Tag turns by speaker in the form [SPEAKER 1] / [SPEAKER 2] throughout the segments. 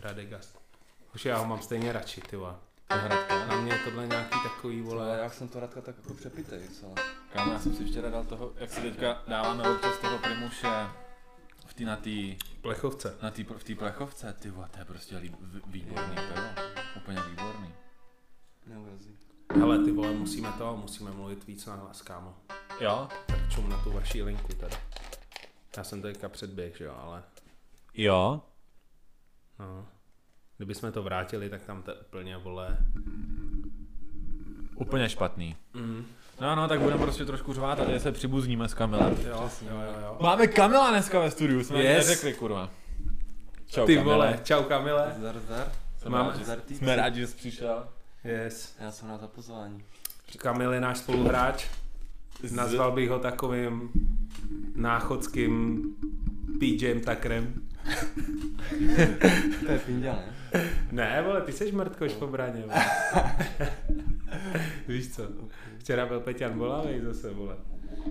[SPEAKER 1] Radegast. Už já ho mám stejně radši, ty vole.
[SPEAKER 2] Ten Hradka.
[SPEAKER 1] Na mě je tohle nějaký takový,
[SPEAKER 2] Vole,
[SPEAKER 1] vole.
[SPEAKER 2] jak jsem to Radka tak jako přepitej, celé.
[SPEAKER 3] Kámo, já jsem si včera dal toho, jak si teďka dáváme občas toho primuše v tý, na tý,
[SPEAKER 1] Plechovce.
[SPEAKER 3] na tý, v tý plechovce, ty vole, to je prostě líb, v- výborný pivo, úplně výborný.
[SPEAKER 2] Neurazí.
[SPEAKER 1] Hele, ty vole, musíme to, musíme mluvit víc na hlas, kámo.
[SPEAKER 3] Jo?
[SPEAKER 1] Tak čum na tu vaší linku tady. Já jsem teďka předběh, že jo, ale
[SPEAKER 3] Jo.
[SPEAKER 1] no. Kdybychom to vrátili, tak tam to je úplně, vole,
[SPEAKER 3] Úplně špatný.
[SPEAKER 1] Mm,
[SPEAKER 3] No, no, tak budeme prostě trošku řvát, ale se přibuzníme s Kamilem.
[SPEAKER 1] Jo, jo, jo, jo.
[SPEAKER 3] Máme Kamila dneska ve studiu, jsme
[SPEAKER 1] Yes.
[SPEAKER 3] yes. neřekli, kurva. Čau,
[SPEAKER 1] Ty
[SPEAKER 3] Kamile.
[SPEAKER 1] vole, čau Kamile.
[SPEAKER 2] Zdar, zdar.
[SPEAKER 3] Jsem
[SPEAKER 1] Máme-
[SPEAKER 3] rád, že,
[SPEAKER 2] Zdar, týpci.
[SPEAKER 3] jsme rádi, že jsi přišel.
[SPEAKER 1] Yes.
[SPEAKER 2] Já jsem na to pozvání.
[SPEAKER 1] Kamil je náš spoluhráč. Nazval bych ho takovým náchodským PJem Takrem.
[SPEAKER 2] To je pinda, ne?
[SPEAKER 1] Ne, vole, ty jsi mrtkoš po braně, vole. Víš co, včera byl Peťan Bolavej zase, vole.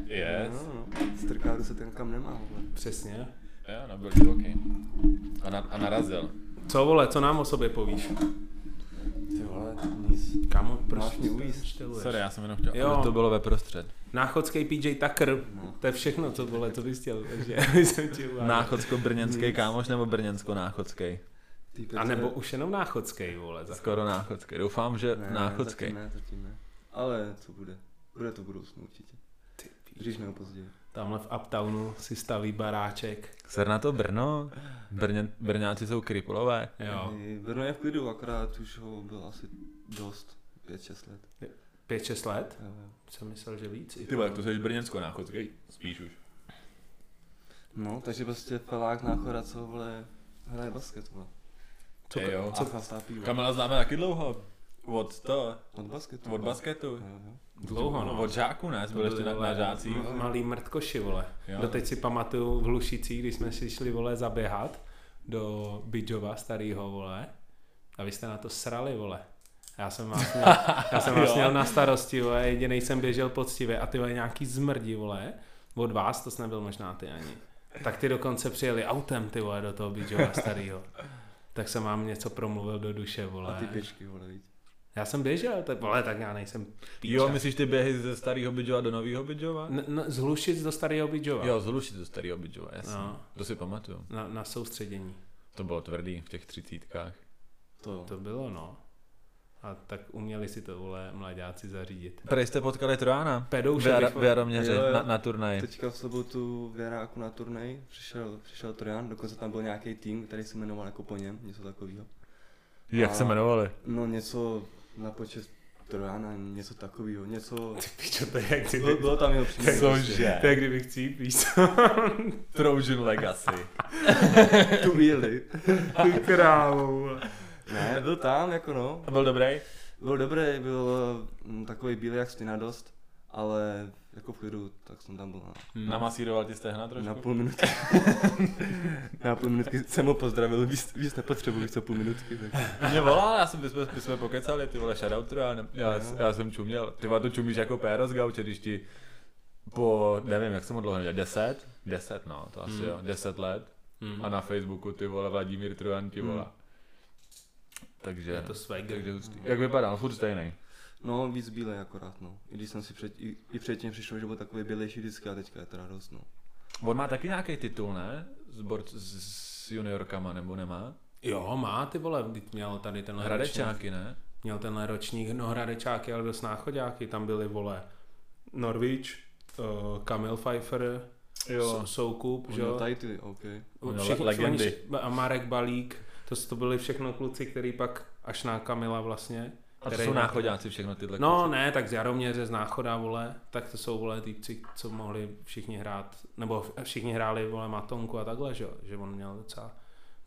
[SPEAKER 3] Yes.
[SPEAKER 2] No, no. Strkáru se ten kam nemá, vole.
[SPEAKER 1] Přesně.
[SPEAKER 3] Jo, no, byl divoký. A, na, a narazil.
[SPEAKER 1] Co, vole, co nám o sobě povíš?
[SPEAKER 2] Ty vole, nic.
[SPEAKER 1] Kamo, prostě
[SPEAKER 2] Máš
[SPEAKER 1] proč
[SPEAKER 2] mě
[SPEAKER 1] mě
[SPEAKER 2] ujíst.
[SPEAKER 3] Sorry, já jsem jenom chtěl,
[SPEAKER 1] Jo.
[SPEAKER 3] aby to bylo ve prostřed.
[SPEAKER 1] Náchodský PJ Takr,
[SPEAKER 2] No.
[SPEAKER 1] to je všechno, co, vole, co bys chtěl, takže jsem ti uváděl.
[SPEAKER 3] Náchodsko-brněnský kámoš nebo brněnsko-náchodský?
[SPEAKER 2] Týpec,
[SPEAKER 1] A nebo
[SPEAKER 2] ne-
[SPEAKER 1] už jenom náchodský, vole. Za...
[SPEAKER 3] Skoro náchodský. Doufám, že
[SPEAKER 2] ne,
[SPEAKER 3] náchodský.
[SPEAKER 2] Zatím ne, zatím ne. Ale co bude? Bude to v budoucnu určitě. Když mi ho později.
[SPEAKER 1] Tamhle v Uptownu si staví baráček.
[SPEAKER 3] Ser na to Brno. Brně, Brňáci jsou kripulové.
[SPEAKER 1] Jo,
[SPEAKER 2] I Brno je v klidu, akorát už ho bylo asi dost. 5-6 let.
[SPEAKER 1] 5-6 let?
[SPEAKER 2] Jo, jo.
[SPEAKER 1] Jsem myslel, že víc. i.
[SPEAKER 3] Ty vole, to jsi brněnsko-náchodský? Spíš už.
[SPEAKER 2] No, takže prostě pelák náchoda, co vole, hraje basket, vole.
[SPEAKER 1] Co,
[SPEAKER 3] Ej, jo.
[SPEAKER 1] co,
[SPEAKER 2] A chlastá pivo.
[SPEAKER 3] Kamila známe taky dlouho. Od to,
[SPEAKER 2] Od basketu.
[SPEAKER 3] od basketu.
[SPEAKER 2] Jo, jo.
[SPEAKER 1] Dlouho, no.
[SPEAKER 3] Od žáku, ne? Jsme byli ještě na, na žácích.
[SPEAKER 1] m- Malý mrtkoši, vole.
[SPEAKER 3] Jo.
[SPEAKER 1] Doteď si pamatuju v Hlušicích, když jsme si šli, vole, zaběhat do Bidžova starýho, vole. A vy jste na to srali, vole. Já jsem vás měl, já jsem vás
[SPEAKER 3] Jo.
[SPEAKER 1] měl na starosti, vole, jedinej jsem běžel poctivě a ty vole nějaký zmrdi, vole, od vás, to jsi nebyl možná ty ani. Tak ty dokonce přijeli autem, ty vole, do toho Bidžova starýho. Tak jsem vám něco promluvil do duše, vole.
[SPEAKER 2] A ty pěšky, vole, víc.
[SPEAKER 1] Já jsem běžel, tak vole, tak já nejsem píča.
[SPEAKER 3] Jo, myslíš ty běhy ze starého Bidžova do nového Bidžova?
[SPEAKER 1] N- n- z Hlušic do starého Bidžova.
[SPEAKER 3] Jo, zlušit do starého Bidžova, jasně.
[SPEAKER 1] No.
[SPEAKER 3] To si pamatuju.
[SPEAKER 1] Na, na soustředění.
[SPEAKER 3] To bylo tvrdý v těch třicítkách.
[SPEAKER 2] To jo.
[SPEAKER 1] To bylo, no. A tak uměli si to, vole, mladáci zařídit.
[SPEAKER 3] Tady jste potkali Trojána.
[SPEAKER 1] Pedouše
[SPEAKER 3] v, Jara-
[SPEAKER 1] bych-
[SPEAKER 3] v Jaroměře
[SPEAKER 2] Jo, jo.
[SPEAKER 3] na, na turnaji.
[SPEAKER 2] Teďka v sobotu v Jaráku na turnej přišel, přišel Trojan, dokonce tam byl nějaký tým, který se jmenoval jako po něm, něco takového.
[SPEAKER 3] Jak se jmenovali?
[SPEAKER 2] No něco na počet Trojana, něco takového, něco...
[SPEAKER 1] Ty pičo, to je jak ty...
[SPEAKER 2] Bylo, bylo tam jeho prostě. příjmení.
[SPEAKER 3] Cože?
[SPEAKER 1] To je kdybych cít, víš co?
[SPEAKER 3] Trojan Legacy.
[SPEAKER 2] Tu chvíli.
[SPEAKER 1] Ty krávo, vole.
[SPEAKER 2] Ne, byl tam, jako no.
[SPEAKER 3] Byl dobrý?
[SPEAKER 2] Byl dobrý, byl mm, takový bílý jak stina dost, ale jako v klidu, tak jsem tam byl na,
[SPEAKER 3] Namasíroval ti stehna trošku?
[SPEAKER 2] na půl minutky. na půl minutky jsem ho pozdravil, víc, víc nepotřebuji, co půl minutky. Tak.
[SPEAKER 3] Mě volal, já jsem, my jsme, my jsme pokecali, ty vole, shoutout Trojan. Já, já jsem čuměl. Ty vole, to čumíš jako péro z gauče, když ti po, nevím, jak jsem ho dlouho nedělal, deset? Deset, no, to asi jo, deset let. A na Facebooku, ty vole, Vladimír Trojan ti volá. Takže,
[SPEAKER 1] Je to swagger.
[SPEAKER 3] takže hustý. Jak vypadal? Furt stejný.
[SPEAKER 2] No, víc bílé akorát, no. I když jsem si před, i, i předtím přišel, že byl takový bělejší vždycky a teďka je teda dost, no.
[SPEAKER 3] On má taky nějaký titul, ne? S, borc, s, s juniorkama, nebo nemá?
[SPEAKER 1] Jo, má ty vole, vždyť měl tady tenhle ročník.
[SPEAKER 3] No, Hradečáky, ne?
[SPEAKER 1] Měl tenhle ročník, no hradečáky, ale dost náchodáky. Tam byly, vole, Norwich, eh, Kamil Pfeiffer, S- Soukup, že
[SPEAKER 2] Jo.
[SPEAKER 1] jo?
[SPEAKER 2] Tady ty, OK.
[SPEAKER 3] Ono
[SPEAKER 1] Všichni-
[SPEAKER 3] le- legendy.
[SPEAKER 1] oni vši- a Marek Balík, to, s- to byli všechno kluci, který pak až na Kamila vlastně.
[SPEAKER 3] A to
[SPEAKER 1] který-
[SPEAKER 3] jsou náchodáci všechno tyhle
[SPEAKER 1] No ne, tak z Jaroměře, z Náchoda, vole, tak to jsou, vole, týpci, co mohli všichni hrát, nebo všichni hráli, vole, Matonku a takhle, že, jo? že on měl docela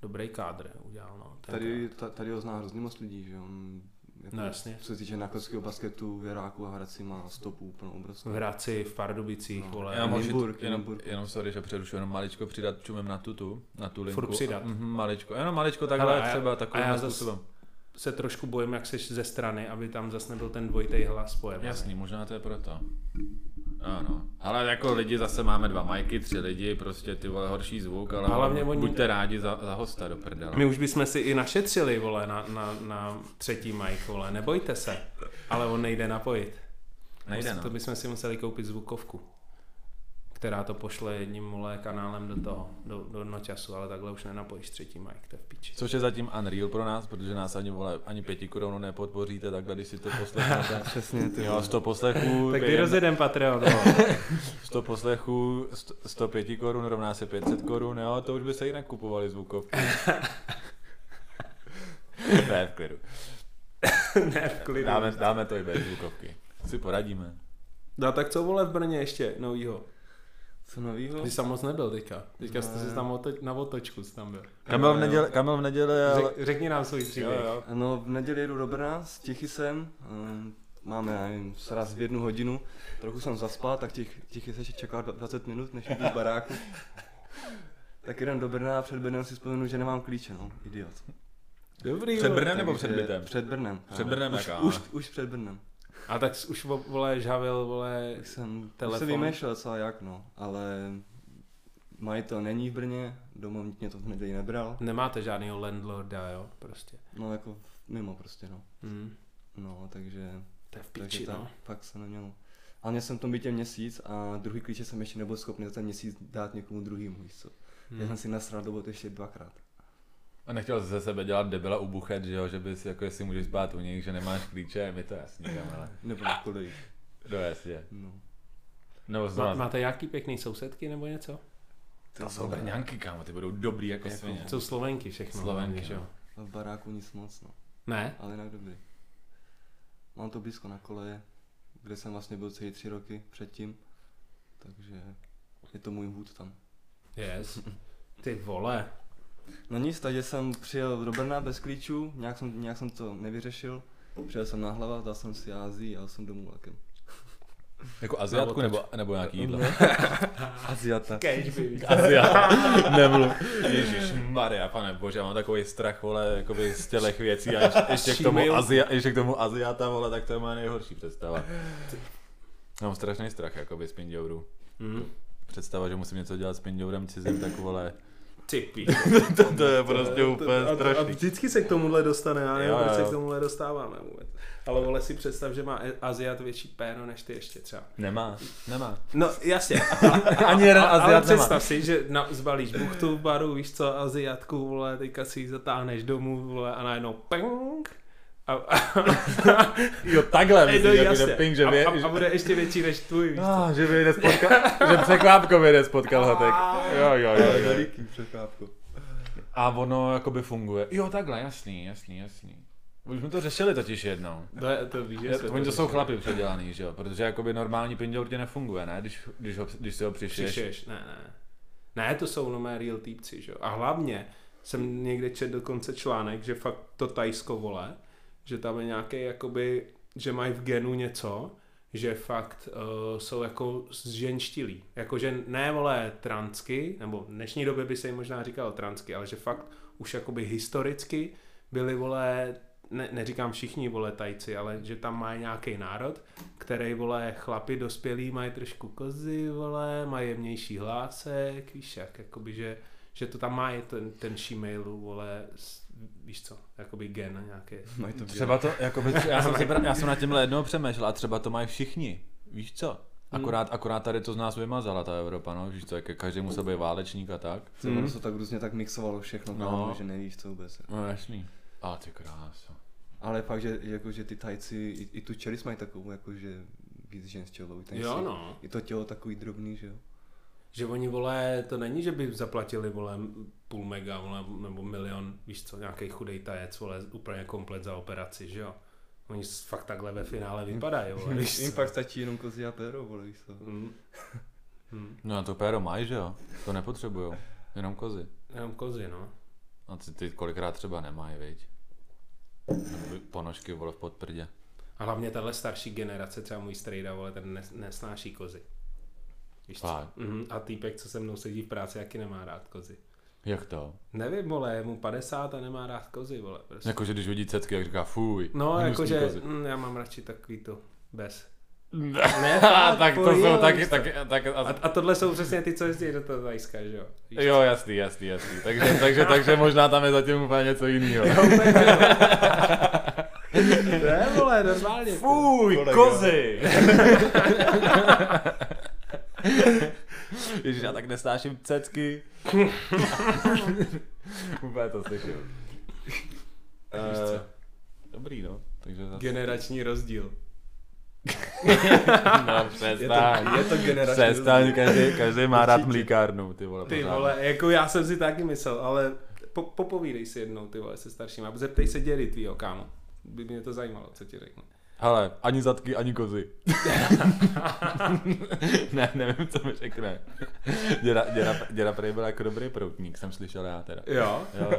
[SPEAKER 1] dobrý kádr, udělal, no. tenkrát.
[SPEAKER 2] Tady, ta, tady ho zná hrozně moc lidí, že on... Jako,
[SPEAKER 1] No jasně.
[SPEAKER 2] Co se týče nákladského basketu, Věráku a Hradci má stopu úplnou obrovskou.
[SPEAKER 1] V Hradci, v Pardubicích, no, vole.
[SPEAKER 3] Já můžu
[SPEAKER 2] Nymburk,
[SPEAKER 3] jenom,
[SPEAKER 2] Nymburk.
[SPEAKER 3] jenom, sorry, že přerušu, jenom maličko přidat čumem na tutu, na tu linku.
[SPEAKER 1] Furt přidat.
[SPEAKER 3] Mhm, maličko, jenom maličko takhle
[SPEAKER 1] Hele, a já-
[SPEAKER 3] třeba
[SPEAKER 1] a já
[SPEAKER 3] takovým
[SPEAKER 1] zas-
[SPEAKER 3] způsobem.
[SPEAKER 1] Se trošku bojím, jak seš ze strany, aby tam zase nebyl ten dvojitý hlas pojem.
[SPEAKER 3] Jasný, možná to je proto. Ano. Ale jako lidi zase máme dva majky, tři lidi, prostě ty vole horší zvuk, ale
[SPEAKER 1] A hlavně oni-
[SPEAKER 3] buďte rádi za, za hosta do prdele.
[SPEAKER 1] My už bychom si i našetřili, vole, na, na, na třetí mic, vole, nebojte se. Ale on nejde napojit.
[SPEAKER 3] Nejde, no.
[SPEAKER 1] To bychom si museli koupit zvukovku, která to pošle jedním vole kanálem do toho, do, do noťasu, ale takhle už nenapojíš třetí mic, to je v piči.
[SPEAKER 3] Což je zatím unreal pro nás, protože nás ani, vole, ani pěti korunu nepodpoříte, takhle když si to poslechnete.
[SPEAKER 2] Přesně, ty
[SPEAKER 3] Jo, 100 poslechů,
[SPEAKER 1] Tak
[SPEAKER 3] to je jedna-
[SPEAKER 1] rozjedem Patreon, vole.
[SPEAKER 3] 100 poslechů, st- 105 korun rovná se 500 korun, jo, to už by se jinak kupovali zvukovky. ne, v klidu.
[SPEAKER 1] ne v klidu.
[SPEAKER 3] Dáme, dáme to i bez zvukovky. Si poradíme.
[SPEAKER 1] No tak co vole v Brně ještě novýho?
[SPEAKER 2] Co novýho?
[SPEAKER 1] Ty jsi tam moc nebyl teďka. Teďka jsi
[SPEAKER 2] Ne.
[SPEAKER 1] jsi tam oto- na otočku jsi tam byl.
[SPEAKER 3] Kamil v
[SPEAKER 2] Jo, jo.
[SPEAKER 3] neděli, Kamil v neděli ale...
[SPEAKER 1] Řek, řekni nám svůj příběh.
[SPEAKER 2] No, v neděli jedu do Brna s Tichisem, ehm, máme, já nevím, sraz v jednu hodinu, trochu jsem zaspal, tak těch, Tichis ještě čekal dva- 20 minut, než jdu z baráku. Tak jdem do Brna a před Brnem si vzpomenu, že nemám klíče, no, idiot.
[SPEAKER 1] Dobrý.
[SPEAKER 3] Před
[SPEAKER 1] vole.
[SPEAKER 3] Brnem nebo
[SPEAKER 2] Takže
[SPEAKER 3] před bytem?
[SPEAKER 2] Před Brnem.
[SPEAKER 3] Před Brnem
[SPEAKER 2] už,
[SPEAKER 3] jaká,
[SPEAKER 2] už,
[SPEAKER 3] ale?
[SPEAKER 2] už před Brnem.
[SPEAKER 1] A tak jsi už vo- vole žhavil, vole,
[SPEAKER 2] Tak jsem, Telefon.
[SPEAKER 1] Telefon.
[SPEAKER 2] se vymýšlel co a jak, no, ale majitel není v Brně, domovník mě to v neděli nebral,
[SPEAKER 1] nemáte žádného landlorda, jo, prostě.
[SPEAKER 2] no jako mimo prostě, no.
[SPEAKER 1] Hmm.
[SPEAKER 2] No, takže
[SPEAKER 1] To je v
[SPEAKER 2] Takže
[SPEAKER 1] piči,
[SPEAKER 2] tak,
[SPEAKER 1] no.
[SPEAKER 2] fakt se nemělo. A měl jsem v tom bytě měsíc a druhý klíče jsem ještě nebyl schopný za ten měsíc dát někomu druhému, víš co. Hmm. Já
[SPEAKER 1] Hmm.
[SPEAKER 2] jsem si nasral do bot ještě dvakrát.
[SPEAKER 3] A nechtěl jsi ze sebe dělat debila ubuchet, že jo, že bys, jako jestli můžeš spát u nich, že nemáš klíče, mi to jasný, Kamile.
[SPEAKER 2] Nebo na koleji.
[SPEAKER 3] No jasně.
[SPEAKER 2] No.
[SPEAKER 3] Nebo
[SPEAKER 1] Ma,
[SPEAKER 3] znamená,
[SPEAKER 1] máte jaký pěkný sousedky nebo něco?
[SPEAKER 3] to jsou brňanky, kámo, ty budou dobrý jako
[SPEAKER 2] Jako-
[SPEAKER 3] svině.
[SPEAKER 1] Jsou Slovenky všechno.
[SPEAKER 3] Slovenky,
[SPEAKER 1] hlavně, že jo?
[SPEAKER 3] no.
[SPEAKER 2] A v baráku nic moc, no.
[SPEAKER 1] Ne?
[SPEAKER 2] Ale jinak dobrý. Mám to blízko na koleje, kde jsem vlastně byl celý tři roky předtím. Takže je to můj hůd tam.
[SPEAKER 1] Yes. Ty vole.
[SPEAKER 2] No nic, takže jsem přijel do Brna bez klíčů, nějak jsem, nějak jsem to nevyřešil. Přijel jsem na hlava, dal jsem si Ázii a jel jsem domů lekem.
[SPEAKER 3] Jako Aziatku nebo, nebo nějaký jídlo.
[SPEAKER 2] Aziata.
[SPEAKER 1] Kež by.
[SPEAKER 3] Aziat. Nemluv. Ježíš Maria, pane bože, mám takový strach, vole, jakoby z těch věcí a ještě, ještě, k tomu
[SPEAKER 1] Šímil.
[SPEAKER 3] Azia, ještě k tomu Aziata, vole, tak to je moje nejhorší představa. Mám strašný strach, jakoby z Pindouru.
[SPEAKER 1] Mm.
[SPEAKER 3] Představa, že musím něco dělat s Pindourem cizím, tak vole,
[SPEAKER 1] Ty pí.
[SPEAKER 3] to, to je prostě úplně
[SPEAKER 1] a, a
[SPEAKER 3] strašný.
[SPEAKER 1] vždycky se k tomuhle dostane, já nevím,
[SPEAKER 3] Jo,
[SPEAKER 1] proč se
[SPEAKER 3] jo.
[SPEAKER 1] k tomuhle dostáváme vůbec. Ale vole si představ, že má e- Aziat větší péno než ty ještě třeba.
[SPEAKER 3] Nemá, nemá.
[SPEAKER 1] No jasně.
[SPEAKER 3] Ani jeden
[SPEAKER 1] ale
[SPEAKER 3] Aziat nemá.
[SPEAKER 1] představ si, že na, zbalíš buchtu v baru, víš co, Aziatku, vole, teďka si ji zatáhneš domů, vole, a najednou ping. A, a, a,
[SPEAKER 3] Jo, takhle,
[SPEAKER 1] a,
[SPEAKER 3] myslím, že bude ping, že
[SPEAKER 1] a,
[SPEAKER 3] vě,
[SPEAKER 1] a, a bude ještě větší než tvůj, víš co.
[SPEAKER 3] Ah, že vyjde z podka- že překvápko vyjde z podkalhotek. Jo, jo, jo, jo.
[SPEAKER 2] Veliký překvápko.
[SPEAKER 3] A ono jakoby funguje. Jo, takhle, jasný, jasný, jasný. Už jsme to řešili totiž jednou.
[SPEAKER 1] To, je- to víš, že
[SPEAKER 3] Je,
[SPEAKER 1] se
[SPEAKER 3] oni to
[SPEAKER 1] řeší.
[SPEAKER 3] jsou chlapi předělaný, že jo? Protože jakoby normální pinděl určitě nefunguje, ne? Když, když, ho, když si ho přišiješ.
[SPEAKER 1] Přišiješ, ne, ne. Ne, to jsou nové real týpci, že jo. A hlavně jsem někde četl dokonce článek, že fakt to Tajsko vole, že tam je nějaký jakoby, že mají v genu něco, že fakt uh, jsou jako zženštilí. Jakože ne vole transky, nebo v dnešní době by se jim možná říkalo transky, ale že fakt už jakoby historicky byli vole, ne, neříkám všichni vole tajci, ale že tam má nějaký národ, který vole chlapi dospělí mají trošku kozy vole, mají jemnější hlásek, víš jak, jakoby že, že to tam má je ten, ten shemailu vole, s- víš co, jakoby gen nějaký.
[SPEAKER 2] Mají to
[SPEAKER 3] Třeba to, jakoby, tře- já jsem, si, pra- já jsem na tímhle jednou přemýšlel a třeba to mají všichni. Víš co? Akorát, akorát tady to z nás vymazala ta Evropa, no, víš co, jak každý musel být válečník a tak.
[SPEAKER 2] Se mm. to tak různě tak mixovalo všechno,
[SPEAKER 3] No.
[SPEAKER 2] no. že nevíš co vůbec.
[SPEAKER 3] No jasný. A ty krása.
[SPEAKER 2] Ale fakt, že, jako, že ty tajci, i, i tu čelis mají takovou, jako, že víc žen s tělou. Ten
[SPEAKER 1] Jo
[SPEAKER 2] si-
[SPEAKER 1] no.
[SPEAKER 2] I to tělo takový drobný, že jo.
[SPEAKER 1] Že oni, vole, to není, že by zaplatili, vole, půl mega, vole, nebo milion, víš co, nějaký chudej tajec, vole, úplně komplet za operaci, že jo? Oni s- fakt takhle ve finále vypadají, vole, víš
[SPEAKER 2] Jim
[SPEAKER 1] co?
[SPEAKER 2] fakt stačí jenom kozy a péro, vole, víš co.
[SPEAKER 1] Mm. Mm.
[SPEAKER 3] No a to péro mají, že jo? To nepotřebujou. Jenom kozy.
[SPEAKER 1] Jenom kozy, no.
[SPEAKER 3] A ty, ty kolikrát třeba nemají, viď? Nebo Ponožky, vole, v podprdě.
[SPEAKER 1] A hlavně tahle starší generace, třeba můj strejda, vole, ten nes, nesnáší kozy. Víš co?
[SPEAKER 3] Fakt?
[SPEAKER 1] Mm, a týpek, co se mnou sedí v práci, jaký nemá rád kozy.
[SPEAKER 3] Jak to?
[SPEAKER 1] Nevím, vole, je mu 50 a nemá rád kozy, vole, prostě.
[SPEAKER 3] Jakože když vidí cecky, jak říká fuj.
[SPEAKER 1] No,
[SPEAKER 3] hnusný
[SPEAKER 1] jakože,
[SPEAKER 3] kozy.
[SPEAKER 1] mm, já mám radši takový to bez. Ne,
[SPEAKER 3] tak to
[SPEAKER 1] pojel,
[SPEAKER 3] jsou taky,
[SPEAKER 1] víš
[SPEAKER 3] taky, tak, a,
[SPEAKER 1] A, a tohle jsou přesně ty, co jezdí do toho Tajska, že jo? Víš
[SPEAKER 3] jo, jasný, jasný, jasný. Takže, takže, takže možná tam je zatím úplně něco jiného.
[SPEAKER 1] co? Úplně jo. ne, vole, normálně.
[SPEAKER 3] Fuj,
[SPEAKER 2] Kolega.
[SPEAKER 3] kozy! Ježiš, já tak nesnáším cecky. Úplně to slyšel.
[SPEAKER 2] Eh,
[SPEAKER 3] Dobrý, no. Takže zase...
[SPEAKER 1] Generační rozdíl.
[SPEAKER 3] No,
[SPEAKER 2] je, to, je to generační
[SPEAKER 3] Přestaň,
[SPEAKER 2] rozdíl.
[SPEAKER 3] každý, každý má rád
[SPEAKER 2] Určitě.
[SPEAKER 3] mlíkárnu, ty vole.
[SPEAKER 1] Ty
[SPEAKER 3] pořád.
[SPEAKER 1] vole, jako já jsem si taky myslel, ale po, popovídej si jednou, ty vole, se staršíma. Zeptej se dědy tvýho, kámo. By mě to zajímalo, co ti řekne.
[SPEAKER 3] Hele, ani zadky, ani kozy. ne, nevím, co mi řekne. Děda, děda, děda prej byl jako dobrý proutník, jsem slyšel já teda.
[SPEAKER 1] Jo?
[SPEAKER 3] Jo,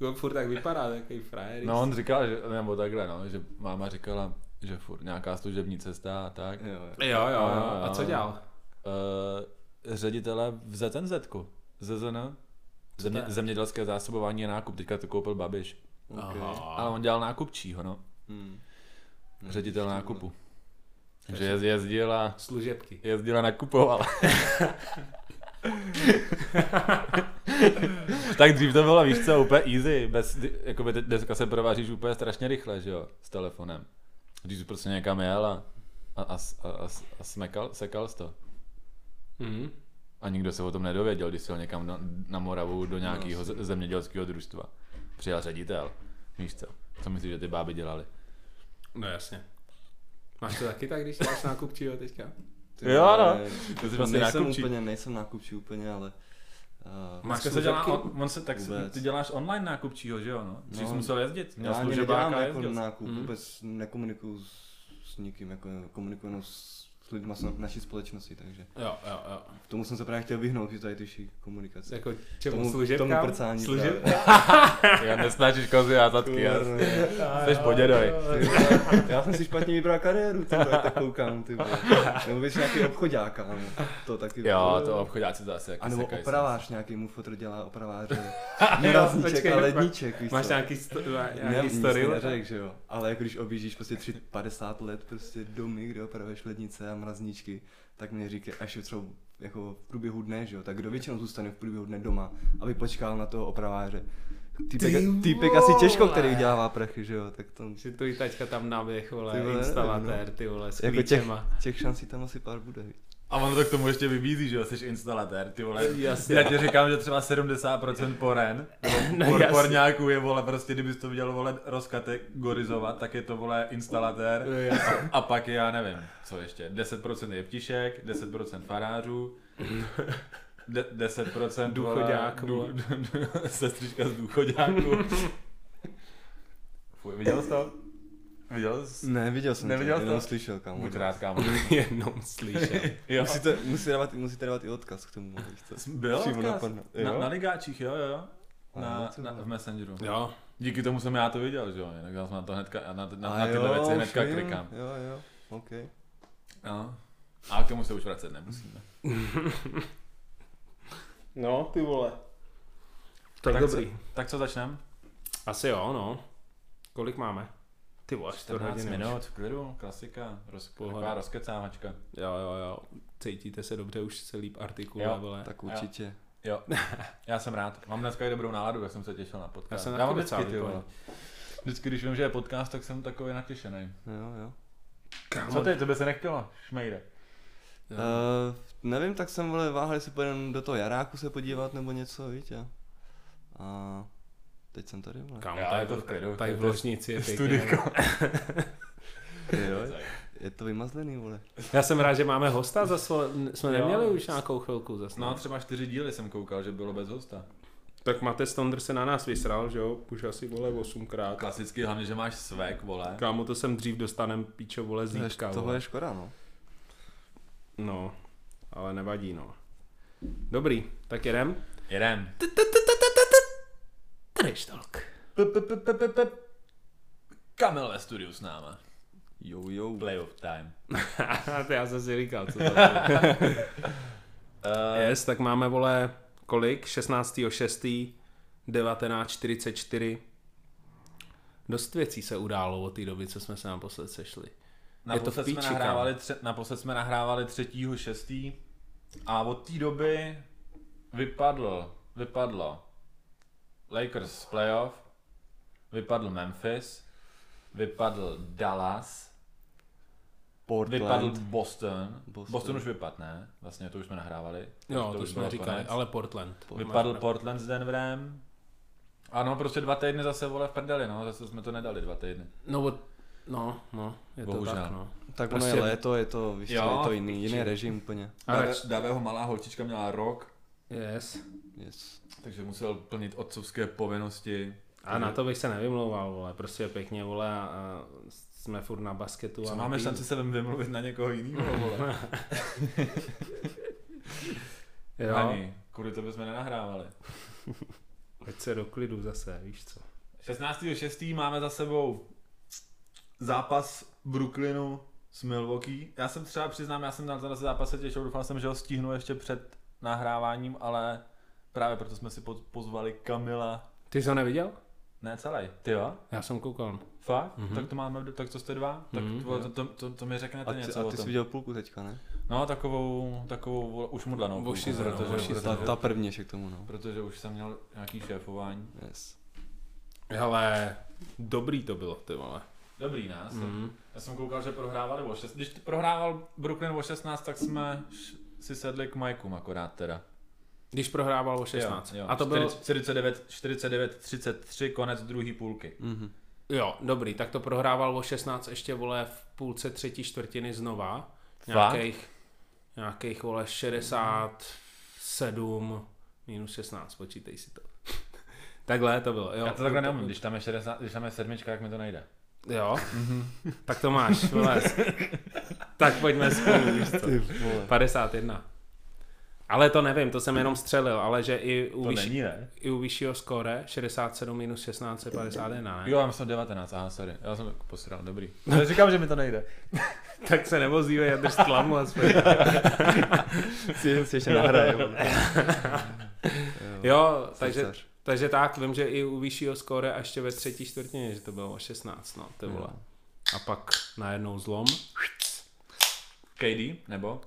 [SPEAKER 3] jo.
[SPEAKER 1] On furt tak vypadá, takový frajer.
[SPEAKER 3] No on říkal, že, nebo takhle, no, že máma říkala, že furt nějaká služební cesta a tak.
[SPEAKER 2] Jo, no, jo.
[SPEAKER 1] Jo, jo, jo. A
[SPEAKER 3] jo.
[SPEAKER 1] co dělal?
[SPEAKER 3] Uh, ředitele v ZNZ, ZZN, Země,
[SPEAKER 1] to je?
[SPEAKER 3] zemědělské zásobování a nákup, teďka to koupil Babiš.
[SPEAKER 2] Aha.
[SPEAKER 3] Ale on dělal nákupčího, no.
[SPEAKER 2] Hmm.
[SPEAKER 3] Ředitel nákupu. Takže jez- jezdil a
[SPEAKER 1] Služebky.
[SPEAKER 3] jezdila nakupovala. tak dřív to bylo, víš co, úplně easy. Bez, jakoby te- dneska se prováříš úplně strašně rychle, že jo, s telefonem. Když jsi prostě někam jel a, a, a, a, a, a smekal, sekal jsi to.
[SPEAKER 1] Mhm.
[SPEAKER 3] A nikdo se o tom nedověděl, když jsi jel někam na, na Moravu do nějakého z- zemědělského družstva. Přijel ředitel. Víš co? Co myslíš, že ty báby dělali?
[SPEAKER 1] No jasně. Máš to taky tak, když děláš nákupčího teďka?
[SPEAKER 2] Ty
[SPEAKER 3] Jo,
[SPEAKER 2] vole,
[SPEAKER 3] no. Ty jsi vlastně
[SPEAKER 2] nejsem
[SPEAKER 3] nákupčí.
[SPEAKER 2] úplně, nejsem nákupčí úplně, ale... eh,
[SPEAKER 1] Máš Dneska se dělá služebky?
[SPEAKER 3] on se tak,
[SPEAKER 2] Vůbec. ty
[SPEAKER 3] děláš online nákupčího, že jo? No?
[SPEAKER 2] Dřív jsi musel
[SPEAKER 3] jezdit,
[SPEAKER 2] já ani nedělám jako nákup,
[SPEAKER 1] Mhm.
[SPEAKER 2] vůbec nekomunikuju s, s nikým, jako komunikuju jenom s, s lidmi z na- naší společnosti, takže
[SPEAKER 1] Jo, jo, jo.
[SPEAKER 2] k tomu jsem se právě chtěl vyhnout, že tady tyší komunikace.
[SPEAKER 1] Jako čemu
[SPEAKER 2] tomu,
[SPEAKER 1] služebkám?
[SPEAKER 2] tomu prcání
[SPEAKER 1] Služeb...
[SPEAKER 2] právě.
[SPEAKER 3] Já nesnášíš kozy a zadky, já
[SPEAKER 2] Kurva, ne.
[SPEAKER 3] jsi podědoj.
[SPEAKER 2] Ty vole, Já jsem si špatně vybral kariéru, ty vole, tak koukám, ty vole. Nebo bys nějaký obchodáka, ano. to taky.
[SPEAKER 3] Jo, to obchodáci zase jako
[SPEAKER 2] A nebo
[SPEAKER 3] sekají se.
[SPEAKER 2] opravář nějaký mu fotr dělá opraváře.
[SPEAKER 1] Jo,
[SPEAKER 2] Nerazníček
[SPEAKER 1] počkej,
[SPEAKER 2] a ledníček, víš
[SPEAKER 1] Máš
[SPEAKER 2] co?
[SPEAKER 1] nějaký, sto, má-
[SPEAKER 2] Ne,
[SPEAKER 1] nějaký
[SPEAKER 2] nic
[SPEAKER 1] story?
[SPEAKER 2] mi neřek, že jo. Ale jako když objíždíš prostě tři, 50 let prostě domy, kde opravuješ lednice a mrazničky, tak mě říká, až je třeba jako v průběhu dne, že jo, tak kdo většinou zůstane v průběhu dne doma, aby počkal na toho opraváře. Týpek, týpek asi těžko, který
[SPEAKER 1] vole.
[SPEAKER 2] udělá prachy, že jo, tak jako tam
[SPEAKER 1] Že tu i tačka tam naběh, vole,
[SPEAKER 2] Ty vole,
[SPEAKER 1] instalatér, ty vole, s
[SPEAKER 2] jako těch,
[SPEAKER 1] klíčema.
[SPEAKER 2] těch šancí tam asi pár bude. viď.
[SPEAKER 3] A ono to k tomu ještě vybízí, že jo, jsi instalatér, ty vole.
[SPEAKER 1] Jasně.
[SPEAKER 3] Já ti říkám, že třeba 70% poren,
[SPEAKER 1] No
[SPEAKER 3] por,
[SPEAKER 1] jasně.
[SPEAKER 3] porňáků je, vole, prostě, kdybys to viděl, vole, rozkategorizovat, tak je to, vole, instalatér.
[SPEAKER 1] No jasně.
[SPEAKER 3] A pak je, já nevím, co ještě, 10% jeptišek, 10% farářů, de- 10%
[SPEAKER 1] Důchoďák,
[SPEAKER 3] vole,
[SPEAKER 1] vole.
[SPEAKER 3] dů- sestřička z důchodáku. Fuj, viděl jsi to? Viděl jsi?
[SPEAKER 2] Ne, viděl jsem
[SPEAKER 3] Neviděl
[SPEAKER 2] to,
[SPEAKER 3] jsi
[SPEAKER 2] jenom
[SPEAKER 3] to?
[SPEAKER 2] slyšel, kámo.
[SPEAKER 3] Buď
[SPEAKER 2] no.
[SPEAKER 3] rád, kámo.
[SPEAKER 1] Jenom slyšel.
[SPEAKER 3] Jo.
[SPEAKER 2] Musíte, musíte, dávat, musíte dávat i odkaz k tomu, když chcete.
[SPEAKER 3] Byl
[SPEAKER 2] Přímo
[SPEAKER 3] odkaz?
[SPEAKER 2] napadne.
[SPEAKER 3] Na,
[SPEAKER 2] Jo? no.
[SPEAKER 3] na ligáčích, jo, jo, jo. Na,
[SPEAKER 2] Aha, co
[SPEAKER 3] na,
[SPEAKER 2] bylo?
[SPEAKER 3] v Messengeru.
[SPEAKER 1] Jo,
[SPEAKER 3] Díky tomu jsem já to viděl, že jo, jinak já jsem na to hnedka, na, na, na,
[SPEAKER 2] A
[SPEAKER 3] na tyhle
[SPEAKER 2] jo,
[SPEAKER 3] věci
[SPEAKER 2] už
[SPEAKER 3] hnedka
[SPEAKER 2] vím,
[SPEAKER 3] klikám.
[SPEAKER 2] Jo, jo, OK.
[SPEAKER 3] No. A k tomu se už vracet nemusíme.
[SPEAKER 1] No, ty vole. Tak,
[SPEAKER 3] tak
[SPEAKER 1] dobrý.
[SPEAKER 3] Co, tak co začneme?
[SPEAKER 1] Asi jo, no. Kolik máme? Ty vole,
[SPEAKER 3] 14
[SPEAKER 1] hodiny už.
[SPEAKER 3] minut, v klidu, klasika, roz,
[SPEAKER 1] Pohoda.
[SPEAKER 3] taková rozkecávačka.
[SPEAKER 1] Jo, jo, jo. Cítíte se dobře, už se líp
[SPEAKER 3] Jo,
[SPEAKER 1] artikuluje, vole.
[SPEAKER 2] Tak určitě.
[SPEAKER 3] Jo, já jsem rád. Mám dneska i dobrou náladu, jak jsem se těšil na podcast.
[SPEAKER 1] Já jsem
[SPEAKER 3] mám
[SPEAKER 1] taky
[SPEAKER 3] vždycky,
[SPEAKER 1] docela
[SPEAKER 3] ty vole.
[SPEAKER 1] vypojený.
[SPEAKER 3] Vždycky, když vím, že je podcast, tak jsem takový natěšený.
[SPEAKER 2] Jo, jo.
[SPEAKER 3] Co ty, tebe se nechtělo? Šmejde.
[SPEAKER 1] Jo.
[SPEAKER 2] Uh, nevím, tak jsem vole váhal, jestli půjdem do toho jaráku se podívat nebo něco, víš, a, a teď jsem tady, vole.
[SPEAKER 1] Kámo,
[SPEAKER 3] Já,
[SPEAKER 1] tady,
[SPEAKER 3] je to v klidu.
[SPEAKER 1] tady v ložnici je pěkně.
[SPEAKER 3] Studiko.
[SPEAKER 2] Jo, je to vymazlený, vole.
[SPEAKER 1] Já jsem rád, že máme hosta, zase jsme
[SPEAKER 3] Jo.
[SPEAKER 1] neměli už nějakou chvilku zase.
[SPEAKER 3] No třeba čtyři díly jsem koukal, že bylo bez hosta.
[SPEAKER 1] Tak Mate Stonder se na nás vysral, že jo? Už asi, vole, osmkrát.
[SPEAKER 3] Klasicky, hlavně, že máš svek, vole.
[SPEAKER 1] Kámo, to sem dřív dostanem, píčo, vole,
[SPEAKER 2] To je-
[SPEAKER 1] zítřka,
[SPEAKER 2] Tohle
[SPEAKER 1] vole.
[SPEAKER 2] je škoda, no.
[SPEAKER 1] No, ale nevadí, no. Dobrý, tak jedem.
[SPEAKER 3] Jedem.
[SPEAKER 1] Trash Talk.
[SPEAKER 3] Kamil ve studiu s náma.
[SPEAKER 2] Jo, jo.
[SPEAKER 3] Playoff time.
[SPEAKER 1] to já jsem si říkal, co to je.
[SPEAKER 3] Eh,
[SPEAKER 1] yes, tak máme, vole, kolik? 16.6. 1944. Dost věcí se událo od té doby, co jsme se naposled sešli. to v
[SPEAKER 3] Naposled jsme
[SPEAKER 1] píči, kámo.
[SPEAKER 3] nahrávali, tře- naposled jsme nahrávali 3. 6. A od té doby vypadl, vypadlo Lakers z playoff, vypadl Memphis, vypadl Dallas,
[SPEAKER 2] Portland.
[SPEAKER 3] vypadl Boston. Boston.
[SPEAKER 2] Boston.
[SPEAKER 3] Boston už vypadl, ne? Vlastně to už jsme nahrávali.
[SPEAKER 1] Jo, to,
[SPEAKER 3] už
[SPEAKER 1] jsme
[SPEAKER 3] bylo
[SPEAKER 1] říkali,
[SPEAKER 3] konec.
[SPEAKER 1] ale Portland.
[SPEAKER 3] Vypadl Portland s Denverem. Ano, prostě dva týdny zase vole v prdeli, no, zase jsme to nedali dva týdny.
[SPEAKER 1] No, od- no, no, je to
[SPEAKER 3] Bohužel.
[SPEAKER 1] tak, no. Prostě-
[SPEAKER 2] Tak prostě... ono je léto, je to, víš,
[SPEAKER 3] Jo,
[SPEAKER 2] jo, je to
[SPEAKER 3] v
[SPEAKER 2] jiný, jiný režim úplně.
[SPEAKER 1] Ale-
[SPEAKER 3] Dave- Daveho malá holčička měla rok,
[SPEAKER 1] Yes.
[SPEAKER 2] Yes.
[SPEAKER 3] takže musel plnit otcovské povinnosti.
[SPEAKER 1] A na to bych se nevymlouval, vole, prostě pěkně, vole, a, a jsme furt na basketu. a
[SPEAKER 3] Co
[SPEAKER 1] na
[SPEAKER 3] máme
[SPEAKER 1] pílu.
[SPEAKER 3] šanci se vymluvit na někoho jiného, vole.
[SPEAKER 1] Jo,
[SPEAKER 3] Ani, kvůli tebe jsme nenahrávali.
[SPEAKER 1] ať se do klidu zase, víš co.
[SPEAKER 3] 16.6. máme za sebou zápas Brooklynu s Milwaukee. Já jsem třeba přiznám, já jsem na ten zápas se těšil, doufal jsem, že ho stihnu ještě před nahráváním, ale právě proto jsme si pod- pozvali Kamila.
[SPEAKER 1] Ty jsi ho neviděl?
[SPEAKER 3] Ne celý, ty jo?
[SPEAKER 1] Já jsem koukal.
[SPEAKER 3] Fakt? Mm-hmm. Tak to máme, tak to jste dva? Tak
[SPEAKER 1] Mhm.
[SPEAKER 3] mm-hmm. to, to, to, to, mi řeknete
[SPEAKER 2] Mhm. A ty,
[SPEAKER 3] něco
[SPEAKER 2] a
[SPEAKER 3] o
[SPEAKER 2] ty jsi
[SPEAKER 3] tom.
[SPEAKER 2] viděl půlku teďka, ne?
[SPEAKER 3] No takovou, takovou vole, už mudlanou. půlku,
[SPEAKER 1] Voši zrovna,
[SPEAKER 3] protože,
[SPEAKER 1] voši
[SPEAKER 3] protože,
[SPEAKER 2] Ta, ta první ještě k tomu, no.
[SPEAKER 3] protože už jsem měl nějaký šéfování.
[SPEAKER 2] Yes.
[SPEAKER 1] Hele, dobrý to bylo, ty vole.
[SPEAKER 3] Dobrý nás. Mm-hmm.
[SPEAKER 1] Mm.
[SPEAKER 3] Já jsem koukal, že prohrávali o 16. Když prohrával Brooklyn o 16, tak jsme š- si sedli k Majkům akorát teda.
[SPEAKER 1] Když prohrával o 16.
[SPEAKER 3] Jo, jo.
[SPEAKER 1] A to byl,
[SPEAKER 3] 49, 49, 33, konec druhé půlky.
[SPEAKER 2] Mhm.
[SPEAKER 1] jo, dobrý, tak to prohrával o 16 ještě, vole, v půlce třetí čtvrtiny znova.
[SPEAKER 3] Fakt?
[SPEAKER 1] Nějakých, nějakých, vole, 67 minus 16, počítej si to. Takhle to bylo, jo.
[SPEAKER 3] Já to takhle neumím, když tam je, 60, když tam je sedmička, jak mi to nejde.
[SPEAKER 1] Jo,
[SPEAKER 3] Mhm.
[SPEAKER 1] tak to máš, vole. tak pojďme spolu, víš co.
[SPEAKER 2] Ty vole.
[SPEAKER 1] 51. Ale to nevím, to jsem jenom střelil, ale že i u, vyšší,
[SPEAKER 3] ne?
[SPEAKER 1] i u vyššího skóre 67 minus 16 je 51, ne?
[SPEAKER 3] Jo, já myslím 19, aha, sorry. Já jsem jako posral, dobrý. Ale říkám, že mi to nejde.
[SPEAKER 1] Tak se nevozívej, já drž tlamu aspoň.
[SPEAKER 2] Si, si ještě nahraje. vole.
[SPEAKER 1] Jo, takže,
[SPEAKER 2] Srdcař.
[SPEAKER 1] takže tak, vím, že i u vyššího skóre a ještě ve třetí čtvrtině, že to bylo o 16, no, ty vole. A pak najednou zlom.
[SPEAKER 3] KD, nebo?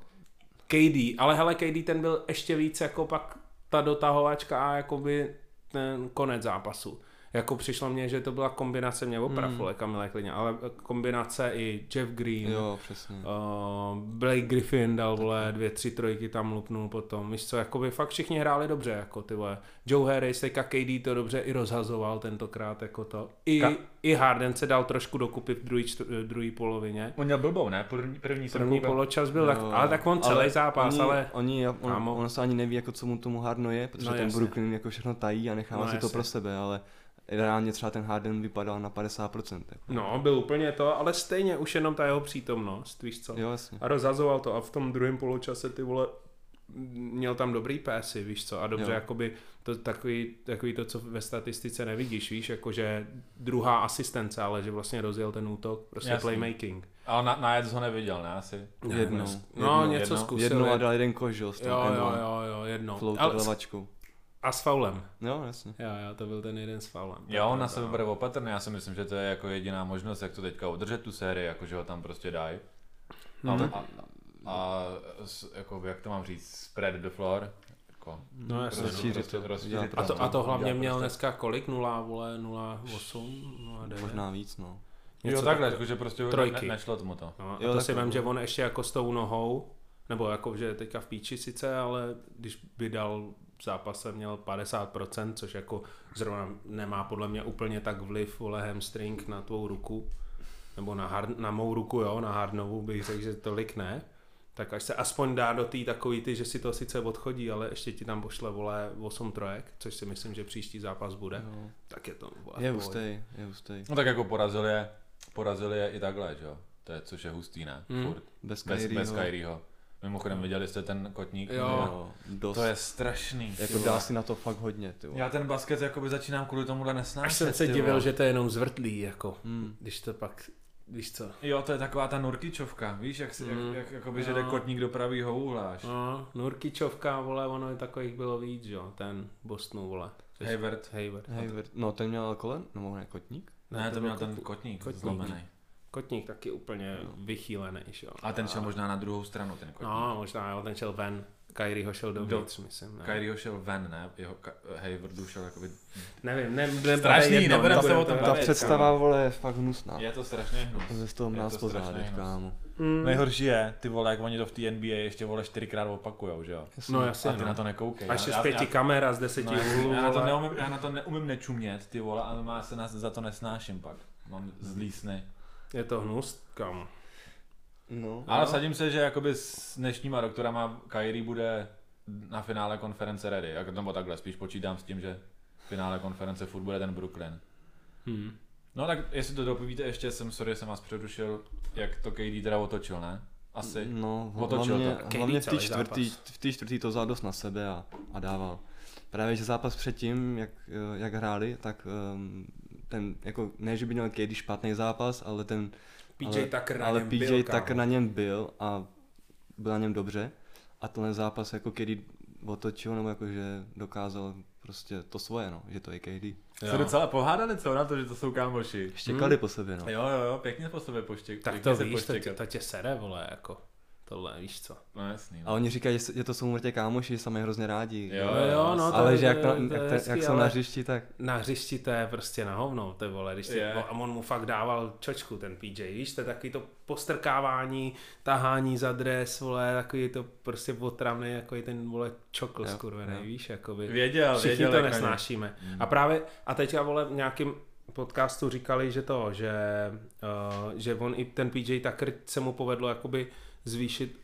[SPEAKER 1] KD, ale hele, KD ten byl ještě víc jako pak ta dotahovačka a jakoby ten konec zápasu. Jako přišlo mně, že to byla kombinace, mě oprav, vole, Kamile Klině, ale kombinace i Jeff Green,
[SPEAKER 2] Jo, přesně.
[SPEAKER 1] Uh, Blake Griffin dal, vole, dvě, tři trojky tam lupnul potom, víš co, jakoby fakt všichni hráli dobře, jako ty vole. Joe Harris, teďka KD to dobře i rozhazoval tentokrát, jako to. I,
[SPEAKER 3] Ka-
[SPEAKER 1] i Harden se dal trošku dokupy v druhý, čtr- eh, druhý polovině.
[SPEAKER 3] On měl blbou, ne? První, první, jsem
[SPEAKER 1] První
[SPEAKER 3] koukal.
[SPEAKER 1] poločas byl, No, tak,
[SPEAKER 2] Jo,
[SPEAKER 1] ale tak on celý
[SPEAKER 2] ale
[SPEAKER 1] zápas,
[SPEAKER 2] oni,
[SPEAKER 1] ale...
[SPEAKER 2] Oni, on,
[SPEAKER 1] Kámo.
[SPEAKER 2] on se ani neví, jako co mu tomu Hardno je, protože
[SPEAKER 1] No
[SPEAKER 2] no, ten
[SPEAKER 1] jasně.
[SPEAKER 2] Brooklyn jako všechno tají a nechává
[SPEAKER 1] No
[SPEAKER 2] no, si to
[SPEAKER 1] jasně.
[SPEAKER 2] pro sebe, ale reálně třeba ten Harden vypadal na 50%. Jako.
[SPEAKER 1] No, byl úplně to, ale stejně už jenom ta jeho přítomnost, víš co.
[SPEAKER 2] Jo, jasně.
[SPEAKER 1] A rozhazoval to a v tom druhém poločase ty vole měl tam dobrý pésy, víš co, a dobře,
[SPEAKER 2] Jo.
[SPEAKER 1] jakoby to takový, takový to, co ve statistice nevidíš, víš, jakože druhá asistence, ale že vlastně rozjel ten útok, prostě
[SPEAKER 3] Jasný.
[SPEAKER 1] playmaking.
[SPEAKER 3] Ale na, na ho neviděl, ne asi?
[SPEAKER 1] Ne,
[SPEAKER 2] Jednou.
[SPEAKER 1] dnes- No,
[SPEAKER 2] Jednou.
[SPEAKER 1] něco
[SPEAKER 3] Jednou.
[SPEAKER 1] zkusil.
[SPEAKER 2] Jednou a
[SPEAKER 1] jed-
[SPEAKER 2] dal jeden koš, jo, s tím
[SPEAKER 1] jo, jo,
[SPEAKER 2] Emma.
[SPEAKER 1] jo, jo, jednou.
[SPEAKER 2] Floater
[SPEAKER 1] Ale, s-
[SPEAKER 2] levačkou.
[SPEAKER 1] a s faulem.
[SPEAKER 2] Jo, jasně.
[SPEAKER 1] Jo, jo, to byl ten jeden s faulem.
[SPEAKER 2] Jako
[SPEAKER 3] Jo, na
[SPEAKER 1] To-
[SPEAKER 3] sebe bude opatrný, já si myslím, že to je jako jediná možnost, jak to teďka udržet tu sérii, jako že ho tam prostě dají. A,
[SPEAKER 2] Mhm.
[SPEAKER 3] a, a s, jako, jak to mám říct, spread the floor. Jako,
[SPEAKER 1] No, jasně, no.
[SPEAKER 2] Rozšířit
[SPEAKER 3] prostě
[SPEAKER 2] to.
[SPEAKER 3] rozšířit
[SPEAKER 2] Udělat
[SPEAKER 3] to.
[SPEAKER 1] A to, a to hlavně
[SPEAKER 3] Udělat
[SPEAKER 1] měl
[SPEAKER 3] prostě-
[SPEAKER 1] dneska kolik? 0, vole, 0,8, 0,9?
[SPEAKER 2] Možná víc, no.
[SPEAKER 3] Jo,
[SPEAKER 1] něco
[SPEAKER 3] takhle, jako, že prostě
[SPEAKER 1] Trojky.
[SPEAKER 3] ne, nešlo tomu to.
[SPEAKER 1] No, a
[SPEAKER 2] Jo,
[SPEAKER 1] to
[SPEAKER 2] tak
[SPEAKER 1] si
[SPEAKER 2] to
[SPEAKER 1] vím,
[SPEAKER 2] bylo.
[SPEAKER 1] že on ještě jako s tou nohou, nebo jako, že je teďka v píči sice, ale když by dal v zápase měl 50%, což jako zrovna nemá podle mě úplně tak vliv, vole, hamstring na tvou ruku, nebo na, hard, na mou ruku, jo, na hardnovu bych řekl, že tolik ne, tak až se aspoň dá do té takový ty, že si to sice odchodí, ale ještě ti tam pošle, vole, 8 trojek, což si myslím, že příští zápas bude,
[SPEAKER 2] Jo.
[SPEAKER 1] tak je to, vole, v
[SPEAKER 2] Je
[SPEAKER 1] pohodě.
[SPEAKER 2] hustej, je hustej.
[SPEAKER 3] No tak jako porazil je, porazil je i takhle, že jo. To je, což je hustý, ne?
[SPEAKER 1] Hmm.
[SPEAKER 3] Furt.
[SPEAKER 2] Bez
[SPEAKER 3] Bez,
[SPEAKER 2] Kyrieho.
[SPEAKER 3] bez Kyrieho.
[SPEAKER 2] No.
[SPEAKER 3] Mimochodem, viděli jste ten kotník?
[SPEAKER 1] Jo.
[SPEAKER 2] dost.
[SPEAKER 3] To je strašný. ty
[SPEAKER 2] jako
[SPEAKER 3] vole.
[SPEAKER 2] dá si na to fakt hodně, ty vole.
[SPEAKER 3] Já ten basket jakoby začínám kvůli tomuhle nesnášet.
[SPEAKER 1] Až jsem se
[SPEAKER 3] ty
[SPEAKER 1] divil,
[SPEAKER 3] vole.
[SPEAKER 1] že to je jenom zvrtlý, jako,
[SPEAKER 2] Hmm.
[SPEAKER 1] když to pak, víš co,
[SPEAKER 3] Jo, to je taková ta nurkyčovka, víš, jak, si,
[SPEAKER 1] Mm.
[SPEAKER 3] jak, jak jakoby, že
[SPEAKER 1] Jo.
[SPEAKER 3] jde kotník do pravýho úhla až.
[SPEAKER 1] No, Nurkičovka, vole, ono je takových bylo víc, jo, ten Bostonu, vole. Což-
[SPEAKER 3] Hayward.
[SPEAKER 1] Hayward.
[SPEAKER 2] Hayward, no ten měl kolen, no ne, kotník?
[SPEAKER 3] Ne, to měl ten kotník,
[SPEAKER 1] kotník.
[SPEAKER 3] kotník. zlomený.
[SPEAKER 1] Kotník taky úplně vychýlený, že jo.
[SPEAKER 3] A ten šel možná na druhou stranu, ten kotník.
[SPEAKER 1] No, možná, jo, ten šel ven. Kyrieho šel dovnitř, Do. myslím. Ne.
[SPEAKER 3] Kyrieho šel ven, ne? Jeho Ka- Haywardu šel jakoby...
[SPEAKER 1] Nevím, ne, ne,
[SPEAKER 3] Strašný, nebudem se o tom
[SPEAKER 2] Ta
[SPEAKER 3] bavit.
[SPEAKER 2] představa, vole, je fakt hnusná.
[SPEAKER 1] No.
[SPEAKER 3] Je to strašně hnus.
[SPEAKER 2] Ze z toho
[SPEAKER 3] Je
[SPEAKER 2] nás
[SPEAKER 3] to
[SPEAKER 2] po
[SPEAKER 3] strašný
[SPEAKER 2] zádech,
[SPEAKER 3] hnus.
[SPEAKER 2] kámo.
[SPEAKER 4] Mm. Nejhorší je, ty vole, jak oni to v té NBA ještě vole čtyřikrát opakujou, že jo?
[SPEAKER 1] No
[SPEAKER 3] A
[SPEAKER 1] jasně,
[SPEAKER 3] ty
[SPEAKER 1] no.
[SPEAKER 3] na to nekoukej.
[SPEAKER 1] A ještě
[SPEAKER 3] Já-
[SPEAKER 1] z pěti
[SPEAKER 3] já-
[SPEAKER 1] kamer a z deseti
[SPEAKER 3] no, jasně,
[SPEAKER 1] úhlů,
[SPEAKER 3] já, na to
[SPEAKER 1] vole.
[SPEAKER 3] neumím, já na to neumím nečumět, ty vole, a má se na, za to nesnáším pak. No, Mám zlý sny.
[SPEAKER 1] Je to hnus, kam.
[SPEAKER 2] No.
[SPEAKER 3] Ale vsadím se, že jakoby s dnešníma doktorama Kyrie bude na finále konference ready. Jak, nebo takhle, spíš počítám s tím, že v finále konference furt bude ten Brooklyn.
[SPEAKER 1] Hmm.
[SPEAKER 3] No tak jestli to dopovíte ještě, jsem sorry, jsem vás přerušil, jak to KD teda otočil, ne? Asi.
[SPEAKER 2] No,
[SPEAKER 3] Otočil
[SPEAKER 2] hlavně,
[SPEAKER 3] to.
[SPEAKER 1] KD
[SPEAKER 2] hlavně v té
[SPEAKER 1] celý
[SPEAKER 2] čtvrtý,
[SPEAKER 1] zápas.
[SPEAKER 2] v té čtvrtý to vzal dost na sebe a, a dával. Právě, že zápas předtím, jak, eh, jak hráli, tak ehm, ten, jako, ne, že by měl KD špatný zápas, ale ten,
[SPEAKER 1] PJ
[SPEAKER 2] ale,
[SPEAKER 1] Tucker na
[SPEAKER 2] ale
[SPEAKER 1] něm
[SPEAKER 2] PJ
[SPEAKER 1] byl, kámo.
[SPEAKER 2] Tucker na něm byl a byl na něm dobře. A tenhle zápas, jako KD otočil, nebo jako, že dokázal prostě to svoje, no, že to je KD.
[SPEAKER 3] Se docela pohádali, co na to, že to jsou kámoši.
[SPEAKER 1] Hmm.
[SPEAKER 2] Štěkali po sobě, no.
[SPEAKER 3] Jo, jo, jo, pěkně po sobě poštěk.
[SPEAKER 1] Tak
[SPEAKER 3] pěkně
[SPEAKER 1] to
[SPEAKER 3] se
[SPEAKER 1] víš, to tě,
[SPEAKER 3] poštěkat.
[SPEAKER 1] to tě sere, vole, jako. Tohle, víš co.
[SPEAKER 3] No jasný.
[SPEAKER 2] A
[SPEAKER 3] No.
[SPEAKER 2] oni říkají, že, se- že to jsou mrtě kámoši, že se mají hrozně rádi.
[SPEAKER 3] Jo,
[SPEAKER 1] No jo, no, to
[SPEAKER 2] ale
[SPEAKER 1] je-
[SPEAKER 2] že jak,
[SPEAKER 1] to
[SPEAKER 2] na,
[SPEAKER 1] je- to je
[SPEAKER 2] jak, te, jak
[SPEAKER 1] hezký,
[SPEAKER 2] jsou na
[SPEAKER 1] ale-
[SPEAKER 2] hřišti, tak
[SPEAKER 1] na hřišti to je prostě na hovno, ty vole, když ty,
[SPEAKER 3] Je.
[SPEAKER 1] yeah. a on mu fakt dával čočku ten PJ, víš, to je takový to postrkávání, tahání za dres, vole, takový to prostě otravný, jako je ten, vole, čokl
[SPEAKER 2] Jo,
[SPEAKER 1] skurvený,
[SPEAKER 2] jo.
[SPEAKER 1] víš, jakoby.
[SPEAKER 3] Věděl,
[SPEAKER 1] Všichni
[SPEAKER 3] věděl,
[SPEAKER 1] to
[SPEAKER 3] jak na ně.
[SPEAKER 1] nesnášíme.
[SPEAKER 2] Hmm.
[SPEAKER 1] A právě, a teď já, vole, v nějakým podcastu říkali, že to, že, uh, že on i ten PJ Tucker se mu povedlo jakoby zvýšit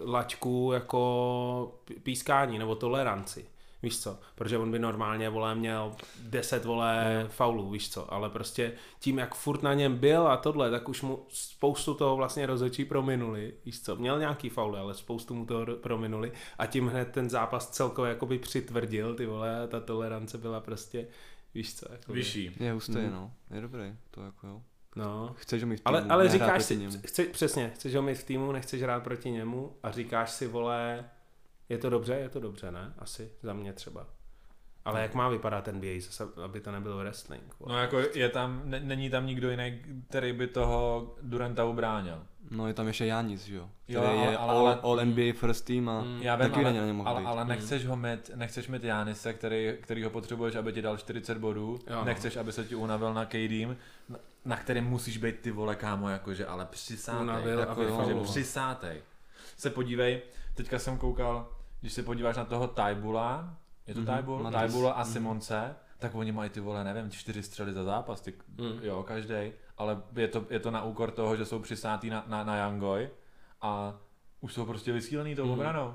[SPEAKER 1] laťku jako p- pískání nebo toleranci. Víš co, protože on by normálně, vole, měl 10, vole, faulů, víš co, ale prostě tím, jak furt na něm byl a tohle, tak už mu spoustu toho vlastně rozhodčí prominuli, víš co, měl nějaký fauly, ale spoustu mu toho ro- prominuli a tím hned ten zápas celkově jakoby přitvrdil, ty vole, a ta tolerance byla prostě, víš co, jakoby,
[SPEAKER 3] Vyšší.
[SPEAKER 2] je hustý, no. Je dobrý, to jako jo.
[SPEAKER 1] no.
[SPEAKER 2] Chceš ho mít v týmu,
[SPEAKER 1] Hmm. Ale, ale
[SPEAKER 2] nehrá
[SPEAKER 1] říkáš
[SPEAKER 2] proti
[SPEAKER 1] si,
[SPEAKER 2] němu.
[SPEAKER 1] chce, přesně, chceš ho mít v týmu, nechceš hrát proti němu a říkáš si, vole, je to dobře, je to dobře, ne? Asi, za mě třeba.
[SPEAKER 2] No.
[SPEAKER 1] Ale jak má vypadat ten NBA, zase, aby to nebyl wrestling. Vole.
[SPEAKER 3] No jako je tam, ne, není tam nikdo jiný, který by toho Duranta ubránil.
[SPEAKER 2] No je tam ještě Janis, že jo?
[SPEAKER 3] Jo,
[SPEAKER 2] Který
[SPEAKER 3] ale-
[SPEAKER 2] je
[SPEAKER 3] ale-
[SPEAKER 2] all,
[SPEAKER 3] ale-
[SPEAKER 2] all NBA first team a
[SPEAKER 1] Hmm. Mm.
[SPEAKER 3] Já vím,
[SPEAKER 2] taky
[SPEAKER 3] ale,
[SPEAKER 2] na něj nemohl
[SPEAKER 3] ale,
[SPEAKER 2] být.
[SPEAKER 3] ale nechceš ho mít, nechceš mít Janise, který, který ho potřebuješ, aby ti dal 40 bodů,
[SPEAKER 1] Jo. no.
[SPEAKER 3] nechceš, aby se ti unavil na KD, na, na kterém musíš být ty vole kámo, jakože, ale přisátej,
[SPEAKER 1] Unavil a
[SPEAKER 3] jako, jakože
[SPEAKER 2] vyfauloval.
[SPEAKER 3] přisátej. Se podívej, teďka jsem koukal, když se podíváš na toho Tajbula, je
[SPEAKER 2] Mhm,
[SPEAKER 3] to mm-hmm, Tajbul?
[SPEAKER 2] Matisse.
[SPEAKER 3] Tajbula a Simonce, tak oni mají ty vole, nevím, čtyři střely za zápas, ty, mm. jo, každý, ale je to, je to na úkor toho, že jsou přisátý na, na, na Youngoj a už jsou prostě vysílený
[SPEAKER 1] Mm.
[SPEAKER 3] tou obranou.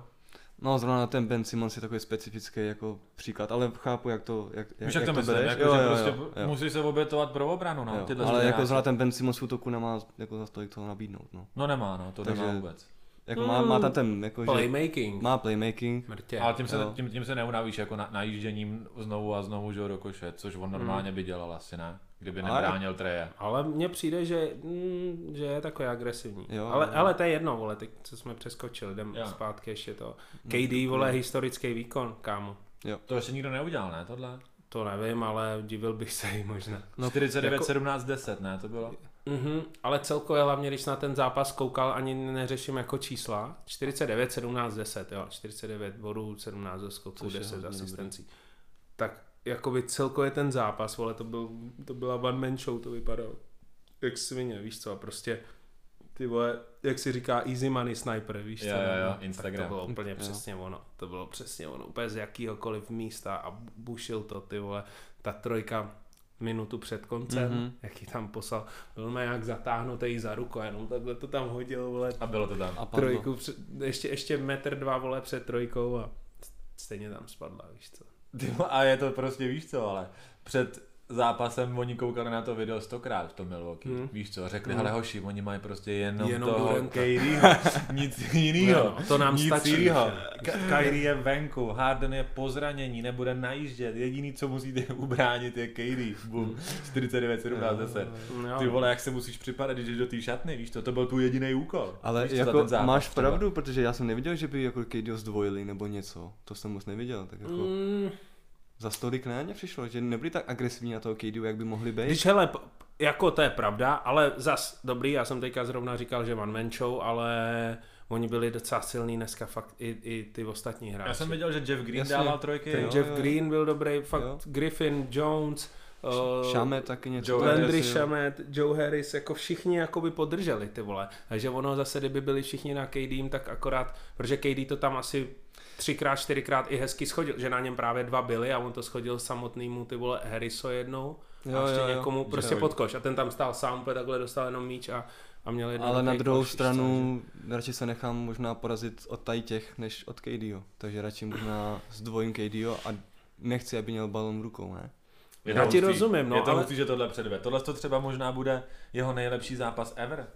[SPEAKER 2] No zrovna ten Ben Simmons je takový specifický jako příklad, ale chápu, jak to, jak, jak,
[SPEAKER 3] Víš, jak, to myslím,
[SPEAKER 2] bereš.
[SPEAKER 3] jako, jo, že jo, prostě jo, musíš se obětovat pro obranu, no,
[SPEAKER 2] jo.
[SPEAKER 3] tyhle
[SPEAKER 2] ale
[SPEAKER 3] zbranáky.
[SPEAKER 2] jako zrovna ten Ben Simmons v útoku nemá jako za tolik toho nabídnout, no.
[SPEAKER 3] No nemá, no, to
[SPEAKER 2] Takže-
[SPEAKER 3] nemá vůbec.
[SPEAKER 2] Jako má, má tam ten, jako, že
[SPEAKER 1] Playmaking.
[SPEAKER 2] má playmaking,
[SPEAKER 1] Mrtě.
[SPEAKER 3] Ale tím se,
[SPEAKER 2] jo.
[SPEAKER 3] tím, tím se neunavíš jako na, najížděním znovu a znovu, že jo, do koše, což on normálně by dělal asi, ne? Kdyby
[SPEAKER 2] Ale-
[SPEAKER 3] nebránil treje.
[SPEAKER 1] Ale mně přijde, že, mm, že je takový agresivní.
[SPEAKER 2] Jo,
[SPEAKER 1] Jo, ale,
[SPEAKER 2] jo.
[SPEAKER 1] ale to je jedno, vole, teď co jsme přeskočili, jdem
[SPEAKER 3] Jo.
[SPEAKER 1] jo. zpátky ještě to.
[SPEAKER 2] Mm,
[SPEAKER 1] KD, vole, historický výkon, kámo.
[SPEAKER 3] To ještě nikdo neudělal, ne, tohle?
[SPEAKER 1] To nevím, ale divil bych se jí možná.
[SPEAKER 3] No,
[SPEAKER 2] No,
[SPEAKER 3] 49,
[SPEAKER 1] jako-
[SPEAKER 3] 17, 10, ne, to bylo?
[SPEAKER 1] Mhm, ale celkově hlavně, když na ten zápas koukal, ani neřeším jako čísla. 49, 17, 10, jo. 49 bodů, 17 do skoků,
[SPEAKER 2] Což je
[SPEAKER 1] 10
[SPEAKER 2] hodně
[SPEAKER 1] asistencí. Tak jakoby celkově ten zápas, vole, to, byl, to byla one man show, to vypadalo jak svině, víš co, a prostě ty vole, jak si říká easy money sniper, víš
[SPEAKER 3] Jo,
[SPEAKER 1] co,
[SPEAKER 3] jo, jo,
[SPEAKER 1] no, tak
[SPEAKER 3] Instagram.
[SPEAKER 1] to bylo úplně
[SPEAKER 2] Jo.
[SPEAKER 1] přesně ono, to bylo přesně ono, úplně z jakýhokoliv místa a bušil to, ty vole, ta trojka minutu před koncem, mm-hmm.
[SPEAKER 2] Mhm.
[SPEAKER 1] jak ji tam poslal, byl mě jak zatáhnutý za ruku, a jenom takhle to tam hodil, vole,
[SPEAKER 3] A bylo to tam.
[SPEAKER 2] a padlo.
[SPEAKER 1] trojku, před, ještě, ještě metr dva, vole, před trojkou a stejně tam spadla, víš co.
[SPEAKER 3] Ty vole, A je to prostě, víš co, ale před zápasem oni koukali na to video stokrát v tom Milwaukee. Hmm. Víš co, řekli, ale hoši, oni mají prostě jenom,
[SPEAKER 1] Jenom
[SPEAKER 3] toho
[SPEAKER 1] Duranta."
[SPEAKER 3] Kyrieho, nic jiného.
[SPEAKER 1] No, to nám
[SPEAKER 3] nic
[SPEAKER 1] stačí,
[SPEAKER 3] Jinýho.
[SPEAKER 1] že?
[SPEAKER 3] Ka- Kyrie je venku, Harden je po zranění, nebude najíždět, jediný, co musíte ubránit je Kyrie. Bum, 49, 17, 10.
[SPEAKER 1] Jo.
[SPEAKER 3] Ty vole, jak se musíš připadat, když jdeš do té šatny, víš to, to byl tvůj jediný úkol.
[SPEAKER 2] Ale
[SPEAKER 3] víš, co, za
[SPEAKER 2] jako
[SPEAKER 3] ten zápas
[SPEAKER 2] máš
[SPEAKER 3] třeba.
[SPEAKER 2] pravdu, protože já jsem neviděl, že by jako KD zdvojili nebo něco. To jsem moc neviděl, tak jako...
[SPEAKER 1] Mm,
[SPEAKER 2] Za stolik ne, mně přišlo, že nebyli tak agresivní na toho KD, jak by mohli být.
[SPEAKER 1] Když hele, p- p- jako to je pravda, ale zas dobrý, já jsem teďka zrovna říkal, že one man show, ale oni byli docela silní dneska fakt i, i ty ostatní hráči.
[SPEAKER 3] Já jsem viděl, že Jeff Green
[SPEAKER 2] Jasně.
[SPEAKER 3] dával trojky.
[SPEAKER 1] Ten
[SPEAKER 2] jo,
[SPEAKER 1] Jeff
[SPEAKER 2] jo.
[SPEAKER 1] Green byl dobrý, fakt
[SPEAKER 2] Jo.
[SPEAKER 1] Griffin, Jones, eh,
[SPEAKER 2] Šame taky něco.
[SPEAKER 5] Joe
[SPEAKER 2] Landry
[SPEAKER 1] Landry
[SPEAKER 2] si, jo.
[SPEAKER 1] Shamet, Joe Harris, jako všichni jakoby podrželi ty vole. Takže ono zase, kdyby byli všichni na KD, tak akorát, protože KD to tam asi třikrát, čtyřikrát i hezky schodil, že na něm právě dva byli a on to schodil samotnému ty vole Harriso jednou
[SPEAKER 2] Jo,
[SPEAKER 1] a ještě
[SPEAKER 2] jo, jo.
[SPEAKER 1] někomu prostě
[SPEAKER 5] Děkuji.
[SPEAKER 1] pod koš a ten tam stál sám, úplně takhle dostal jenom míč a, a měl jeden
[SPEAKER 2] Ale na
[SPEAKER 1] takový
[SPEAKER 2] druhou
[SPEAKER 1] koš, víš
[SPEAKER 2] stranu radši se nechám možná porazit od tady těch, než od KDO. Takže radši možná zdvojím KDO a nechci, aby měl balon v rukou, ne?
[SPEAKER 1] Já ti rozumím, no,
[SPEAKER 3] Je to
[SPEAKER 1] ale-
[SPEAKER 3] hustý, že tohle předvede. Tohle to třeba možná bude jeho nejlepší zápas ever.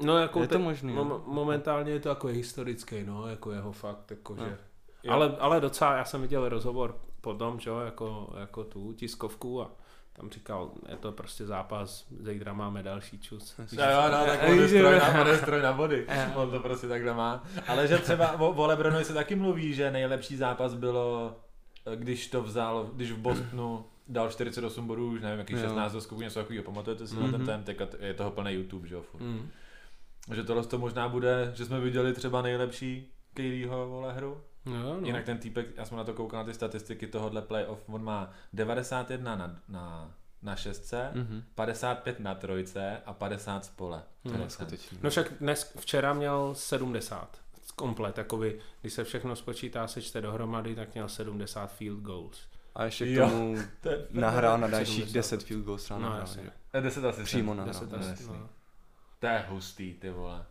[SPEAKER 1] co? No jako
[SPEAKER 2] Je to
[SPEAKER 1] te-
[SPEAKER 2] možný,
[SPEAKER 1] mom- momentálně je to jako historický, no, jako jeho fakt, jakože. Ale, ale docela, já jsem viděl rozhovor potom, že jo, jako, jako tu tiskovku a tam říkal, je to prostě zápas, zítra máme další čus.
[SPEAKER 5] Jo, jo, no, tak on je stroj na, on je stroj na body. On to prostě takhle má.
[SPEAKER 3] Ale že třeba o, o Lebronovi se taky mluví, že nejlepší zápas bylo, eh, když to vzal, když v Bostonu dal 48 bodů, už nevím, jaký
[SPEAKER 2] Jo.
[SPEAKER 3] 16 do skoku, něco takového. Pamatujete si na ten ten, teďka t- je toho plný YouTube, že jo, furt.
[SPEAKER 1] Mm.
[SPEAKER 3] Že tohle to možná bude, že jsme viděli třeba nejlepší Kyrieho vole hru.
[SPEAKER 1] Jo, no.
[SPEAKER 3] Jinak ten týpek, já jsem na to koukal na ty statistiky tohohle playoff, on má 91 na, na, na šestce,
[SPEAKER 1] Mm.
[SPEAKER 3] mm-hmm.
[SPEAKER 1] Mhm.
[SPEAKER 3] 55 na trojce a 50 spole.
[SPEAKER 2] Hmm.
[SPEAKER 3] To je ten.
[SPEAKER 2] Skutečně.
[SPEAKER 1] no však dnes, včera měl 70 komplet, jakoby, když se všechno spočítá, sečte dohromady, tak měl 70 field goals.
[SPEAKER 2] A ještě k
[SPEAKER 3] Jo.
[SPEAKER 2] tomu
[SPEAKER 3] To je-
[SPEAKER 2] nahrál na dalších
[SPEAKER 1] 70.
[SPEAKER 2] 10 field goals.
[SPEAKER 1] No,
[SPEAKER 2] No, nahrál,
[SPEAKER 1] jasně.
[SPEAKER 2] že?
[SPEAKER 3] Eh, 10 asi.
[SPEAKER 2] Přímo
[SPEAKER 3] na.
[SPEAKER 2] nahrál.
[SPEAKER 1] Deset
[SPEAKER 3] no,
[SPEAKER 1] asi,
[SPEAKER 3] jasný.
[SPEAKER 1] no.
[SPEAKER 3] To je hustý, ty vole.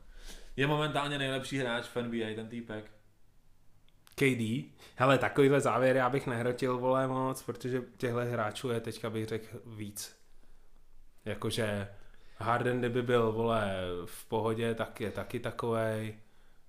[SPEAKER 3] Je momentálně nejlepší hráč v NBA, ten týpek.
[SPEAKER 1] KD, hele, takovýhle závěr já bych nehrotil, vole, moc, protože těchto hráčů je teďka bych řekl víc. Jakože Harden, kdyby byl, vole, v pohodě, tak je taky takovej.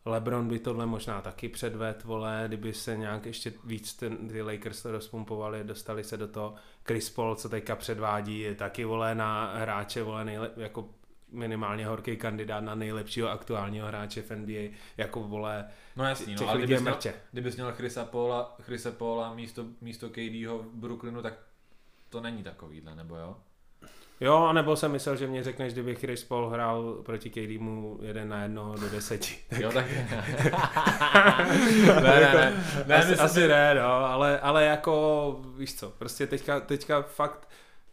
[SPEAKER 1] LeBron by tohle možná taky předved, vole, kdyby se nějak ještě víc ten, ty Lakers to rozpumpovali, dostali se do toho. Chris Paul, co teďka předvádí, je taky, vole, na hráče, vole, nejle, jako minimálně horký kandidát na nejlepšího aktuálního hráče v NBA, jako, vole,
[SPEAKER 3] No jasný, no,
[SPEAKER 1] Těch
[SPEAKER 3] ale
[SPEAKER 1] lidí
[SPEAKER 3] kdybys
[SPEAKER 1] je
[SPEAKER 3] měl,
[SPEAKER 1] mrtě.
[SPEAKER 3] kdybys měl Chrisa Paula, Chrisa Paula místo, místo KDho v Brooklynu, tak to není takovýhle, nebo jo?
[SPEAKER 1] Jo, anebo jsem myslel, že mě řekneš, kdyby Chris Paul hrál proti KDmu jeden na jednoho do deseti.
[SPEAKER 3] Jo, tak... ne, ne, ne. ne
[SPEAKER 1] Jako, asi,
[SPEAKER 3] myslím,
[SPEAKER 1] asi ne, no, ale, ale jako, víš co, prostě teďka, teďka fakt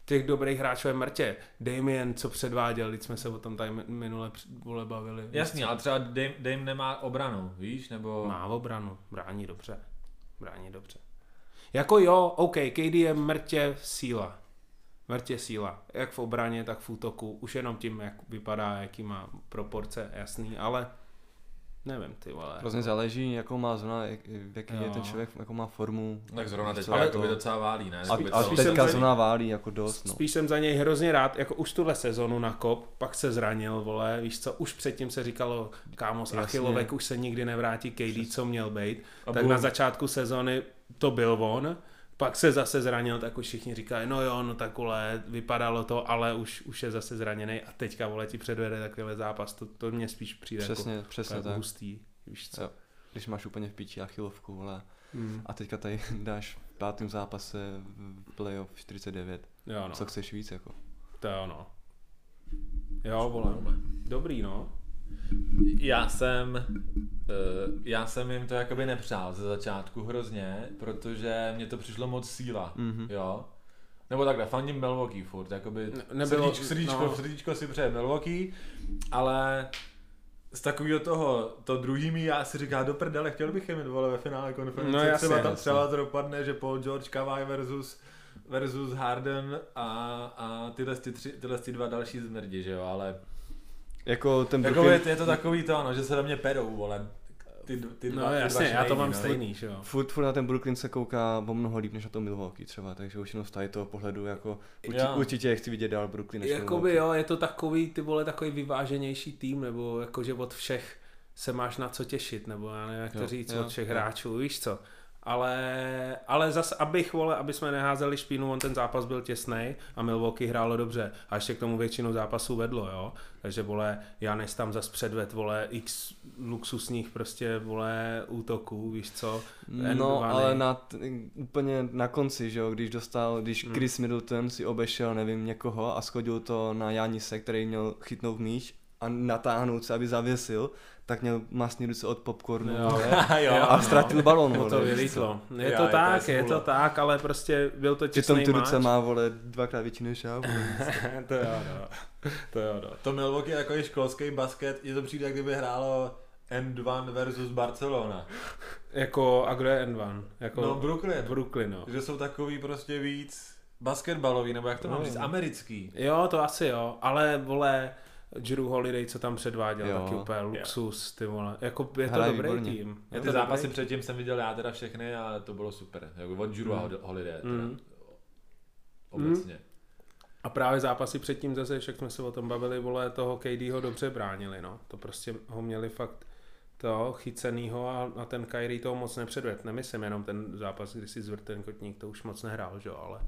[SPEAKER 1] těch dobrých hráčů je mrtě. Damien, co předváděl, když jsme se o tom tady minule před- vole bavili.
[SPEAKER 3] Jasný, ale třeba Dame, Dame nemá obranu, víš, nebo...
[SPEAKER 1] Má obranu, brání dobře. Brání dobře. Jako jo, OK, KD je mrtě síla. Mrtě síla. Jak v obraně, tak v útoku. Už jenom tím, jak vypadá, jaký má proporce, jasný, ale nevím, ty vole.
[SPEAKER 2] Hrozně záleží, jakou má zóna, jak, v jaký je
[SPEAKER 1] Jo.
[SPEAKER 2] ten člověk, jakou má formu.
[SPEAKER 3] Tak zrovna teď
[SPEAKER 2] Co
[SPEAKER 3] ale
[SPEAKER 2] je
[SPEAKER 3] to
[SPEAKER 2] to?
[SPEAKER 3] by docela válí, ne?
[SPEAKER 2] A,
[SPEAKER 3] Vůbec
[SPEAKER 2] a
[SPEAKER 3] to-
[SPEAKER 1] spíš jsem
[SPEAKER 2] teďka
[SPEAKER 1] za-
[SPEAKER 2] zóna válí jako dost, no.
[SPEAKER 1] Spíš jsem za něj hrozně rád, jako už tuhle sezonu na kop, pak se zranil, vole, víš co, už předtím se říkalo, kámo z
[SPEAKER 2] Jasně.
[SPEAKER 1] Achilovek už se nikdy nevrátí KD, co měl být,
[SPEAKER 3] A
[SPEAKER 1] tak
[SPEAKER 3] bum.
[SPEAKER 1] na začátku sezony to byl on, pak se zase zranil, tak už všichni říkají, no jo, no tak vole, vypadalo to, ale už, už je zase zraněný a teďka vole ti předvede takovýhle zápas, to, to mně spíš přijde jako,
[SPEAKER 2] Přesně, přesně
[SPEAKER 1] jako
[SPEAKER 2] tak.
[SPEAKER 1] hustý, víš co.
[SPEAKER 2] Jo. Když máš úplně v píči achilovku, vole.
[SPEAKER 1] Mm.
[SPEAKER 2] A teďka tady dáš v pátém zápase v playoff 49.
[SPEAKER 1] Jo, no.
[SPEAKER 2] Co chceš víc, jako?
[SPEAKER 1] To je ono. Jo, vole. Dobrý, no.
[SPEAKER 3] Já jsem, eh, já jsem jim to jakoby nepřál ze začátku hrozně, protože mě to přišlo moc síla,
[SPEAKER 1] Mhm.
[SPEAKER 3] mm-hmm. jo. Nebo takhle, fandím Milwaukee furt, jakoby
[SPEAKER 1] Ne- nebylo-
[SPEAKER 3] nebylo, srdíčko, srdíčko,
[SPEAKER 1] no.
[SPEAKER 3] no. srdíčko si přeje Milwaukee, ale z takového toho, to druhý mi já si říká, do prdele, chtěl bych je mít vole ve finále konference,
[SPEAKER 1] No, jasně,
[SPEAKER 3] třeba, tam,
[SPEAKER 1] jasně.
[SPEAKER 3] třeba to dopadne, že Paul George, Kawhi versus versus Harden a, a tyhle, ty tři, tyhle ty dva další zmrdi, že jo, ale
[SPEAKER 2] Jako ten
[SPEAKER 3] jako je,
[SPEAKER 2] Brooklyn,
[SPEAKER 3] to- je to takový to, ano, že se do mě pedou, vole. Ty, d- ty dva,
[SPEAKER 1] No
[SPEAKER 3] ty
[SPEAKER 1] jasně,
[SPEAKER 3] dva
[SPEAKER 1] já to
[SPEAKER 3] šmejdi,
[SPEAKER 1] mám
[SPEAKER 3] no.
[SPEAKER 1] stejný, že jo.
[SPEAKER 2] furt, furt na ten Brooklyn se kouká o mnoho líp než na to Milwaukee třeba, takže už jenom z tady toho pohledu, jako určitě,
[SPEAKER 3] Jo.
[SPEAKER 2] určitě chci vidět dál Brooklyn než
[SPEAKER 1] Jakoby jo, je to takový, ty vole, takový vyváženější tým, nebo jakože od všech se máš na co těšit, nebo já nevím, jak to
[SPEAKER 2] Jo,
[SPEAKER 1] říct,
[SPEAKER 2] jo,
[SPEAKER 1] od všech
[SPEAKER 2] jo.
[SPEAKER 1] hráčů, víš co. Ale, ale zas, abych, vole, aby jsme neházeli špínu, on ten zápas byl těsný a Milwaukee hrálo dobře. A ještě k tomu většinu zápasů vedlo, jo. Takže, vole, Janis tam zas předved, vole, x luxusních prostě, vole, útoků, víš co.
[SPEAKER 2] No, ale na t- úplně na konci, že jo, když dostal, když
[SPEAKER 1] Hmm.
[SPEAKER 2] Chris Middleton si obešel, nevím, někoho a schodil to na Janise, který měl chytnout míč a natáhnout se, aby zavěsil, tak měl masní ruce od popcornu
[SPEAKER 1] Jo.
[SPEAKER 2] vole,
[SPEAKER 3] jo,
[SPEAKER 2] a ztratil balon.
[SPEAKER 1] Mu to
[SPEAKER 2] vole, víš co.
[SPEAKER 1] vylítlo. Je
[SPEAKER 3] Já,
[SPEAKER 1] to
[SPEAKER 3] je to
[SPEAKER 1] tak,
[SPEAKER 3] jasný,
[SPEAKER 1] je to
[SPEAKER 3] vole.
[SPEAKER 1] tak, ale prostě byl to
[SPEAKER 2] Přitom
[SPEAKER 1] těsný
[SPEAKER 2] ty ruce
[SPEAKER 1] máč.
[SPEAKER 2] má, vole, dvakrát větší než já, vole.
[SPEAKER 1] to jo, no. To jo, no.
[SPEAKER 3] To Milwaukee jako je školský basket, je to přijde, jak kdyby hrálo M1 versus Barcelona.
[SPEAKER 1] Jako, a kdo je N1? Jako
[SPEAKER 3] No Brooklyn.
[SPEAKER 1] Brooklyn, no.
[SPEAKER 3] Že jsou takový prostě víc basketbalový, nebo jak to mám
[SPEAKER 2] No.
[SPEAKER 3] říct, americký.
[SPEAKER 1] Jo, to asi jo, ale vole, Drew Holiday, co tam předváděl,
[SPEAKER 2] Jo.
[SPEAKER 1] taky úplně luxus, ty vole. Jako je to
[SPEAKER 2] Hraje
[SPEAKER 1] dobrý
[SPEAKER 2] výborně.
[SPEAKER 1] tým.
[SPEAKER 3] Já
[SPEAKER 1] Je to
[SPEAKER 3] ty
[SPEAKER 1] dobrý
[SPEAKER 3] zápasy předtím jsem viděl já teda všechny a to bylo super. Jako od Juru a Holiday teda.
[SPEAKER 1] Mm.
[SPEAKER 3] Obecně.
[SPEAKER 1] A právě zápasy předtím zase, však jsme se o tom bavili, vole, toho KD ho dobře bránili, no. To prostě ho měli fakt to chycenýho a, a ten Kyrie toho moc nepředved. Nemyslím jenom ten zápas, kdy si zvrt ten kotník, to už moc nehrál, že jo, ale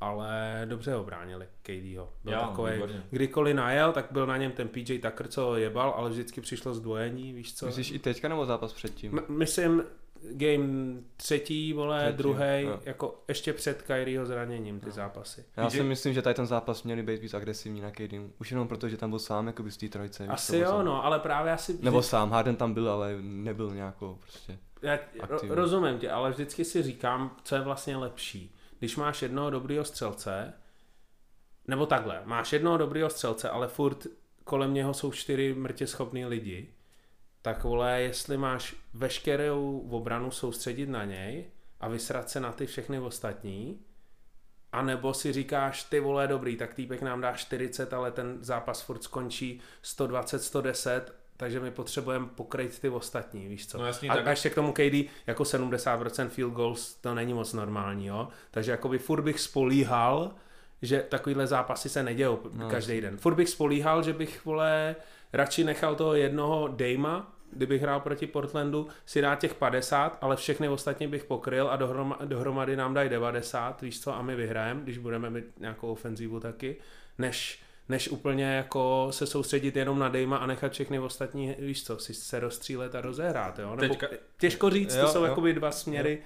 [SPEAKER 1] ale dobře ho bránili, KD ho. Byl
[SPEAKER 3] Jo,
[SPEAKER 1] takovej,
[SPEAKER 3] výborně.
[SPEAKER 1] kdykoliv najel, tak byl na něm ten PJ Tucker, co ho jebal, ale vždycky přišlo zdvojení, víš co?
[SPEAKER 2] Myslíš i teďka nebo zápas předtím?
[SPEAKER 1] M- myslím game třetí, vole,
[SPEAKER 2] Třetí,
[SPEAKER 1] druhý,
[SPEAKER 2] jo. No.
[SPEAKER 1] jako ještě před Kyrieho zraněním ty zápasy.
[SPEAKER 2] Já
[SPEAKER 3] Že-
[SPEAKER 2] si myslím, že tady ten zápas měli být víc agresivní na KD. Už jenom proto, že tam byl sám jakoby z té trojice. víš, co
[SPEAKER 1] Asi
[SPEAKER 2] byl
[SPEAKER 1] jo,
[SPEAKER 2] sám.
[SPEAKER 1] no, ale právě asi...
[SPEAKER 2] Nebo sám, Harden tam byl, ale nebyl nějakou prostě.
[SPEAKER 1] Já ro,
[SPEAKER 2] aktivní.
[SPEAKER 1] rozumím tě, ale vždycky si říkám, co je vlastně lepší. Když máš jednoho dobrýho střelce, nebo takhle, máš jednoho dobrýho střelce, ale furt kolem něho jsou čtyři mrtě schopný lidi, tak vole, jestli máš veškerou obranu soustředit na něj a vysrat se na ty všechny ostatní, a nebo si říkáš, ty vole, dobrý, tak týpek nám dá 40, ale ten zápas furt skončí 120, 110, takže my potřebujeme pokryt ty ostatní, víš co.
[SPEAKER 3] No jasně,
[SPEAKER 1] a,
[SPEAKER 3] tak-
[SPEAKER 1] a ještě k tomu KD, jako 70% field goals, to není moc normální, jo. Takže jakoby furt bych spolíhal, že takovýhle zápasy se nedějou no, každý den. Furt bych spolíhal, že bych, vole, radši nechal toho jednoho Dejma, kdybych hrál proti Portlandu, si dá těch 50, ale všechny ostatní bych pokryl a dohroma, dohromady nám dají 90, víš co, a my vyhrajeme, když budeme mít nějakou ofenzívu taky, než, než úplně jako se soustředit jenom na Dejma a nechat všechny ostatní, víš co, si se rozstřílet a rozehrát, jo? Nebo,
[SPEAKER 3] Teďka-
[SPEAKER 1] těžko říct,
[SPEAKER 2] Jo,
[SPEAKER 1] to jsou
[SPEAKER 2] jo.
[SPEAKER 1] jakoby dva směry,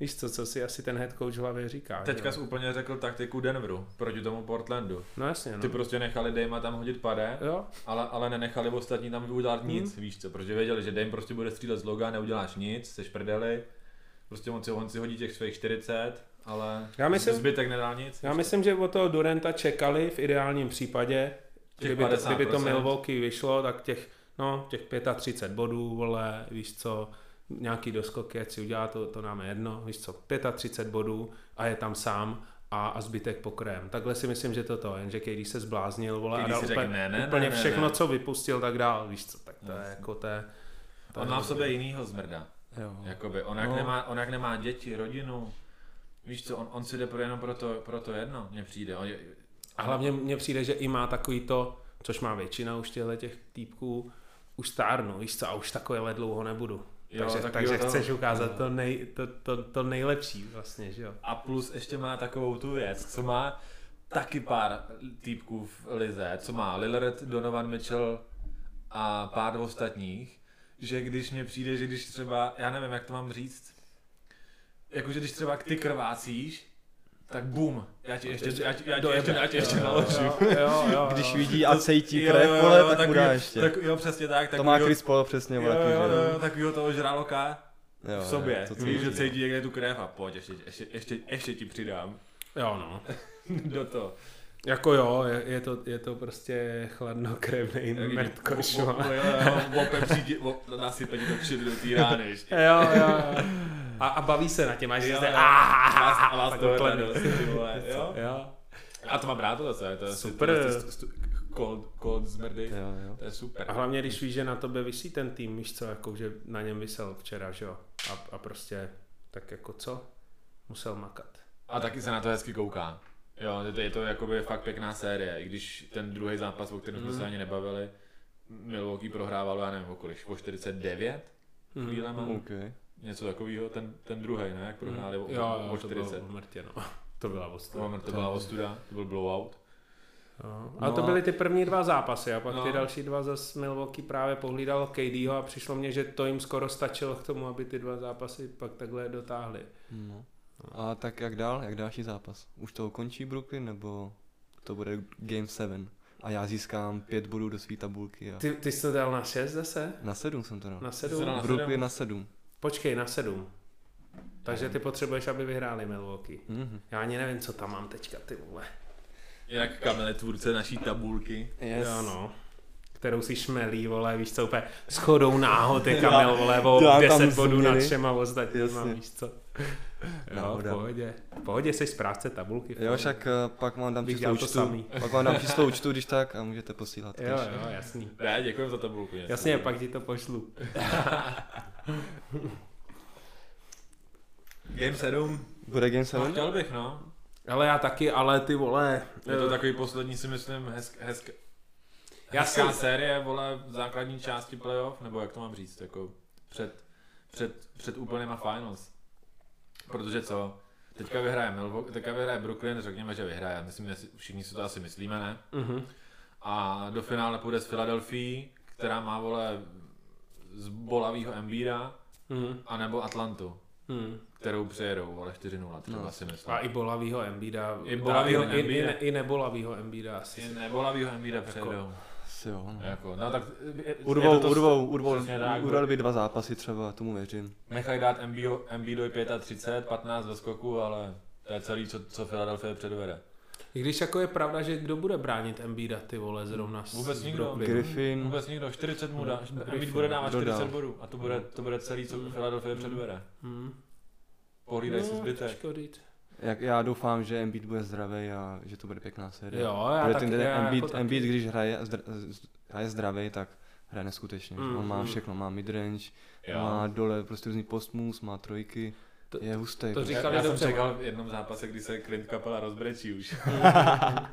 [SPEAKER 1] Víš co, co si asi ten head coach v hlavě říká. že
[SPEAKER 3] Teďka
[SPEAKER 1] jo?
[SPEAKER 3] jsi úplně řekl taktiku Denveru proti tomu Portlandu.
[SPEAKER 1] No jasně, no.
[SPEAKER 3] Ty prostě nechali Dejma tam hodit pade,
[SPEAKER 1] Jo,
[SPEAKER 3] ale, ale nenechali ostatní tam
[SPEAKER 1] Hmm.
[SPEAKER 3] udělat nic, víš co, protože věděli, že Dame prostě bude střílet z loga, neuděláš nic, seš prdeli, prostě on si, on si hodí těch svých 40, ale
[SPEAKER 1] Já myslím-
[SPEAKER 3] zbytek nedá nic.
[SPEAKER 1] já myslím, že o toho Durenta čekali v ideálním případě,
[SPEAKER 3] Těch
[SPEAKER 1] kdyby, to,
[SPEAKER 3] 50%.
[SPEAKER 1] kdyby to Milwaukee vyšlo, tak těch, no, těch 35 bodů, vole, víš co, nějaký doskoky, ať si udělá, to, to nám je jedno, víš co, 35 bodů a je tam sám a, a zbytek pokrém. Takhle si myslím, že to to, jenže když se zbláznil, vole,
[SPEAKER 3] KD
[SPEAKER 1] a dal
[SPEAKER 3] si
[SPEAKER 1] úplně,
[SPEAKER 3] řekl, ne, ne, ne,
[SPEAKER 1] úplně
[SPEAKER 3] ne,
[SPEAKER 1] všechno,
[SPEAKER 3] ne.
[SPEAKER 1] co vypustil, tak dál, víš co, tak to je jako to je, to
[SPEAKER 3] On
[SPEAKER 1] je
[SPEAKER 3] má v
[SPEAKER 1] hrozný.
[SPEAKER 3] sobě jinýho zmrda.
[SPEAKER 2] Jo.
[SPEAKER 3] Jakoby, on jak,
[SPEAKER 2] No.
[SPEAKER 3] nemá, on jak nemá děti, rodinu, víš co, on, on si jde pro jenom pro to, pro to jedno, mně přijde. On, je-
[SPEAKER 1] A hlavně mně přijde, že i má takový to, což má většina už těchto těch týpků, už stárnu, víš co, a už takovéhle dlouho nebudu.
[SPEAKER 3] Jo,
[SPEAKER 1] takže
[SPEAKER 3] tak
[SPEAKER 1] takže
[SPEAKER 3] jo, to-
[SPEAKER 1] chceš ukázat to, nej, to, to, to nejlepší vlastně, že jo.
[SPEAKER 3] a plus ještě má takovou tu věc, co má taky pár týpků v lize, co má Lillard, Donovan Mitchell a pár ostatních, že když mě přijde, že když třeba, já nevím, jak to mám říct, jakože když třeba ty krvácíš, tak bum, já ti ještě, já ti, já ti ještě, já ti ještě naložím.
[SPEAKER 1] jo, jo,
[SPEAKER 3] No.
[SPEAKER 2] Když vidí a cejtí krev, vole, tak mu dá
[SPEAKER 3] takový-
[SPEAKER 2] ještě.
[SPEAKER 3] Tak, jo, přesně tak.
[SPEAKER 2] To
[SPEAKER 3] takový-
[SPEAKER 2] má Chris Paul přesně,
[SPEAKER 3] jo,
[SPEAKER 2] vole,
[SPEAKER 3] jo,
[SPEAKER 2] taky,
[SPEAKER 3] jo,
[SPEAKER 2] že
[SPEAKER 3] jo, takovýho toho žraloka
[SPEAKER 2] Jo,
[SPEAKER 3] v
[SPEAKER 2] jo,
[SPEAKER 3] sobě.
[SPEAKER 2] to co
[SPEAKER 3] Víš, že
[SPEAKER 2] vidí.
[SPEAKER 3] cítí někde tu krev a pojď, ještě, ještě, ještě, ještě ti přidám
[SPEAKER 1] jo, no.
[SPEAKER 3] do toho.
[SPEAKER 1] Jako jo, je, je, to, je to prostě chladnokrevný mrtkoš.
[SPEAKER 3] Jo,
[SPEAKER 1] no.
[SPEAKER 3] jo, přijde, nasype ti to přijde do té rány ještě.
[SPEAKER 1] Jo, jo, jo. A, a baví se na těm, až
[SPEAKER 3] Jo,
[SPEAKER 1] jste,
[SPEAKER 3] jo.
[SPEAKER 1] aaaah,
[SPEAKER 3] A vás to
[SPEAKER 1] takhle.
[SPEAKER 3] radost, ty vole, jo?
[SPEAKER 1] Jo.
[SPEAKER 3] A to mám rád to zase, to je
[SPEAKER 1] Super.
[SPEAKER 3] to je stu- stu- Cold, cold zmrdy,
[SPEAKER 2] Jo, jo.
[SPEAKER 3] to je super.
[SPEAKER 1] A hlavně, když víš, že na tobě vysí ten tým, víš co, jako že na něm vysel včera, že jo. A, a prostě, tak jako co, musel makat.
[SPEAKER 3] A taky se na to hezky kouká. Jo, je to, je to jakoby fakt pěkná série, i když ten druhý zápas, o kterém jsme
[SPEAKER 1] Mhm.
[SPEAKER 3] se ani nebavili,
[SPEAKER 1] Mhm.
[SPEAKER 3] Milwaukee prohrávalo, já nevím, o kolik, o 49 chvílema.
[SPEAKER 2] OK.
[SPEAKER 3] něco takového, ten, ten druhý, ne? Jak prohráli No, o,
[SPEAKER 1] jo,
[SPEAKER 3] o
[SPEAKER 1] jo, to
[SPEAKER 3] 40.
[SPEAKER 1] bylo mrtě, no. To byla ostuda.
[SPEAKER 3] To, to byla ostuda, to byl blowout.
[SPEAKER 1] No,
[SPEAKER 3] No
[SPEAKER 1] ale to
[SPEAKER 3] a-
[SPEAKER 1] byly ty první dva zápasy a pak
[SPEAKER 3] No.
[SPEAKER 1] ty další dva zase Milwaukee právě pohlídal KDho a přišlo mně, že to jim skoro stačilo k tomu, aby ty dva zápasy pak takhle dotáhli.
[SPEAKER 2] No. A tak jak dál, jak další zápas? Už to končí Brooklyn, nebo to bude Game 7? A já získám pět bodů do své tabulky a...
[SPEAKER 1] Ty, ty jsi to dal na 6 zase?
[SPEAKER 2] Na sedm jsem to dal.
[SPEAKER 1] Na
[SPEAKER 3] Jsi to dal
[SPEAKER 1] 7?
[SPEAKER 3] na
[SPEAKER 2] Brooklyn na sedm.
[SPEAKER 1] Počkej, na 7. Takže ty potřebuješ, aby vyhráli Milwaukee.
[SPEAKER 2] Mhm.
[SPEAKER 1] Já ani nevím, co tam mám teďka, ty vole.
[SPEAKER 3] Jinak kamene tvůrce naší tabulky.
[SPEAKER 2] Yes.
[SPEAKER 1] Jo, no. Kterou si šmelí, vole, víš co, úplně schodou náhod je Kamil, vole,
[SPEAKER 2] já
[SPEAKER 1] o
[SPEAKER 2] tam
[SPEAKER 1] 10 bodů nad
[SPEAKER 2] změny.
[SPEAKER 1] všema ostatníma,
[SPEAKER 2] Jasně.
[SPEAKER 1] víš co. Jo, v
[SPEAKER 2] Náhoda.
[SPEAKER 1] pohodě. V pohodě, jsi správce tabulky. v
[SPEAKER 2] Jo,
[SPEAKER 1] pohodě.
[SPEAKER 2] však eh, pak vám dám
[SPEAKER 1] Bych
[SPEAKER 2] číslo
[SPEAKER 1] dělal to
[SPEAKER 2] účtu.
[SPEAKER 1] samý.
[SPEAKER 2] Pak vám dám číslo účtu, když tak, a můžete posílat.
[SPEAKER 1] Jo,
[SPEAKER 2] cash.
[SPEAKER 1] jo, jasný.
[SPEAKER 3] Ne, děkuji za tabulku.
[SPEAKER 1] Jasně, pak ti to pošlu.
[SPEAKER 3] Game 7.
[SPEAKER 2] Bude Game
[SPEAKER 3] No,
[SPEAKER 2] 7?
[SPEAKER 3] chtěl bych, no.
[SPEAKER 1] Ale já taky, ale ty vole.
[SPEAKER 3] Je to takový poslední, si myslím, hezk, hezk,
[SPEAKER 1] Eh. Já
[SPEAKER 3] hezká
[SPEAKER 1] jsem-
[SPEAKER 3] série, vole, v základní části playoff, nebo jak to mám říct, jako před, před, před úplnýma finals. Protože co, teďka vyhraje Milwaukee, teďka vyhraje Brooklyn, řekněme, že vyhraje, myslím, že si- všichni si to asi myslíme, ne?
[SPEAKER 1] Uh-huh.
[SPEAKER 3] A do finále půjde s Filadelfií, která má, vole, z bolavýho Embiida,
[SPEAKER 1] Uh-huh.
[SPEAKER 3] anebo Atlantu,
[SPEAKER 1] Uh-huh.
[SPEAKER 3] kterou přejedou, vole, 4-0, třeba
[SPEAKER 2] No.
[SPEAKER 3] si myslím.
[SPEAKER 1] A i bolavýho Embída.
[SPEAKER 3] I bolavýho
[SPEAKER 1] i, i,
[SPEAKER 3] Embiida.
[SPEAKER 1] ne, i nebolavýho Embída asi.
[SPEAKER 3] I nebolavýho Embiida
[SPEAKER 1] Jako-
[SPEAKER 3] přejedou.
[SPEAKER 2] Jo, no.
[SPEAKER 3] Jako, no tak... je- je
[SPEAKER 2] Urvou,
[SPEAKER 3] to-
[SPEAKER 2] urvou, urvou,
[SPEAKER 3] přesně tak,
[SPEAKER 2] urval by dva zápasy třeba, tomu věřím.
[SPEAKER 3] Nechají dát MB do 35, 15 ve skoku, ale to je celý, co, co Philadelphia předvede.
[SPEAKER 1] I když jako je pravda, že kdo bude bránit Embída, ty vole, zrovna s
[SPEAKER 3] Vůbec
[SPEAKER 1] s
[SPEAKER 3] nikdo.
[SPEAKER 1] Brooklynu?
[SPEAKER 2] Griffin,
[SPEAKER 3] Vůbec nikdo, 40 mu dá, Embiid
[SPEAKER 1] Griffin
[SPEAKER 3] bude dávat
[SPEAKER 2] dodá.
[SPEAKER 3] 40 bodů a to bude, to bude celý, co
[SPEAKER 1] Mm.
[SPEAKER 3] Philadelphia předvede.
[SPEAKER 1] Hmm.
[SPEAKER 3] Pohlídej
[SPEAKER 1] No.
[SPEAKER 3] si zbytek.
[SPEAKER 1] těžko říct.
[SPEAKER 2] jak já doufám, že Embiid bude zdravý a že to bude pěkná série.
[SPEAKER 1] Jo, já
[SPEAKER 2] Bude
[SPEAKER 1] taky,
[SPEAKER 2] ten den
[SPEAKER 1] já
[SPEAKER 2] Embiid,
[SPEAKER 1] jako
[SPEAKER 2] Embiid,
[SPEAKER 1] taky.
[SPEAKER 2] když hraje, zdr, z- hraje zdravý, tak hraje neskutečně. že? On má
[SPEAKER 1] Mhm.
[SPEAKER 2] všechno, má midrange, má dole prostě různý post moves, má trojky,
[SPEAKER 1] To-
[SPEAKER 2] je hustý.
[SPEAKER 1] to
[SPEAKER 2] prostě.
[SPEAKER 1] říkali
[SPEAKER 3] já, já jsem
[SPEAKER 1] dobře.
[SPEAKER 3] čekal v jednom zápase, kdy se Clint Kapela rozbrečí už.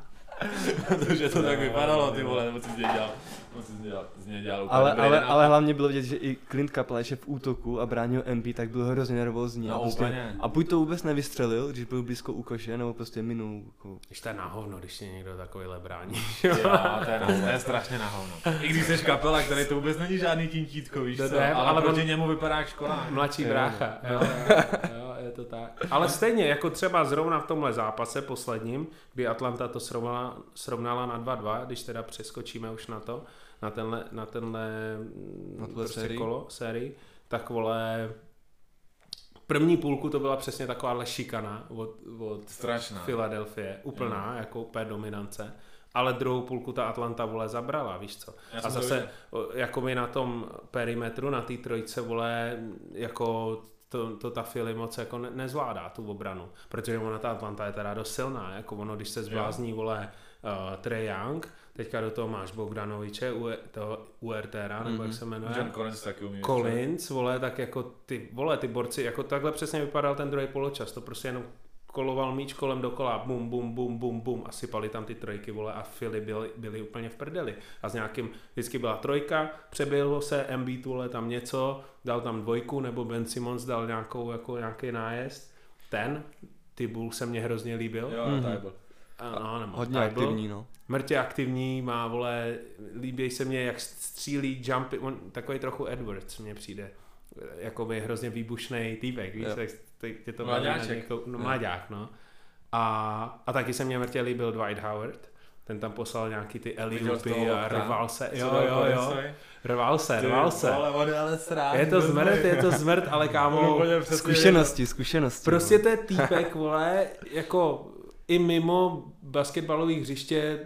[SPEAKER 3] Protože to
[SPEAKER 1] No,
[SPEAKER 3] tak vypadalo, ty vole, nebo co jsi dělal. Nebo co jsi dělal, z něj dělal úplně
[SPEAKER 2] ale,
[SPEAKER 3] dobrý
[SPEAKER 2] ale,
[SPEAKER 3] den.
[SPEAKER 2] ale hlavně bylo vidět, že i Clint Kapla, když je v útoku a bránil MB, tak byl hrozně nervózní.
[SPEAKER 3] No,
[SPEAKER 2] a, prostě,
[SPEAKER 3] úplně.
[SPEAKER 2] a buď to vůbec nevystřelil, když byl blízko u koše, nebo prostě minul. Jako,
[SPEAKER 1] Když to je na hovno, když tě někdo takovýhle brání.
[SPEAKER 3] Jo, to je, na, to je strašně na hovno. I když jsi kapela, který to vůbec není žádný tintítko, víš
[SPEAKER 1] To
[SPEAKER 3] co?
[SPEAKER 1] ne,
[SPEAKER 3] ale,
[SPEAKER 1] ale
[SPEAKER 3] ale
[SPEAKER 1] on-
[SPEAKER 3] proti němu vypadá jak škola.
[SPEAKER 1] Mladší
[SPEAKER 2] Jo,
[SPEAKER 1] brácha. Jo, jo, je to tak. Ale stejně, jako třeba zrovna v tomhle zápase posledním, kdy Atlanta to srovnala, srovnala na 2-2, když teda přeskočíme už na to, na tenhle, na tenhle mm,
[SPEAKER 2] Na tuhle
[SPEAKER 1] prostě
[SPEAKER 2] sérii?
[SPEAKER 1] kolo, sérii, tak vole, první půlku to byla přesně takováhle šikana od, od
[SPEAKER 3] Strašná.
[SPEAKER 1] Filadelfie, úplná, jako úplně dominance. Ale druhou půlku ta Atlanta, vole, zabrala, víš co.
[SPEAKER 3] Já
[SPEAKER 1] A
[SPEAKER 3] jsem to
[SPEAKER 1] zase,
[SPEAKER 3] viděl.
[SPEAKER 1] o, jako my na tom perimetru, na té trojce, vole, jako to, to ta Philly moc jako ne, nezvládá tu obranu, protože ona ta Atlanta je teda dost silná, jako ono, když se zblázní, vole, uh, Trae Young, teďka do toho máš Bogdanoviče, u, E, toho URTera, nebo jak se jmenuje.
[SPEAKER 3] John Collins taky umí.
[SPEAKER 1] Collins, vole, tak jako ty, vole, ty borci, jako takhle přesně vypadal ten druhý poločas, to prostě jenom koloval míč kolem dokola, bum, bum, bum, bum, bum a sypali tam ty trojky, vole, a Philly byli, byli úplně v prdeli. A s nějakým, vždycky byla trojka, přebylo se, Embiid, vole, tam něco, dal tam dvojku, nebo Ben Simmons dal nějakou, jako nějaký nájezd. Ten, ty Bull se mně hrozně líbil.
[SPEAKER 3] Jo, mm-hmm. byl.
[SPEAKER 1] A, no, nemá
[SPEAKER 2] hodně
[SPEAKER 1] title
[SPEAKER 2] aktivní, no.
[SPEAKER 1] mrtě aktivní, má vole, líbí se mně, jak střílí jumpy, on takový trochu Edwards mně přijde, jakoby hrozně výbušný týpek, víš,
[SPEAKER 2] Jo.
[SPEAKER 1] tak tak tě to
[SPEAKER 3] Mlaďáček.
[SPEAKER 1] baví na Někou, no, mlaďák, no. A, a taky se mně mrtě líbil Dwight Howard, ten tam poslal nějaký ty elipy a rval se, jo, jo, jo, rval se, rval se.
[SPEAKER 3] Ale on je ale srát.
[SPEAKER 1] Je to zmrt, je to zmrt, ale kámo,
[SPEAKER 2] Zkušenosti, zkušenosti. no.
[SPEAKER 1] Prostě to je týpek, vole, jako i mimo basketbalové hřiště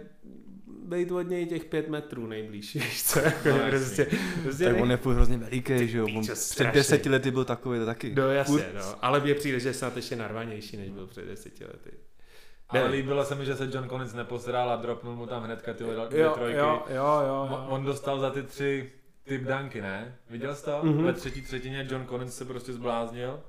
[SPEAKER 1] dejt od něj těch pět metrů nejblíž, víš co, jako
[SPEAKER 3] No, jasný.
[SPEAKER 1] prostě, prostě
[SPEAKER 2] no. Tak
[SPEAKER 1] nech-
[SPEAKER 2] on je furt hrozně veliký, že jo. On
[SPEAKER 1] píčo,
[SPEAKER 2] před
[SPEAKER 1] strašný.
[SPEAKER 2] deseti lety byl takový to taky.
[SPEAKER 1] No jasně,
[SPEAKER 2] Furt-
[SPEAKER 1] no, ale mně přijde, že je snad ještě narvanější, než byl před deseti lety.
[SPEAKER 3] Ale líbilo se mi, že se John Collins neposral a dropnul mu tam hnedka ty dvě
[SPEAKER 1] Jo,
[SPEAKER 3] trojky.
[SPEAKER 1] jo, jo,
[SPEAKER 3] On-
[SPEAKER 1] jo, jo.
[SPEAKER 3] On dostal za ty tři typ danky, ne? Viděl jsi to?
[SPEAKER 1] Mhm.
[SPEAKER 3] Mm-hmm. Ve třetí třetině John Collins se prostě zbláznil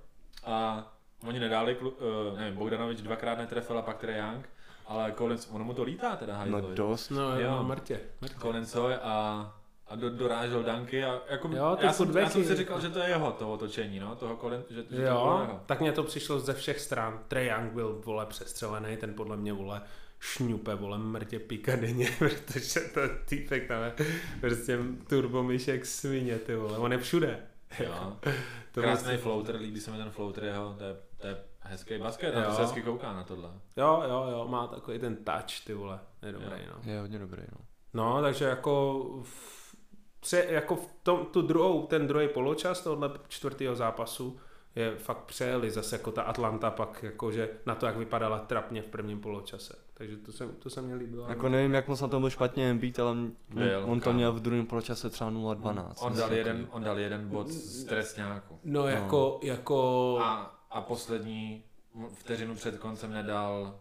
[SPEAKER 3] a oni nedali, klu, uh, nevím, Bogdanovič dvakrát netrefil a pak Trae Young, ale Collins, ono mu to lítá teda,
[SPEAKER 2] No
[SPEAKER 3] hajzlo.
[SPEAKER 2] dost.
[SPEAKER 1] No jo,
[SPEAKER 3] Jo.
[SPEAKER 1] mrtě, mrtě.
[SPEAKER 3] Collins ho je a a do, dorážel danky a jako,
[SPEAKER 1] Jo, ty
[SPEAKER 3] já, jsem, já
[SPEAKER 1] feedbacky.
[SPEAKER 3] jsem si říkal, že to je jeho to otočení, no, toho kolen, že, že to bylo
[SPEAKER 1] Jo,
[SPEAKER 3] jeho.
[SPEAKER 1] tak mě to přišlo ze všech stran. Trae Young byl, vole, přestřelený, ten podle mě, vole, šňupe, vole, mrtě píka denně, protože to týpek tam je prostě turbomyšek svině, ty vole, on je všude.
[SPEAKER 3] Jo.
[SPEAKER 1] To prostě- vlastně-
[SPEAKER 3] Krásný floater, líbí se mi ten floater jeho, to je, to je hezký basket, na to
[SPEAKER 1] Jo.
[SPEAKER 3] se hezky kouká na tohle.
[SPEAKER 1] Jo, jo, jo, má takový ten touch, ty vole, je dobrý, no.
[SPEAKER 2] Je hodně dobrý, no.
[SPEAKER 1] No, takže jako v, pře, jako v tom, tu druhou, ten druhý poločas tohle čtvrtého zápasu je fakt přejeli zase jako ta Atlanta pak jakože na to, jak vypadala trapně v prvním poločase. Takže to se, to se mně líbilo.
[SPEAKER 2] Jako nevím, jak moc na tom byl špatně být, ale on,
[SPEAKER 3] Byl,
[SPEAKER 2] on to
[SPEAKER 3] kámo.
[SPEAKER 2] měl v druhém poločase třeba 0-12.
[SPEAKER 3] On
[SPEAKER 2] něco
[SPEAKER 3] dal, jeden,
[SPEAKER 2] takového.
[SPEAKER 3] on dal jeden bod z trestňáku.
[SPEAKER 1] No jako, no. jako...
[SPEAKER 3] A, a poslední vteřinu před koncem nedal,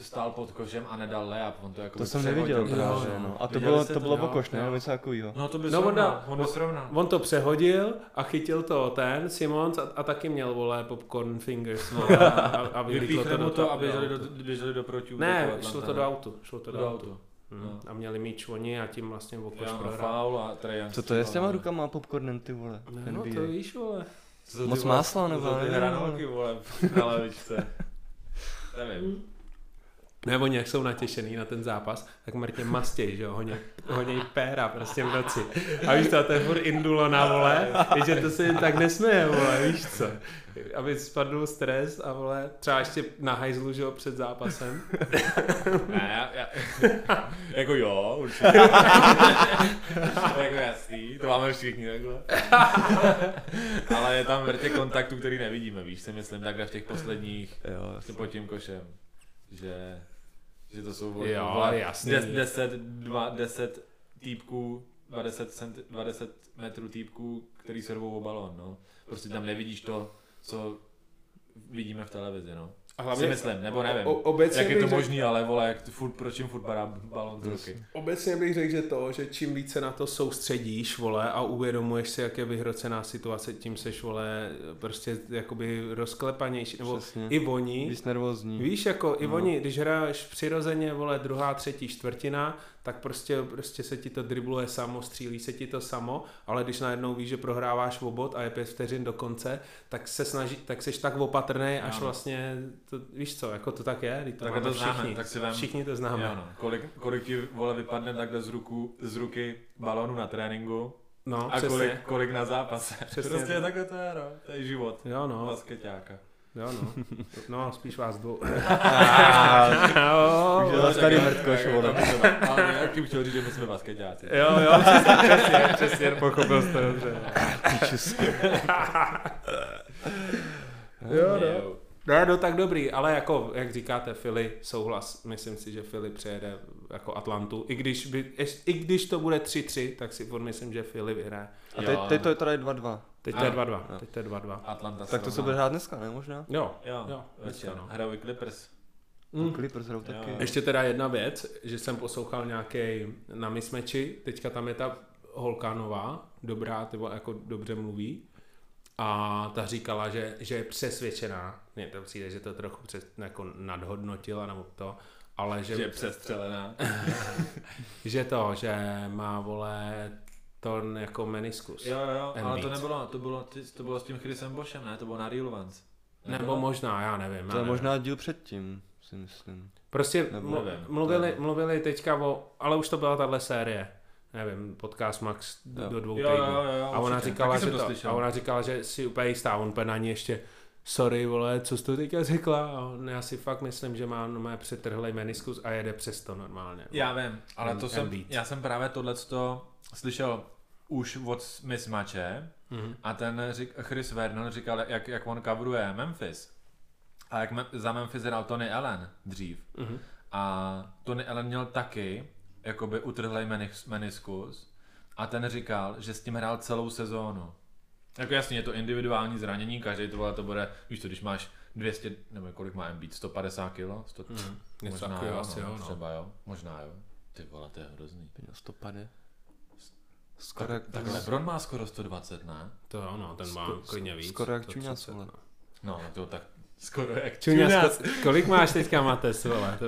[SPEAKER 3] stál pod košem a nedal layup, on to jako
[SPEAKER 2] To jsem neviděl
[SPEAKER 1] přehodil.
[SPEAKER 2] právě,
[SPEAKER 1] Jo,
[SPEAKER 2] no. A to
[SPEAKER 3] Viděli
[SPEAKER 2] bylo,
[SPEAKER 3] jste
[SPEAKER 2] to bylo
[SPEAKER 1] jo,
[SPEAKER 2] pokoš,
[SPEAKER 1] jo.
[SPEAKER 2] ne? Něco takového.
[SPEAKER 3] No to by
[SPEAKER 1] No,
[SPEAKER 3] no,
[SPEAKER 1] on
[SPEAKER 3] srovnal,
[SPEAKER 1] dal-
[SPEAKER 3] on by srovnal.
[SPEAKER 1] On to přehodil a chytil to ten Simons a, a taky měl, vole, popcorn fingers. No, a, a, a vylítlo
[SPEAKER 3] Vypíchne
[SPEAKER 1] to
[SPEAKER 3] mu
[SPEAKER 1] do
[SPEAKER 3] to
[SPEAKER 1] toho.
[SPEAKER 3] a běželi do, běželi do protiútoku.
[SPEAKER 1] Ne,
[SPEAKER 3] Atlanta,
[SPEAKER 1] šlo to do autu. Šlo to
[SPEAKER 3] no.
[SPEAKER 1] do,
[SPEAKER 3] do
[SPEAKER 1] autu.
[SPEAKER 3] autu.
[SPEAKER 1] Hmm.
[SPEAKER 3] No.
[SPEAKER 1] A měli míč oni a tím vlastně Vokoš
[SPEAKER 3] Jo, no,
[SPEAKER 1] prohrál.
[SPEAKER 3] faul a Trae Young
[SPEAKER 2] Co to je s těma
[SPEAKER 3] střílel.
[SPEAKER 2] rukama a popcornem, ty vole?
[SPEAKER 1] No,
[SPEAKER 2] NBA.
[SPEAKER 1] to víš, vole.
[SPEAKER 3] Co to
[SPEAKER 2] Moc
[SPEAKER 3] ty vole- co
[SPEAKER 2] másla, nebo
[SPEAKER 3] to ty
[SPEAKER 2] nevím,
[SPEAKER 3] hranolky, vole, na lavičce. Nevím.
[SPEAKER 1] Ne, oni jak jsou natěšený na ten zápas, tak mrtě mastěj, že jo, honě, honěj péra prostě v noci. A víš to, a to je furt indulo na vole, víš, že to se jim tak nesměje, vole, víš co. Aby spadl stres a vole, třeba ještě na hajzlu, že jo, před zápasem.
[SPEAKER 3] Ne, já, já, jako jo, určitě. jako jasný, to máme všichni takhle. Ale je tam vrtě kontaktů, který nevidíme, víš, si myslím, takhle v těch posledních,
[SPEAKER 2] Jo,
[SPEAKER 3] vlastně pod tím košem, že, že to jsou
[SPEAKER 1] Jo, jasný.
[SPEAKER 3] 10, 2, 10 týpků, 20, cent, 20 metrů týpků, který se rvou o balón, no. Prostě tam nevidíš to, co vidíme v televizi, no.
[SPEAKER 1] A
[SPEAKER 3] Si myslím, nebo nevím.
[SPEAKER 1] O, obecně,
[SPEAKER 3] Jak je to
[SPEAKER 1] bych
[SPEAKER 3] možný, ale vole, jak to furt, proč jim furt padá balon z ruky.
[SPEAKER 1] Řekl, obecně bych řekl, že to, že čím více na to soustředíš, vole, a uvědomuješ si, jak je vyhrocená situace, tím seš, vole, prostě jakoby rozklepanější, nebo
[SPEAKER 2] Přesně.
[SPEAKER 1] i oni,
[SPEAKER 2] Víš
[SPEAKER 3] Hmm.
[SPEAKER 2] nervózní.
[SPEAKER 1] Víš, jako i oni, když hraješ přirozeně, vole, druhá, třetí, čtvrtina, tak prostě, prostě se ti to dribluje samo, střílí se ti to samo, ale když najednou víš, že prohráváš obod a je pět vteřin do konce, tak se snaží, tak seš tak opatrný, až
[SPEAKER 3] Ano.
[SPEAKER 1] vlastně, to, víš co, jako to tak je, vždyť to
[SPEAKER 3] Takhle
[SPEAKER 1] máme
[SPEAKER 3] to známe,
[SPEAKER 1] všichni,
[SPEAKER 3] tak si vem-
[SPEAKER 1] všichni to známe.
[SPEAKER 3] Jo, no. kolik, kolik ti vole vypadne takhle z, ruku, z ruky balonu na tréninku
[SPEAKER 1] No,
[SPEAKER 3] a
[SPEAKER 1] přesně.
[SPEAKER 3] kolik, kolik na zápase.
[SPEAKER 1] Přesně.
[SPEAKER 3] Prostě takhle to je, no. To je život.
[SPEAKER 1] Jo,
[SPEAKER 3] No.
[SPEAKER 1] no,
[SPEAKER 3] Basketáka.
[SPEAKER 1] jo, no. No, spíš vás dvou. No,
[SPEAKER 2] Takže zase tady mrtkoš, vole.
[SPEAKER 3] Ale jak tím chtěl říct, že my jsme basketáci.
[SPEAKER 1] jo, jo, přesně, přesně, přesně, pochopil jste dobře. Jo, no. Ne, no tak dobrý, ale jako, jak říkáte, Philly, souhlas, myslím si, že Philly přejede jako Atlantu, i když, by, eš- i když to bude 3-3, tak si furt myslím, že Philly vyhraje.
[SPEAKER 2] A teď,
[SPEAKER 3] Jo.
[SPEAKER 2] teď to je tady 2-2.
[SPEAKER 1] Teď no. to je
[SPEAKER 3] Ano.
[SPEAKER 1] 2-2,
[SPEAKER 2] Ano.
[SPEAKER 1] teď to je 2-2.
[SPEAKER 3] Atlanta
[SPEAKER 2] Tak to se bude hrát dneska, ne možná?
[SPEAKER 1] Jo,
[SPEAKER 3] Jo,
[SPEAKER 1] jo,
[SPEAKER 3] jo.
[SPEAKER 1] dneska, no.
[SPEAKER 3] Hrajou i Clippers.
[SPEAKER 1] Mm.
[SPEAKER 2] Clippers hrajou taky.
[SPEAKER 3] Jo.
[SPEAKER 1] Ještě teda jedna věc, že jsem poslouchal nějaký na mismeči, teďka tam je ta holka nová, dobrá, ty vole, jako dobře mluví, a ta říkala, že, že je přesvědčená, mně to přijde, že to trochu přes, jako nadhodnotila nebo to, ale že,
[SPEAKER 3] Že je přestřelená.
[SPEAKER 1] Že to, že má vole torn jako meniskus.
[SPEAKER 3] Jo, jo, ale
[SPEAKER 1] Embiid.
[SPEAKER 3] to nebylo, to bylo, ty- to bylo s tím Chrisem Bošem, ne? To bylo na Real Ones.
[SPEAKER 1] Nebo možná, já nevím. já
[SPEAKER 2] To je
[SPEAKER 1] nevím.
[SPEAKER 2] možná díl předtím, si myslím.
[SPEAKER 1] Prostě
[SPEAKER 2] nebo
[SPEAKER 1] mlu-
[SPEAKER 3] nevím,
[SPEAKER 1] mluvili, mluvili teďka o, ale už to byla tahle série. Nevím, podcast Max do,
[SPEAKER 2] Jo.
[SPEAKER 1] do dvou
[SPEAKER 3] Jo,
[SPEAKER 1] týdnů.
[SPEAKER 3] jo, jo, jo,
[SPEAKER 1] a ona
[SPEAKER 3] určitě.
[SPEAKER 1] říkala,
[SPEAKER 3] Taky
[SPEAKER 1] že
[SPEAKER 3] jsem
[SPEAKER 1] to,
[SPEAKER 3] to slyšel.
[SPEAKER 1] a ona říkala, že si úplně jistá, on úplně na ní ještě sorry, vole, co jsi to teďka řekla? A on, já si fakt myslím, že má normálně přetrhlej meniskus a jede přes to normálně.
[SPEAKER 3] Já vím, ale
[SPEAKER 1] Em-
[SPEAKER 3] to jsem,
[SPEAKER 1] Embiid.
[SPEAKER 3] já jsem právě tohleto slyšel už od Mismače
[SPEAKER 1] Mhm.
[SPEAKER 3] a ten řík, Chris Vernon říkal, jak, jak on coveruje Memphis a jak me, za Memphis hrál Tony Allen dřív
[SPEAKER 1] Mhm.
[SPEAKER 3] a Tony Allen měl taky jakoby utrhlej menis, meniskus a ten říkal, že s tím hrál celou sezónu. Jako jasně, je to individuální zranění, každý to, vole, to bude, víš to, když máš 200, nebo kolik má být, 150 kg, 100,
[SPEAKER 1] Mhm. Něco
[SPEAKER 3] Možná
[SPEAKER 1] takového
[SPEAKER 3] jo,
[SPEAKER 1] asi,
[SPEAKER 3] no,
[SPEAKER 1] jo, no.
[SPEAKER 3] Třeba jo, možná jo. Ty vole, to je hrozný.
[SPEAKER 2] Měl stopady. Skoro
[SPEAKER 3] Tak,
[SPEAKER 2] jak
[SPEAKER 1] Mhm.
[SPEAKER 3] tak Lebron má skoro 120, ne?
[SPEAKER 1] To jo, no, ten má
[SPEAKER 2] Skoro-
[SPEAKER 1] klidně víc.
[SPEAKER 2] skoro jak
[SPEAKER 1] To
[SPEAKER 2] Čuňas,
[SPEAKER 1] 30,
[SPEAKER 2] vole.
[SPEAKER 1] no.
[SPEAKER 3] No, to tak Skoro jak
[SPEAKER 1] Čuňas, kolik máš teďka Mates, vole? To,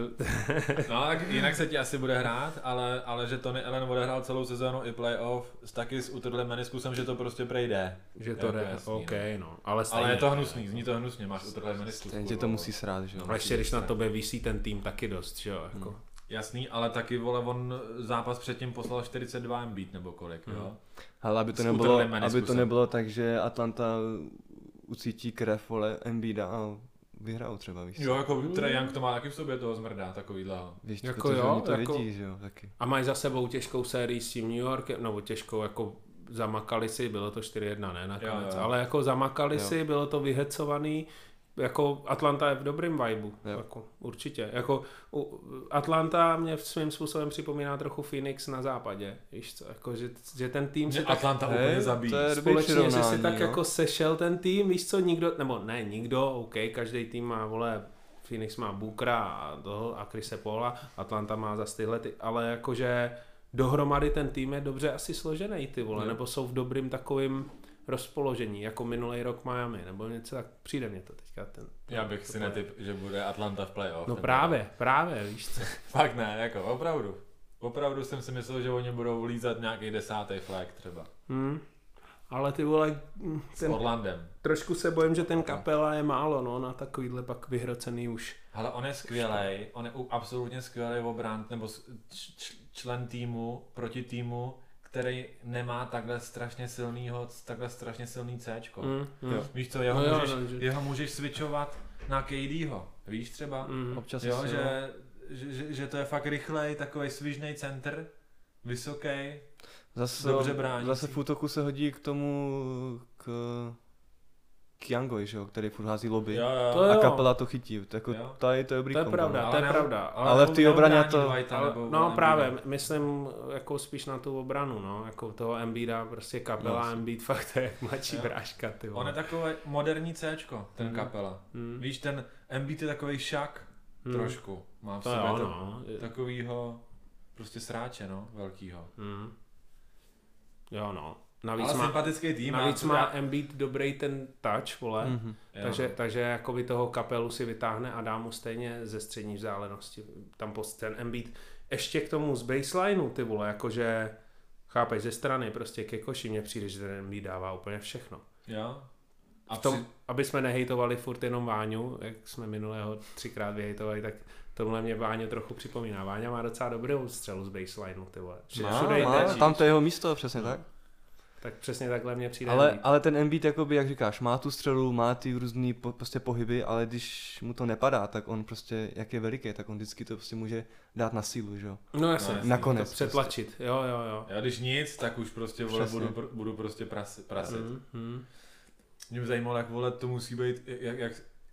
[SPEAKER 3] No, tak jinak se ti asi bude hrát, ale, ale že Tony Allen odehrál celou sezónu i playoff, s- taky s utrhlým meniskusem, že to prostě prejde.
[SPEAKER 1] že to
[SPEAKER 3] Jako
[SPEAKER 1] jde,
[SPEAKER 3] jasný, no.
[SPEAKER 1] OK, no. Ale, stejně,
[SPEAKER 3] Ale je to hnusný, zní to hnusně, máš utrhlý meniskus.
[SPEAKER 2] Stejně tě
[SPEAKER 3] kurva.
[SPEAKER 2] to musí srát, že jo?
[SPEAKER 1] Ale
[SPEAKER 3] no,
[SPEAKER 1] ještě když na tobě visí ten tým taky dost, že jo? Jako.
[SPEAKER 2] Hmm.
[SPEAKER 3] Jasný, ale taky vole, on zápas předtím poslal 42 beat nebo kolik,
[SPEAKER 1] Mhm.
[SPEAKER 3] jo?
[SPEAKER 2] Ale aby to,
[SPEAKER 3] S
[SPEAKER 2] nebylo,
[SPEAKER 3] utrhlým
[SPEAKER 2] aby to
[SPEAKER 3] meniskusem.
[SPEAKER 2] nebylo tak, že Atlanta ucítí krev, vole, Embiida a vyhrajou třeba, víš co?
[SPEAKER 3] Jo, jako Trae Young to má taky v sobě toho zmrdá, takovýhle.
[SPEAKER 2] Víš,
[SPEAKER 1] Jako
[SPEAKER 2] jako protože
[SPEAKER 1] jo,
[SPEAKER 2] jo, oni to
[SPEAKER 1] jako-
[SPEAKER 2] jako... vidí, že jo, taky.
[SPEAKER 1] A mají za sebou těžkou sérii s tím New Yorkem, nebo těžkou jako zamakali si, bylo to 4-1, ne nakonec,
[SPEAKER 3] Jo,
[SPEAKER 1] jo,
[SPEAKER 3] jo.
[SPEAKER 1] jo. ale jako zamakali jo.
[SPEAKER 2] Jo.
[SPEAKER 1] si, bylo to vyhecovaný, jako Atlanta je v dobrém vibeu,
[SPEAKER 2] Jo.
[SPEAKER 1] jako, určitě. Jako u, Atlanta mě v svým způsobem připomíná trochu Phoenix na západě, víš co, jako, že, že ten tým
[SPEAKER 3] Mě
[SPEAKER 1] se tak
[SPEAKER 3] Atlanta
[SPEAKER 2] Hej,
[SPEAKER 3] úplně zabíjí.
[SPEAKER 2] to je dobrý
[SPEAKER 1] společně, že si
[SPEAKER 2] Eh, přirovnání,
[SPEAKER 1] tak
[SPEAKER 2] jo.
[SPEAKER 1] jako sešel ten tým, víš co, nikdo, nebo ne nikdo, OK, každý tým má, vole, Phoenix má Bookera a toho a Chrise Paula, Atlanta má za tyhle ty, ale jakože dohromady ten tým je dobře asi složený ty vole, nebo jsou v dobrým takovým rozpoložení, jako minulý rok Miami, nebo něco tak, přijde mě to teďka ten.
[SPEAKER 3] Já bych si netyp, že bude Atlanta v playoff.
[SPEAKER 1] No
[SPEAKER 3] Ten-
[SPEAKER 1] právě, právě, víš co.
[SPEAKER 3] Fakt ne, jako opravdu. Opravdu jsem si myslel, že oni budou lízat nějaký desátý flag třeba.
[SPEAKER 1] Hm. Ale ty vole, hm,
[SPEAKER 3] S
[SPEAKER 1] ten,
[SPEAKER 3] Orlandem.
[SPEAKER 1] trošku se bojím, že
[SPEAKER 2] No.
[SPEAKER 1] ten kapela je málo, no, na takovýhle pak vyhrocený už.
[SPEAKER 3] Ale on je skvělý, on je u- absolutně skvělý obrant nebo s- č- č- člen týmu proti týmu, který nemá takhle strašně silnýho, takhle strašně silný C.
[SPEAKER 1] Hm, hm.
[SPEAKER 2] Jo.
[SPEAKER 3] Víš co, jeho,
[SPEAKER 1] No jo,
[SPEAKER 3] můžeš,
[SPEAKER 1] no, že-
[SPEAKER 3] jeho můžeš switchovat na KDho, víš třeba?
[SPEAKER 1] Hm.
[SPEAKER 2] Občas
[SPEAKER 3] Jo,
[SPEAKER 2] asi
[SPEAKER 3] že,
[SPEAKER 1] no.
[SPEAKER 3] že, že, že, to je fakt rychlej, takový svižnej center, vysoký.
[SPEAKER 2] Zase,
[SPEAKER 3] dobře bránící.
[SPEAKER 2] zase v útoku se hodí k tomu, k, k Youngovi, že jo, který furt hází lobby.
[SPEAKER 3] Jo, jo.
[SPEAKER 1] To
[SPEAKER 2] A
[SPEAKER 1] jo.
[SPEAKER 2] kapela to chytí, tak jako
[SPEAKER 3] Jo.
[SPEAKER 2] tady to je dobrý
[SPEAKER 1] To je
[SPEAKER 2] kombo,
[SPEAKER 1] pravda.
[SPEAKER 2] no.
[SPEAKER 1] to je
[SPEAKER 3] neu-
[SPEAKER 1] pravda.
[SPEAKER 2] Ale v té
[SPEAKER 3] neu-
[SPEAKER 2] obraně
[SPEAKER 3] neubrání
[SPEAKER 2] to-
[SPEAKER 3] Dwighta
[SPEAKER 1] Ale,
[SPEAKER 3] nebo
[SPEAKER 1] no
[SPEAKER 3] Embiida.
[SPEAKER 1] právě, myslím jako spíš na tu obranu, no, jako toho Embiida, prostě kapela no, Embiid, fakt to je jak mladší
[SPEAKER 3] Jo.
[SPEAKER 1] bráška, ty
[SPEAKER 3] On je
[SPEAKER 1] vole.
[SPEAKER 3] takový moderní C, ten
[SPEAKER 1] Mhm.
[SPEAKER 3] kapela.
[SPEAKER 1] Hmm.
[SPEAKER 3] Víš, ten Embiid je takový šak
[SPEAKER 1] Hmm.
[SPEAKER 3] trošku. Má v
[SPEAKER 1] To no. je
[SPEAKER 3] sobě to,
[SPEAKER 1] ono.
[SPEAKER 3] takovýho prostě sráče, no, velkýho.
[SPEAKER 1] Hmm. Jo, no. Navíc
[SPEAKER 3] Ale
[SPEAKER 1] má,
[SPEAKER 3] sympatický tým.
[SPEAKER 1] navíc
[SPEAKER 3] já-
[SPEAKER 1] má Embiid dobrý ten touch, vole,
[SPEAKER 2] Mhm.
[SPEAKER 3] já-
[SPEAKER 1] takže, takže jakoby toho kapelu si vytáhne a dá mu stejně ze střední vzdálenosti. Tam post ten Embiid ještě k tomu z baselineu, ty vole, jakože chápeš, ze strany prostě ke koši mě přijde, že ten Embiid dává úplně všechno.
[SPEAKER 3] Jo. A
[SPEAKER 1] v tom,
[SPEAKER 3] při-
[SPEAKER 1] aby jsme nehejtovali furt jenom Váňu, jak jsme minulého třikrát vyhejtovali, tak tohle mě Váňu trochu připomíná. Váňa má docela dobrou střelu z baselineu, ty vole. Že
[SPEAKER 2] Má,
[SPEAKER 1] všude
[SPEAKER 2] no. má,
[SPEAKER 1] jde,
[SPEAKER 2] tam to je jeho místo, přesně tak.
[SPEAKER 1] tak přesně takhle mě přijde.
[SPEAKER 2] Ale,
[SPEAKER 1] líp.
[SPEAKER 2] ale ten Embiid, jakoby, jak říkáš, má tu střelu, má ty různý po, prostě pohyby, ale když mu to nepadá, tak on prostě, jak je veliký, tak on vždycky to prostě může dát na sílu, že jo.
[SPEAKER 1] no jasně,
[SPEAKER 3] No,
[SPEAKER 1] no,
[SPEAKER 3] jasně,
[SPEAKER 2] nakonec prostě.
[SPEAKER 1] to přetlačit, jo, jo, jo.
[SPEAKER 3] Já když nic, tak už prostě vole,
[SPEAKER 2] Přesně.
[SPEAKER 3] budu, pr- budu prostě pras, prasit.
[SPEAKER 1] Mm, mm.
[SPEAKER 3] Mě by zajímalo, jak vole, to musí být, jak, jak,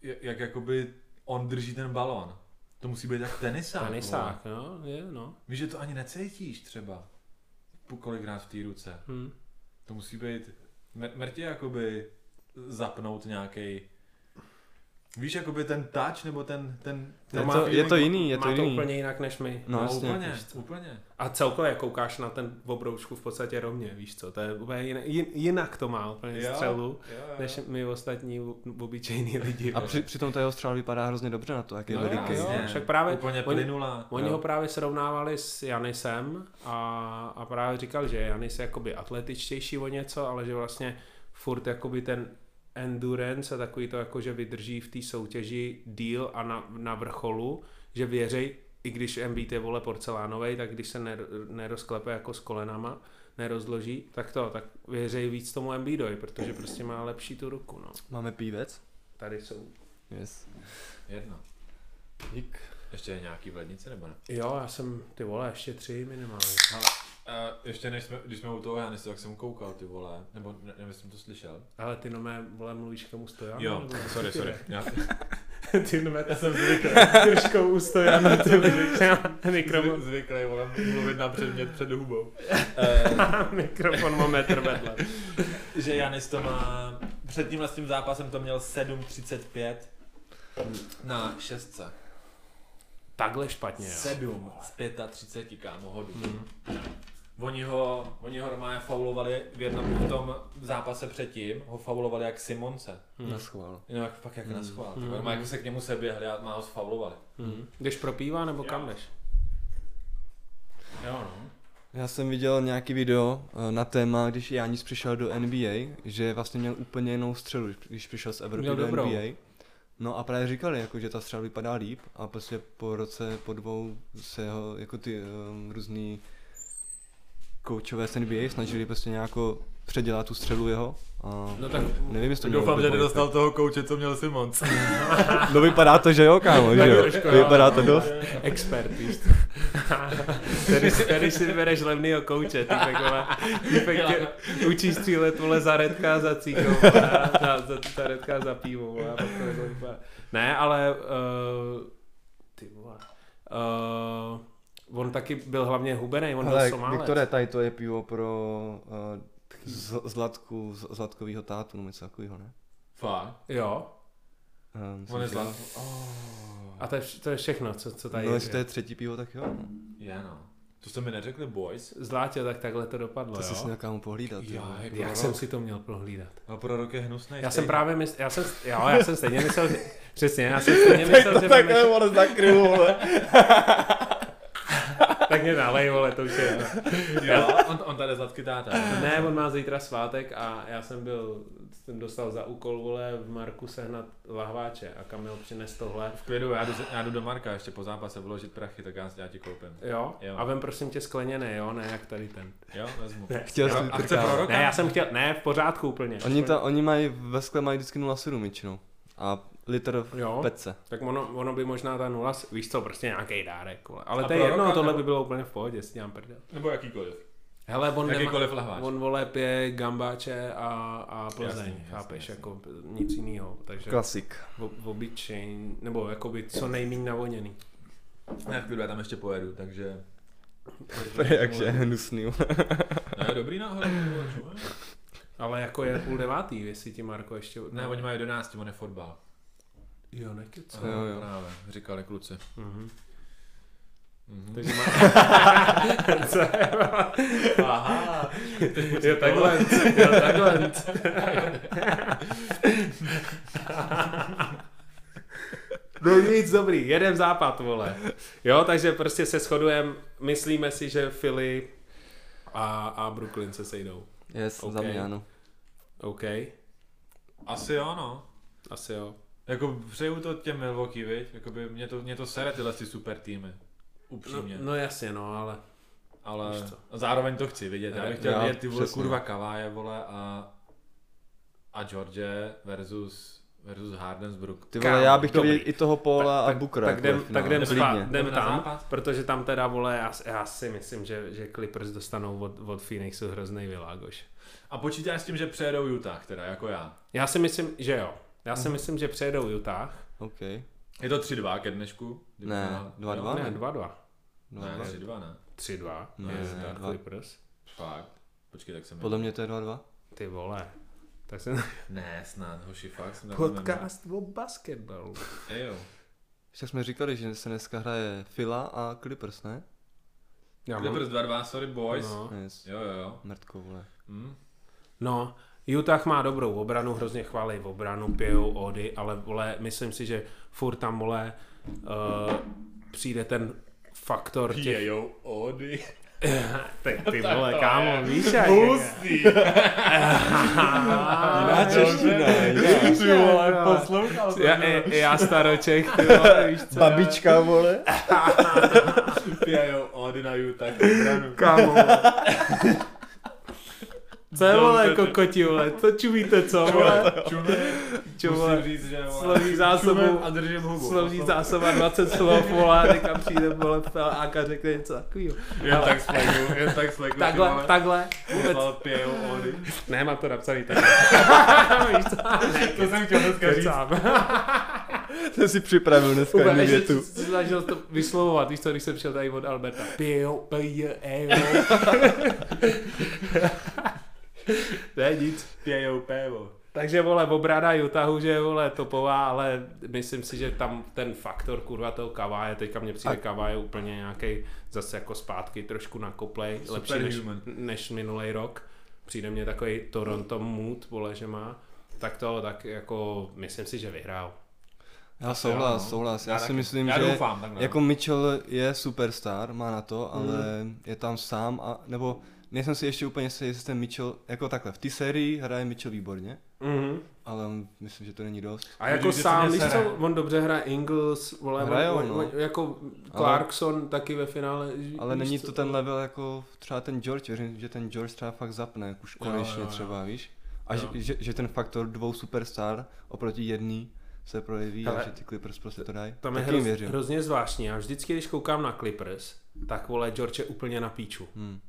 [SPEAKER 3] jak, jak jakoby on drží ten balón. To musí být jak tenisák. vole.
[SPEAKER 1] Tenisák, no, je, no.
[SPEAKER 3] Víš, že to ani necítíš třeba. Po kolikrát v té ruce.
[SPEAKER 1] Mm.
[SPEAKER 3] To musí být, mr- mrtě jakoby zapnout nějaký. Víš, jakoby ten touch, nebo ten, ten, ten
[SPEAKER 2] Je to, je to jiný, je to
[SPEAKER 1] má to
[SPEAKER 2] jiný.
[SPEAKER 1] úplně jinak než my.
[SPEAKER 2] No,
[SPEAKER 3] No,
[SPEAKER 2] jasně.
[SPEAKER 3] úplně, úplně.
[SPEAKER 1] A celkově koukáš na ten obroučku v podstatě rovně, víš co, to je úplně jinak, jinak to má úplně
[SPEAKER 3] Jo,
[SPEAKER 1] střelu,
[SPEAKER 3] jo, jo.
[SPEAKER 1] než my ostatní ob- obyčejní lidi.
[SPEAKER 2] A při, přitom ta jeho střela vypadá hrozně dobře na to, jak je
[SPEAKER 1] prostě. No,
[SPEAKER 2] veliký.
[SPEAKER 1] jasně.
[SPEAKER 3] Jasně,
[SPEAKER 1] však právě
[SPEAKER 3] Úplně
[SPEAKER 1] oni-
[SPEAKER 3] plynula.
[SPEAKER 1] Oni
[SPEAKER 2] Jo.
[SPEAKER 1] ho právě srovnávali s Janisem a, a právě říkal, že Janis je jakoby atletičtější o něco, ale že vlastně furt jakoby ten endurance a takový to jako, že vydrží v té soutěži díl a na, na vrcholu, že věřej, i když Embiid je vole porcelánovej, tak když se ner, nerozklepe jako s kolenama, nerozloží, tak to, tak věřej víc tomu Embiidovi, protože prostě má lepší tu ruku, no.
[SPEAKER 2] Máme pívec?
[SPEAKER 1] Tady jsou.
[SPEAKER 2] Yes.
[SPEAKER 3] Jedno.
[SPEAKER 2] Dík.
[SPEAKER 3] Ještě je nějaký v lednici, nebo ne?
[SPEAKER 1] Jo, já jsem, ty vole, ještě tři minimálně.
[SPEAKER 3] A ještě než jsme, když jsme u toho Janisu, tak jsem koukal ty vole, nebo ne, nevím, jestli jsem to slyšel.
[SPEAKER 1] Ale ty nové vole mluvíš k tomu stojanu?
[SPEAKER 3] jo,
[SPEAKER 1] nebo-
[SPEAKER 3] sorry, sorry. Já,
[SPEAKER 1] Ty nové
[SPEAKER 3] já jsem zvyklý,
[SPEAKER 1] držkou u stojanu, ty mikrofon,
[SPEAKER 3] zvyklý, zvyklý vole, mluvit na předmět před hubou.
[SPEAKER 1] mikrofon má metr vedle.
[SPEAKER 3] že Janis to má, před tímhle s tím zápasem to měl 7.35 na šestce.
[SPEAKER 1] Takhle špatně, jo. Mhm.
[SPEAKER 3] 7 z 35, kámo, hodů. Oni ho, oni ho normálně faulovali v jednom v tom zápase předtím, ho faulovali jak Simonce.
[SPEAKER 2] Na schvál.
[SPEAKER 3] No jak fakt jak na schvál. Mm. Normálně jako se k němu seběhli a má ho sfaulovali.
[SPEAKER 1] Mhm. Jdeš pro píva nebo kam jdeš?
[SPEAKER 3] Jo no.
[SPEAKER 2] Já jsem viděl nějaký video eh, na téma, když Janis přišel do NBA, že vlastně měl úplně jinou střelu, když- když přišel z Evropy
[SPEAKER 1] Měl
[SPEAKER 2] do
[SPEAKER 1] dobrou.
[SPEAKER 2] NBA. No a právě říkali, jako, že ta střela vypadá líp a prostě po roce, po dvou se ho jako ty um, různý koučové z NBA snažili prostě nějako předělat tu střelu jeho a
[SPEAKER 1] No tak
[SPEAKER 2] nevím, jestli to mělo
[SPEAKER 5] Doufám, že
[SPEAKER 2] dobrý
[SPEAKER 5] nedostal toho kouče, co měl Simons.
[SPEAKER 2] efekt. No vypadá to, že jo, kámo, že jo.
[SPEAKER 1] no.
[SPEAKER 2] Vypadá to dost.
[SPEAKER 1] expert, víš. tady, si- tady si vybereš levnýho kouče, týpek, vole. Týpek tě učí střílet, vole, za redka, za cíkou, vole, za, za, za redka, za pivo, vole, a pak to je úplně- Ne, ale, uh, ty vole, uh, on taky byl hlavně hubený, on byl
[SPEAKER 2] Ale
[SPEAKER 1] somálec.
[SPEAKER 2] Viktore, tady to je pivo pro uh, z, Zlatku, z, Zlatkovýho tátu, nebo něco takového, ne?
[SPEAKER 3] Fakt.
[SPEAKER 1] Jo,
[SPEAKER 2] Um,
[SPEAKER 3] On je zlat.
[SPEAKER 1] a to je, vš- to je všechno, co, co tady
[SPEAKER 2] No,
[SPEAKER 1] je.
[SPEAKER 2] jestli to je třetí pivo, tak jo. no.
[SPEAKER 3] Je no. To jste mi neřekli boys.
[SPEAKER 1] Zlátě, tak takhle to dopadlo,
[SPEAKER 2] To
[SPEAKER 1] jo.
[SPEAKER 2] si směl kámo pohlídat. jo.
[SPEAKER 3] Já, jak
[SPEAKER 1] Jak jsem si to měl prohlídat?
[SPEAKER 3] A prorok je hnusný.
[SPEAKER 1] Já
[SPEAKER 3] stejně.
[SPEAKER 1] jsem právě mysl, já jsem, jo, já jsem stejně myslel, že, přesně, já jsem stejně myslel, že tak,
[SPEAKER 2] vole, zakryl, vole.
[SPEAKER 1] tak mě nalej, vole, to už je. jedno.
[SPEAKER 3] Jo, on, on tady zlatky táta.
[SPEAKER 1] Ne, on má zítra svátek a já jsem byl, jsem dostal za úkol, vole, v Marku sehnat lahváče a Kamil přines tohle.
[SPEAKER 3] V klidu, já jdu, já jdu do Marka ještě po zápase vložit prachy, tak já, já ti koupím.
[SPEAKER 1] Jo?
[SPEAKER 3] Jo.
[SPEAKER 1] a vem prosím tě skleněné, jo, ne jak tady ten.
[SPEAKER 3] Jo, vezmu.
[SPEAKER 2] Chtěl
[SPEAKER 3] Jo,
[SPEAKER 2] jsem
[SPEAKER 3] a chce
[SPEAKER 2] trkát.
[SPEAKER 3] prorok?
[SPEAKER 1] Ne, já jsem chtěl, ne, v pořádku úplně.
[SPEAKER 2] Oni, ta, oni mají, ve skle mají vždycky 0,7 většinou. A litr v
[SPEAKER 1] Jo.
[SPEAKER 2] pece.
[SPEAKER 1] Tak ono, ono by možná ta nula, s- víš co, prostě nějaký dárek, vole. Ale
[SPEAKER 3] A
[SPEAKER 1] to je
[SPEAKER 3] pro
[SPEAKER 1] jedno,
[SPEAKER 3] roka
[SPEAKER 1] tohle
[SPEAKER 3] nebo-
[SPEAKER 1] by bylo úplně v pohodě, s dělám prdel.
[SPEAKER 3] Nebo jakýkoliv.
[SPEAKER 1] Hele, on nemá,
[SPEAKER 3] Jakýkoliv lahváč.
[SPEAKER 1] On vole pije gambáče a, a Plzeň,
[SPEAKER 3] Jasný,
[SPEAKER 1] jasný,
[SPEAKER 3] jasný,
[SPEAKER 1] chápeš,
[SPEAKER 3] jasný.
[SPEAKER 1] jasný. jako nic jiného, takže
[SPEAKER 2] Klasik.
[SPEAKER 1] v- v obyčejný, nebo jakoby co nejméně navoněný.
[SPEAKER 3] Ne, v klidu, já tam ještě pojedu, takže...
[SPEAKER 2] To je jakže hnusný. vole.
[SPEAKER 3] No, je dobrý náhodou.
[SPEAKER 1] Ale jako je půl devátý, jestli ti Marko ještě...
[SPEAKER 3] Ne, oni mají 11, on je fotbal.
[SPEAKER 1] Jo, nekec.
[SPEAKER 2] Jo, jo.
[SPEAKER 3] Právě, říkali kluci.
[SPEAKER 1] Mhm.
[SPEAKER 3] Mhm.
[SPEAKER 1] Takže má... co
[SPEAKER 3] Aha,
[SPEAKER 1] je, jo, takhle, jo, takhle. No nic, dobrý, jeden západ, vole. Jo, takže prostě se shodujeme, myslíme si, že Philly a, a Brooklyn se sejdou.
[SPEAKER 2] Yes,
[SPEAKER 1] OK.
[SPEAKER 2] za mě ano.
[SPEAKER 1] OK,
[SPEAKER 3] asi jo, no.
[SPEAKER 1] asi jo.
[SPEAKER 3] Jako přeju to těm Milwaukee, viď? Jakoby mě to, mě to sere tyhle ty super týmy.
[SPEAKER 1] No,
[SPEAKER 3] Upřímně.
[SPEAKER 1] no jasně, no, ale
[SPEAKER 3] Ale
[SPEAKER 1] Víš co?
[SPEAKER 3] zároveň to chci vidět. Já
[SPEAKER 1] Ne,
[SPEAKER 3] bych chtěl
[SPEAKER 2] já-
[SPEAKER 3] vidět ty vole
[SPEAKER 2] přesně.
[SPEAKER 3] kurva Kaváje, vole, a, a George versus, versus Harden z Brook.
[SPEAKER 2] Ty vole,
[SPEAKER 1] Kámo,
[SPEAKER 2] já bych chtěl
[SPEAKER 1] dobrý.
[SPEAKER 2] vidět i toho Paula a
[SPEAKER 1] tak,
[SPEAKER 2] Bookera.
[SPEAKER 1] tak
[SPEAKER 2] jako
[SPEAKER 1] jdem,
[SPEAKER 2] ve finále.
[SPEAKER 1] tak jdem,
[SPEAKER 3] Nebo
[SPEAKER 1] spá,
[SPEAKER 3] klidně.
[SPEAKER 1] jdem
[SPEAKER 3] Jdeme na
[SPEAKER 1] tam,
[SPEAKER 3] zápas?
[SPEAKER 1] protože tam teda, vole, já, já si myslím, že, že Clippers dostanou od, od Phoenixu hrozný világoš.
[SPEAKER 3] A počítáš s tím, že přejedou Utah, teda jako já.
[SPEAKER 1] Já si myslím, že jo. Já
[SPEAKER 2] Mhm.
[SPEAKER 1] si myslím, že přejedou Utah.
[SPEAKER 2] OK.
[SPEAKER 3] Je to 3-2 ke dnešku?
[SPEAKER 2] Ne,
[SPEAKER 3] Jo?
[SPEAKER 2] 2-2.
[SPEAKER 1] Ne,
[SPEAKER 2] ne.
[SPEAKER 1] 2-2.
[SPEAKER 2] No,
[SPEAKER 3] Ne,
[SPEAKER 2] dva.
[SPEAKER 3] 3-2 ne.
[SPEAKER 1] 3-2.
[SPEAKER 2] Ne,
[SPEAKER 1] je za
[SPEAKER 2] dva.
[SPEAKER 1] Clippers.
[SPEAKER 3] Fakt. Počkej, tak jsem...
[SPEAKER 2] Podle mě to je 2-2.
[SPEAKER 1] Ty vole. Tak jsem...
[SPEAKER 3] Ne, snad, hoši, fakt jsem
[SPEAKER 1] Podcast o basketbalu.
[SPEAKER 3] Ejo.
[SPEAKER 2] Však jsme říkali, že se dneska hraje Fila a Clippers, ne?
[SPEAKER 1] Já mám...
[SPEAKER 3] Clippers 2-2, sorry boys.
[SPEAKER 1] No.
[SPEAKER 2] Yes.
[SPEAKER 3] Jo, jo, jo.
[SPEAKER 2] Mrtko, vole.
[SPEAKER 3] Hm?
[SPEAKER 1] No, Utah má dobrou obranu, hrozně chválí obranu, pijou Ody, ale vole, myslím si, že furt tam vole uh, přijde ten faktor těch...
[SPEAKER 3] Pijejou Ody.
[SPEAKER 1] Tak ty vole,
[SPEAKER 3] to je.
[SPEAKER 1] kámo, víš jak
[SPEAKER 3] Hustý.
[SPEAKER 2] Jiná čeština, jiná.
[SPEAKER 3] Ty vole, poslouchal jsem.
[SPEAKER 1] já, já- já staroček, ty vole, víš co?
[SPEAKER 2] Babička, vole.
[SPEAKER 3] Pijejou Ody na Utah.
[SPEAKER 1] Kámo. Co je vole, kokoti, vole, co čumíte, co, vole? Čo,
[SPEAKER 3] Musím
[SPEAKER 1] vole,
[SPEAKER 3] říct, že vole,
[SPEAKER 1] sloví zásobu,
[SPEAKER 3] čumem a držím hubu.
[SPEAKER 1] sloví zásoba 20 slov, vole, a teďka přijde, vole, felák a řekne něco takového.
[SPEAKER 3] Jen tak slegu, jen tak slegu.
[SPEAKER 1] Takhle, takhle, vůbec.
[SPEAKER 3] Vůbec. Pijou Ody.
[SPEAKER 1] Ne, mám to napsaný takhle. Víš co?
[SPEAKER 3] To jsem chtěl dneska říct.
[SPEAKER 1] Kecám.
[SPEAKER 2] Jsem si připravil dneska
[SPEAKER 1] Úplně,
[SPEAKER 2] jednu
[SPEAKER 1] ještě
[SPEAKER 2] větu.
[SPEAKER 1] jsi snažil to vyslovovat, víš co, když jsem šel tady od Alberta. Pijou, pijou, ejo. Ne, nic.
[SPEAKER 3] Pijou pivo.
[SPEAKER 1] Takže vole, obráda Utahu, že vole, topová, ale myslím si, že tam ten faktor kurva toho kava je, teďka mě přijde kava je úplně nějaký zase jako zpátky trošku nakoplej, lepší než,
[SPEAKER 3] Superhuman.
[SPEAKER 1] než minulý rok. Přijde mě takový Toronto mood, vole, že má. Tak to, tak jako, myslím si, že vyhrál.
[SPEAKER 2] Já souhlas,
[SPEAKER 1] no.
[SPEAKER 2] souhlas. Já,
[SPEAKER 3] Já
[SPEAKER 2] si
[SPEAKER 3] taky.
[SPEAKER 2] myslím,
[SPEAKER 3] Já
[SPEAKER 2] že
[SPEAKER 3] doufám, takhle.
[SPEAKER 2] jako Mitchell je superstar, má na to, ale je tam sám a nebo nejsem si ještě úplně jistý, jestli ten Mitchell, jako takhle, v té sérii hraje Mitchell výborně,
[SPEAKER 1] Mm-hmm.
[SPEAKER 2] ale myslím, že to není dost.
[SPEAKER 1] A
[SPEAKER 3] Vidíš,
[SPEAKER 1] jako
[SPEAKER 3] že se
[SPEAKER 1] sám,
[SPEAKER 3] mě
[SPEAKER 1] víš co,
[SPEAKER 3] sere.
[SPEAKER 1] on dobře hraje Ingles, vole, on-
[SPEAKER 2] Hrajou,
[SPEAKER 1] on,
[SPEAKER 2] no.
[SPEAKER 1] on, jako Clarkson taky ve finále.
[SPEAKER 2] Ale
[SPEAKER 1] víš
[SPEAKER 2] není
[SPEAKER 1] co?
[SPEAKER 2] to ten level jako třeba ten George, věřím, že ten George třeba fakt zapne, už
[SPEAKER 3] Jo,
[SPEAKER 2] konečně
[SPEAKER 3] jo, jo.
[SPEAKER 2] třeba, víš? A
[SPEAKER 1] Jo.
[SPEAKER 2] že, že, že, ten faktor dvou superstar oproti jedný se projeví
[SPEAKER 1] Hele,
[SPEAKER 2] a že ty Clippers prostě to dají.
[SPEAKER 1] Tam je
[SPEAKER 2] Taky jim
[SPEAKER 1] hroz,
[SPEAKER 2] věřím.
[SPEAKER 1] hrozně zvláštní. Já vždycky, když koukám na Clippers, tak vole George je úplně na píču.
[SPEAKER 2] Hmm.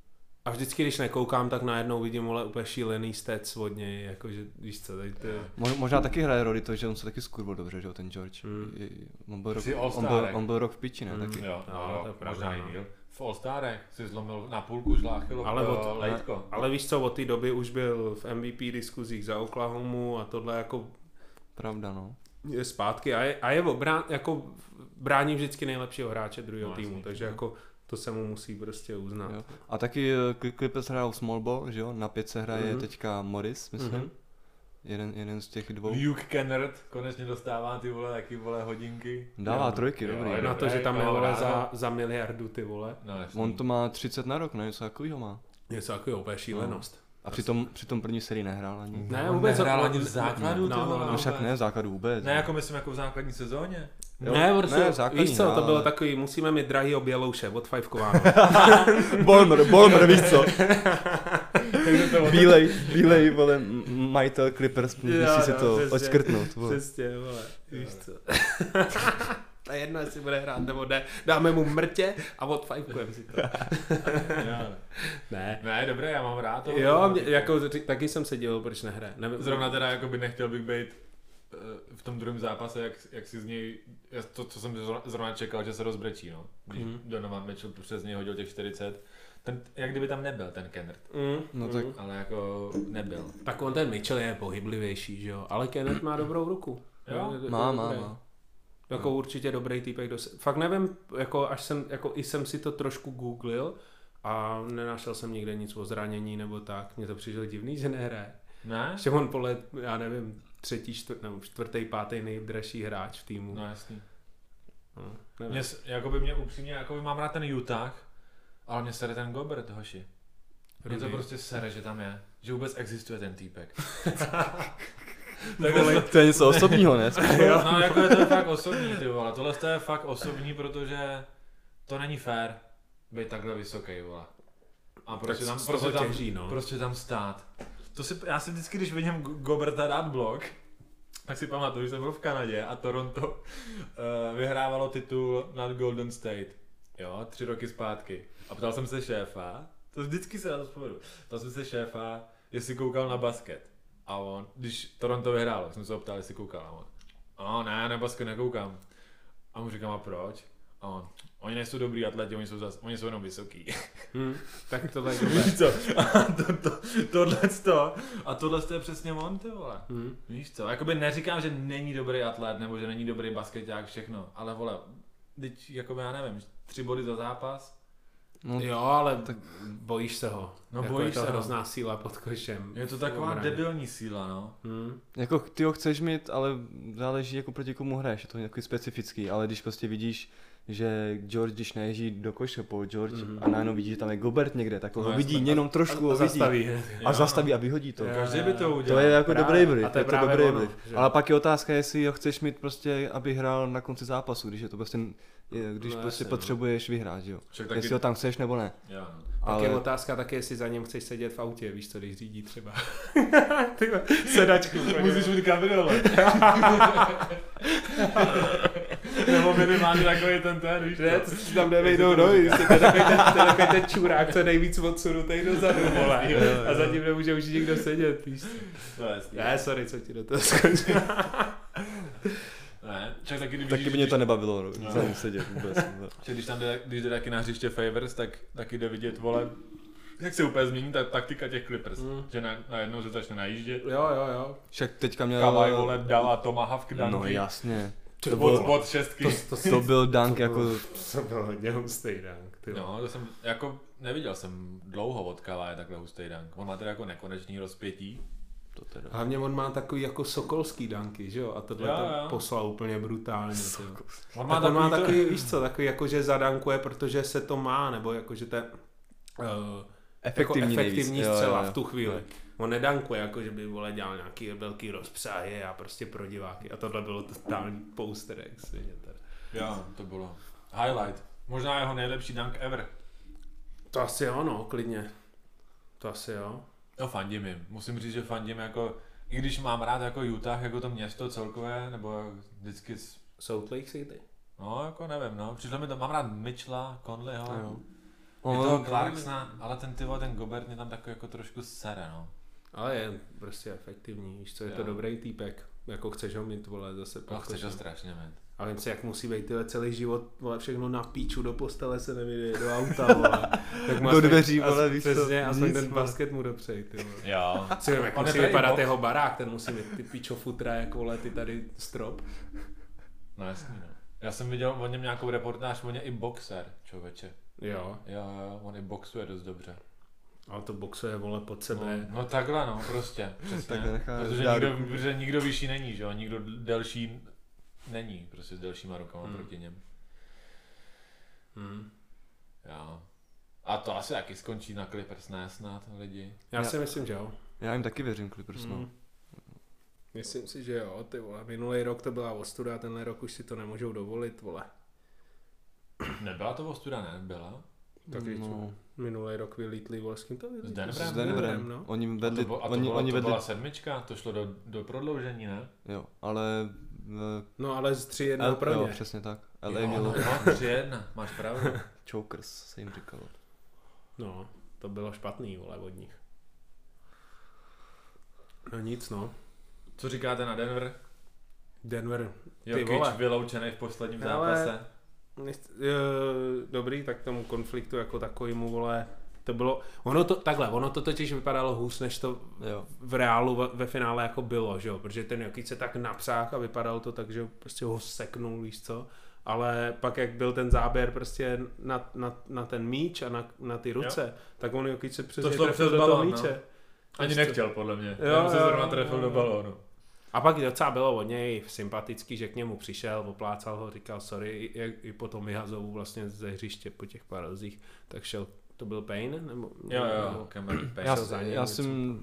[SPEAKER 1] A vždycky, když nekoukám, tak najednou vidím vole úplně šílený stec od něj, jakože víš co, tady to je...
[SPEAKER 2] Mo- Možná taky hraje roli to, že on se taky skurvil dobře, že jo, ten George.
[SPEAKER 1] Hmm.
[SPEAKER 2] Je- je- On byl, rok,
[SPEAKER 3] Jsi
[SPEAKER 2] on byl,
[SPEAKER 3] All-Starek.
[SPEAKER 2] on byl rok v piči, ne?
[SPEAKER 1] Hmm.
[SPEAKER 2] Taky.
[SPEAKER 3] Jo,
[SPEAKER 1] No,
[SPEAKER 3] no,
[SPEAKER 1] to je
[SPEAKER 3] jo,
[SPEAKER 1] pravda,
[SPEAKER 3] možná i
[SPEAKER 1] no.
[SPEAKER 3] díl. V All-Starech si zlomil na půlku žláchylo
[SPEAKER 1] Ale
[SPEAKER 3] ale
[SPEAKER 1] od-
[SPEAKER 3] od, lejtko.
[SPEAKER 1] Ale víš co, od té doby už byl v MVP diskuzích za Oklahomu a tohle jako
[SPEAKER 2] Pravda, no.
[SPEAKER 1] je zpátky a je, a je obrán, jako brání vždycky nejlepšího hráče druhého
[SPEAKER 3] No,
[SPEAKER 1] týmu,
[SPEAKER 3] jasný.
[SPEAKER 1] takže jako to se mu musí prostě uznat.
[SPEAKER 2] Jo. A taky eh, Cl- Clippers hrajou small ball, že jo? Na pětce hraje
[SPEAKER 1] Mhm.
[SPEAKER 2] teďka Morris, myslím.
[SPEAKER 1] Mhm.
[SPEAKER 2] Jeden, jeden z těch dvou.
[SPEAKER 3] Luke Kennard konečně dostává ty vole taky vole hodinky.
[SPEAKER 2] Dává
[SPEAKER 1] Jo.
[SPEAKER 2] trojky,
[SPEAKER 3] Jo,
[SPEAKER 2] dobrý.
[SPEAKER 3] jo.
[SPEAKER 1] Na to, že tam je
[SPEAKER 3] Jo,
[SPEAKER 1] vole
[SPEAKER 3] ráno.
[SPEAKER 1] za, za miliardu ty vole,
[SPEAKER 3] No, jasný.
[SPEAKER 2] On to má 30 na rok, ne? Něco takového má.
[SPEAKER 1] něco jako jo,
[SPEAKER 2] No.
[SPEAKER 1] úplně šílenost.
[SPEAKER 2] A přitom, přitom první sérii No, nehrál ani.
[SPEAKER 1] Ne,
[SPEAKER 3] On
[SPEAKER 1] vůbec
[SPEAKER 3] nehrál
[SPEAKER 1] on-
[SPEAKER 3] ani v základu,
[SPEAKER 1] no,
[SPEAKER 3] ty
[SPEAKER 1] no,
[SPEAKER 3] vole.
[SPEAKER 1] no,
[SPEAKER 2] No však ne, v základu vůbec.
[SPEAKER 3] Ne, jako myslím jako v základní sezóně.
[SPEAKER 2] Jo.
[SPEAKER 1] Ne, prostě,
[SPEAKER 2] Ne,
[SPEAKER 1] ne,
[SPEAKER 2] základní
[SPEAKER 1] víš co, to
[SPEAKER 2] hrál,
[SPEAKER 1] bylo
[SPEAKER 2] ale-
[SPEAKER 1] takový, musíme mít drahýho bělouše od Fajfkováno.
[SPEAKER 2] Bolmer, Bolmer, No, víš co?
[SPEAKER 3] Takže to
[SPEAKER 2] Bílej, bílej, vole, m- m- majitel Clippers, musí
[SPEAKER 1] Jo,
[SPEAKER 2] si
[SPEAKER 1] no,
[SPEAKER 2] to
[SPEAKER 1] přesně.
[SPEAKER 2] odškrtnout. vole.
[SPEAKER 1] Přesně, vole, víš co. Ta jedna, jestli bude hrát nebo ne, dáme mu mrtě a odfajfkujeme si to.
[SPEAKER 3] Jo.
[SPEAKER 1] Ne.
[SPEAKER 3] Ne, dobré, já mám rád to.
[SPEAKER 1] Jo, mě, jako, ty- taky jsem se díval, proč nehraje. Nevím,
[SPEAKER 3] Zrovna teda jako by nechtěl bych být eh, v tom druhém zápase, jak, jak si z něj, já to, co jsem zro- zrovna čekal, že se rozbrečí, no. Když
[SPEAKER 1] Mhm.
[SPEAKER 3] Donovan Mitchell přes něj hodil těch 40. Ten, jak kdyby tam nebyl ten Kennard,
[SPEAKER 1] Mm,
[SPEAKER 2] No tak-
[SPEAKER 1] mm.
[SPEAKER 3] ale jako nebyl.
[SPEAKER 1] Tak on ten Mitchell je pohyblivější, že jo, ale Kenneth má dobrou ruku.
[SPEAKER 3] Jo?
[SPEAKER 1] Je- je- je
[SPEAKER 2] Má, má,
[SPEAKER 1] dobrý.
[SPEAKER 2] má.
[SPEAKER 1] Jako určitě dobrý týpek. Do... se- Fakt nevím, jako až jsem, jako i jsem si to trošku googlil a nenašel jsem nikde nic o zranění nebo tak. Mně to přišlo divný, že nehraje.
[SPEAKER 3] Ne?
[SPEAKER 1] Že on podle, já nevím, třetí, čtvrt, nebo čtvrtý, pátý nejdražší hráč v týmu.
[SPEAKER 3] No jasný.
[SPEAKER 1] No,
[SPEAKER 3] Mě,
[SPEAKER 1] nevím.
[SPEAKER 3] s- jakoby mě upřímně, jakoby mám rád ten Utah, ale mě sere ten Gobert, hoši. Mě to
[SPEAKER 1] Rudy.
[SPEAKER 3] prostě sere, že tam je. Že vůbec existuje ten týpek.
[SPEAKER 2] Vole, To je něco osobního, ne?
[SPEAKER 3] No jako je to fakt osobní, ty vole. Tohle to je fakt osobní, protože to není fér být takhle vysoký, vole. A prostě
[SPEAKER 1] Tak
[SPEAKER 3] tam,
[SPEAKER 1] z toho
[SPEAKER 3] prostě tam,
[SPEAKER 1] těží, no.
[SPEAKER 3] prostě tam stát. To si, já si vždycky, když vidím Go- Goberta dát blok, tak si pamatuju, že jsem byl v Kanadě a Toronto eh, vyhrávalo titul nad Golden State. Jo, tři roky zpátky. A ptal jsem se šéfa, to vždycky se na to vzpomenu, ptal jsem se šéfa, jestli koukal na basket. A on, když Toronto vyhrálo, jsem se ho ptal, jestli koukal. A on, a ne, na basket nekoukám. A mu říkám, a proč? A on, oni nejsou dobrý atleti, oni jsou, zas, oni jsou jenom vysoký.
[SPEAKER 1] Hm, tak tohle je dobré.
[SPEAKER 3] Víš co? A to, to, tohle to, a tohle je přesně on, ty vole.
[SPEAKER 1] Hm.
[SPEAKER 3] Víš co, jakoby neříkám, že není dobrý atlet, nebo že není dobrý basketák, všechno, ale vole, teď, jakoby já nevím, tři body za zápas,
[SPEAKER 2] No,
[SPEAKER 1] Jo, ale tak... bojíš se ho.
[SPEAKER 3] No,
[SPEAKER 1] jako je
[SPEAKER 3] bojíš
[SPEAKER 1] to
[SPEAKER 3] se ho.
[SPEAKER 1] hrozná síla pod košem.
[SPEAKER 3] je to taková
[SPEAKER 1] Obraně.
[SPEAKER 3] debilní síla, no.
[SPEAKER 1] Hm.
[SPEAKER 2] Jako ty ho chceš mít, ale záleží jako proti komu hraješ, je to takový specifický, ale když prostě vidíš, že George, když neježí do koše po George
[SPEAKER 1] Mhm.
[SPEAKER 2] mm-hmm. a najednou vidí, že tam je Gobert někde, tak ho
[SPEAKER 3] No,
[SPEAKER 2] no, vidí,
[SPEAKER 3] jasně.
[SPEAKER 2] jenom trošku ho vidí
[SPEAKER 1] Zastaví.
[SPEAKER 2] a zastaví a vyhodí to.
[SPEAKER 1] Jo.
[SPEAKER 3] Každý by to
[SPEAKER 2] To
[SPEAKER 3] udělal.
[SPEAKER 2] je jako
[SPEAKER 1] Právě.
[SPEAKER 2] dobrý
[SPEAKER 1] A
[SPEAKER 2] vliv,
[SPEAKER 1] to je
[SPEAKER 2] je to
[SPEAKER 1] právě
[SPEAKER 2] dobrý
[SPEAKER 1] ono,
[SPEAKER 2] vliv.
[SPEAKER 1] že?
[SPEAKER 2] Ale pak je otázka, jestli ho chceš mít prostě, aby hrál na konci zápasu, když je to prostě, je- když
[SPEAKER 1] No,
[SPEAKER 2] no, prostě
[SPEAKER 1] jasně, no.
[SPEAKER 2] potřebuješ vyhrát, že jo.
[SPEAKER 3] Však
[SPEAKER 2] Jestli
[SPEAKER 3] taky,
[SPEAKER 2] ho tam chceš nebo ne.
[SPEAKER 3] jo, no.
[SPEAKER 1] Ale...
[SPEAKER 2] Ale
[SPEAKER 1] Tak je otázka také, jestli za ním chceš sedět v autě, víš co, když řídí třeba. Ty vole, sedačku.
[SPEAKER 3] Musíš mít kabriolet. Nebo minimálně takový ten ten, víš
[SPEAKER 1] Ne,
[SPEAKER 3] co?
[SPEAKER 1] to si tam nevejdou nohy, to je takový ten- to je takový ten čurák, co je nejvíc odsunutý dozadu, vole. A zatím nemůže už nikdo sedět, víš co.
[SPEAKER 3] To je jasný.
[SPEAKER 1] Ne, sorry, co ti do toho skočil.
[SPEAKER 3] Ne, však taky, když
[SPEAKER 2] taky by mě to nebavilo, no,
[SPEAKER 3] No.
[SPEAKER 2] za ním sedět vůbec.
[SPEAKER 3] Že když tam jde, když jde taky na hřiště Favors, tak taky jde vidět, vole, Jak se úplně změní ta taktika těch Clippers,
[SPEAKER 1] Mm.
[SPEAKER 3] mm. že na, najednou se začne najíždět.
[SPEAKER 1] Jo, jo, jo.
[SPEAKER 2] Však teďka měl...
[SPEAKER 3] Kavaj vole dává Tomahawk dunky.
[SPEAKER 2] No jasně. To
[SPEAKER 3] Od,
[SPEAKER 2] byl,
[SPEAKER 3] od šestky. To,
[SPEAKER 1] To,
[SPEAKER 2] to byl dunk
[SPEAKER 1] to
[SPEAKER 2] jako...
[SPEAKER 1] bylo- to byl hodně hustý dunk, ty vole.
[SPEAKER 3] No, to jsem, jako, neviděl jsem dlouho od Kavaje takhle hustý dunk. On má teda jako nekonečný rozpětí.
[SPEAKER 2] To teda.
[SPEAKER 1] Hlavně on má takový jako sokolský danky, že jo? A tohle
[SPEAKER 3] Jo,
[SPEAKER 1] to
[SPEAKER 3] jo.
[SPEAKER 1] poslal úplně brutálně. ty vole.
[SPEAKER 3] On
[SPEAKER 1] Má tak on má
[SPEAKER 3] to-
[SPEAKER 1] takový, víš co, takový jako, že zadankuje, protože se to má, nebo jako, že to je uh,
[SPEAKER 2] Efektivní,
[SPEAKER 1] jako
[SPEAKER 2] nejvíc.
[SPEAKER 1] efektivní
[SPEAKER 2] Jo, jo,
[SPEAKER 1] střela
[SPEAKER 2] jo.
[SPEAKER 1] v tu chvíli. On nedankuje, jako že by vole dělal nějaký velký rozpřáhy a prostě pro diváky. A tohle bylo totální poster, jak se mě tady.
[SPEAKER 3] Jo, to bylo. Highlight. Možná jeho nejlepší dunk ever.
[SPEAKER 1] To asi jo, no, klidně. To asi jo.
[SPEAKER 3] No fandím jim. Musím říct, že fandím jako, i když mám rád jako Utah, jako to město celkové, nebo vždycky, s-
[SPEAKER 1] Salt Lake City.
[SPEAKER 3] no jako nevím, no. Přišlo mi to, mám rád Mitchella, Conleyho,
[SPEAKER 2] A jo.
[SPEAKER 3] jo. Je toho Clarksona, ale ten tyvo, ten Gobert mě tam takový jako trošku sere, no.
[SPEAKER 1] Ale je prostě efektivní, víš co, je to
[SPEAKER 3] Jo.
[SPEAKER 1] dobrý týpek. Jako chceš ho mít, vole, zase
[SPEAKER 2] Jako
[SPEAKER 1] pod
[SPEAKER 3] No, chceš
[SPEAKER 1] košem.
[SPEAKER 3] to strašně mít.
[SPEAKER 1] A vím si, jak musí být tyhle celý život, vole, všechno na píču, do postele se nevyjde, do auta, vole. Tak mu
[SPEAKER 2] Do
[SPEAKER 1] aspoň-
[SPEAKER 2] dveří,
[SPEAKER 1] as-
[SPEAKER 2] vole, víš co,
[SPEAKER 1] Přesně, aspoň
[SPEAKER 2] nic,
[SPEAKER 1] ten
[SPEAKER 2] vole.
[SPEAKER 1] basket mu dopřej, ty vole.
[SPEAKER 3] Jo.
[SPEAKER 1] Si vím, jak
[SPEAKER 3] On je tady
[SPEAKER 1] musí jako vypadat
[SPEAKER 3] box.
[SPEAKER 1] jeho barák, ten musí mít ty píčo futra, jak vole, ty tady strop.
[SPEAKER 3] No jasný, no. Já jsem viděl o něm nějakou reportáž, on je i boxer, člověče.
[SPEAKER 1] Jo,
[SPEAKER 3] Jo, jo, on i boxuje dost dobře.
[SPEAKER 1] ale to boxuje, vole, pod
[SPEAKER 3] No,
[SPEAKER 1] sebe.
[SPEAKER 3] no takhle no, prostě, přesně.
[SPEAKER 2] Takhle nechá
[SPEAKER 3] protože,
[SPEAKER 2] dát
[SPEAKER 3] nikdo,
[SPEAKER 2] ruku.
[SPEAKER 3] protože nikdo vyšší není, že jo, nikdo d- delší není, prostě s delšíma rukama hmm. proti něm.
[SPEAKER 1] Hmm.
[SPEAKER 3] Jo. A to asi taky skončí na Clippers, ne snad lidi.
[SPEAKER 1] Já si myslím, že jo.
[SPEAKER 2] Já jim taky věřím, Clippers, no.
[SPEAKER 1] Myslím si, že jo, ty vole. Minulý rok to byla ostuda, tenhle rok už si to nemůžou dovolit, vole.
[SPEAKER 3] Nebyla to ostuda, ne? Byla?
[SPEAKER 1] Tak no.
[SPEAKER 2] No.
[SPEAKER 1] Minulý rok vylítli, vole, s kým to
[SPEAKER 3] S
[SPEAKER 1] vylítli?
[SPEAKER 3] Denverem?
[SPEAKER 2] S
[SPEAKER 1] Denverem,
[SPEAKER 2] Denverem.
[SPEAKER 1] no.
[SPEAKER 2] Oni
[SPEAKER 3] A to,
[SPEAKER 2] vedli,
[SPEAKER 3] bylo, a to,
[SPEAKER 2] oni,
[SPEAKER 3] bylo,
[SPEAKER 2] oni
[SPEAKER 3] to
[SPEAKER 2] vedli,
[SPEAKER 3] byla sedmička, to šlo do, do prodloužení, ne?
[SPEAKER 2] jo, ale... eh,
[SPEAKER 1] No ale z 3 jednou
[SPEAKER 2] L-
[SPEAKER 1] pro
[SPEAKER 2] jo,
[SPEAKER 1] ně.
[SPEAKER 2] přesně tak. LA
[SPEAKER 3] jo, no,
[SPEAKER 2] mělo
[SPEAKER 3] no, tři jedna, máš pravdu.
[SPEAKER 2] chokers, se jim říkalo.
[SPEAKER 1] No, to bylo špatný, vole, od nich. No nic, no.
[SPEAKER 3] Co říkáte na Denver?
[SPEAKER 1] Denver. Ty vole.
[SPEAKER 3] Jokic vyloučený v posledním
[SPEAKER 1] Hele.
[SPEAKER 3] zápase.
[SPEAKER 1] Nechci- eh, Dobrý, tak tomu konfliktu jako takovýmu, vole, to bylo, ono to, takhle, ono to totiž vypadalo hůř, než to
[SPEAKER 2] Jo.
[SPEAKER 1] v reálu ve, ve finále jako bylo, že jo, protože ten Jokic se tak napřák a vypadalo to tak, že prostě ho seknul, víš co, ale pak jak byl ten záběr prostě na, na, na ten míč a na, na ty ruce, jo. tak on Jokic se přesně
[SPEAKER 3] šlo
[SPEAKER 1] trefil
[SPEAKER 3] přes
[SPEAKER 1] do toho
[SPEAKER 3] balón, no.
[SPEAKER 1] míče.
[SPEAKER 3] Ani
[SPEAKER 1] Prostě-
[SPEAKER 3] nechtěl, podle mě.
[SPEAKER 1] Jo,
[SPEAKER 3] Jo, se
[SPEAKER 1] jo,
[SPEAKER 3] zrovna
[SPEAKER 1] jo,
[SPEAKER 3] trefil
[SPEAKER 1] jo.
[SPEAKER 3] do balónu.
[SPEAKER 1] A pak docela bylo od něj sympatický, že k němu přišel, oplácal ho, říkal sorry, i, jak- i potom vyhazovou vlastně ze hřiště po těch paralzích, tak šel, to byl Payne? Nebo,
[SPEAKER 3] Jo,
[SPEAKER 1] Nebo,
[SPEAKER 3] jo, Cameron Payne.
[SPEAKER 2] Já,
[SPEAKER 1] šel za ním
[SPEAKER 2] já
[SPEAKER 1] něco.
[SPEAKER 2] si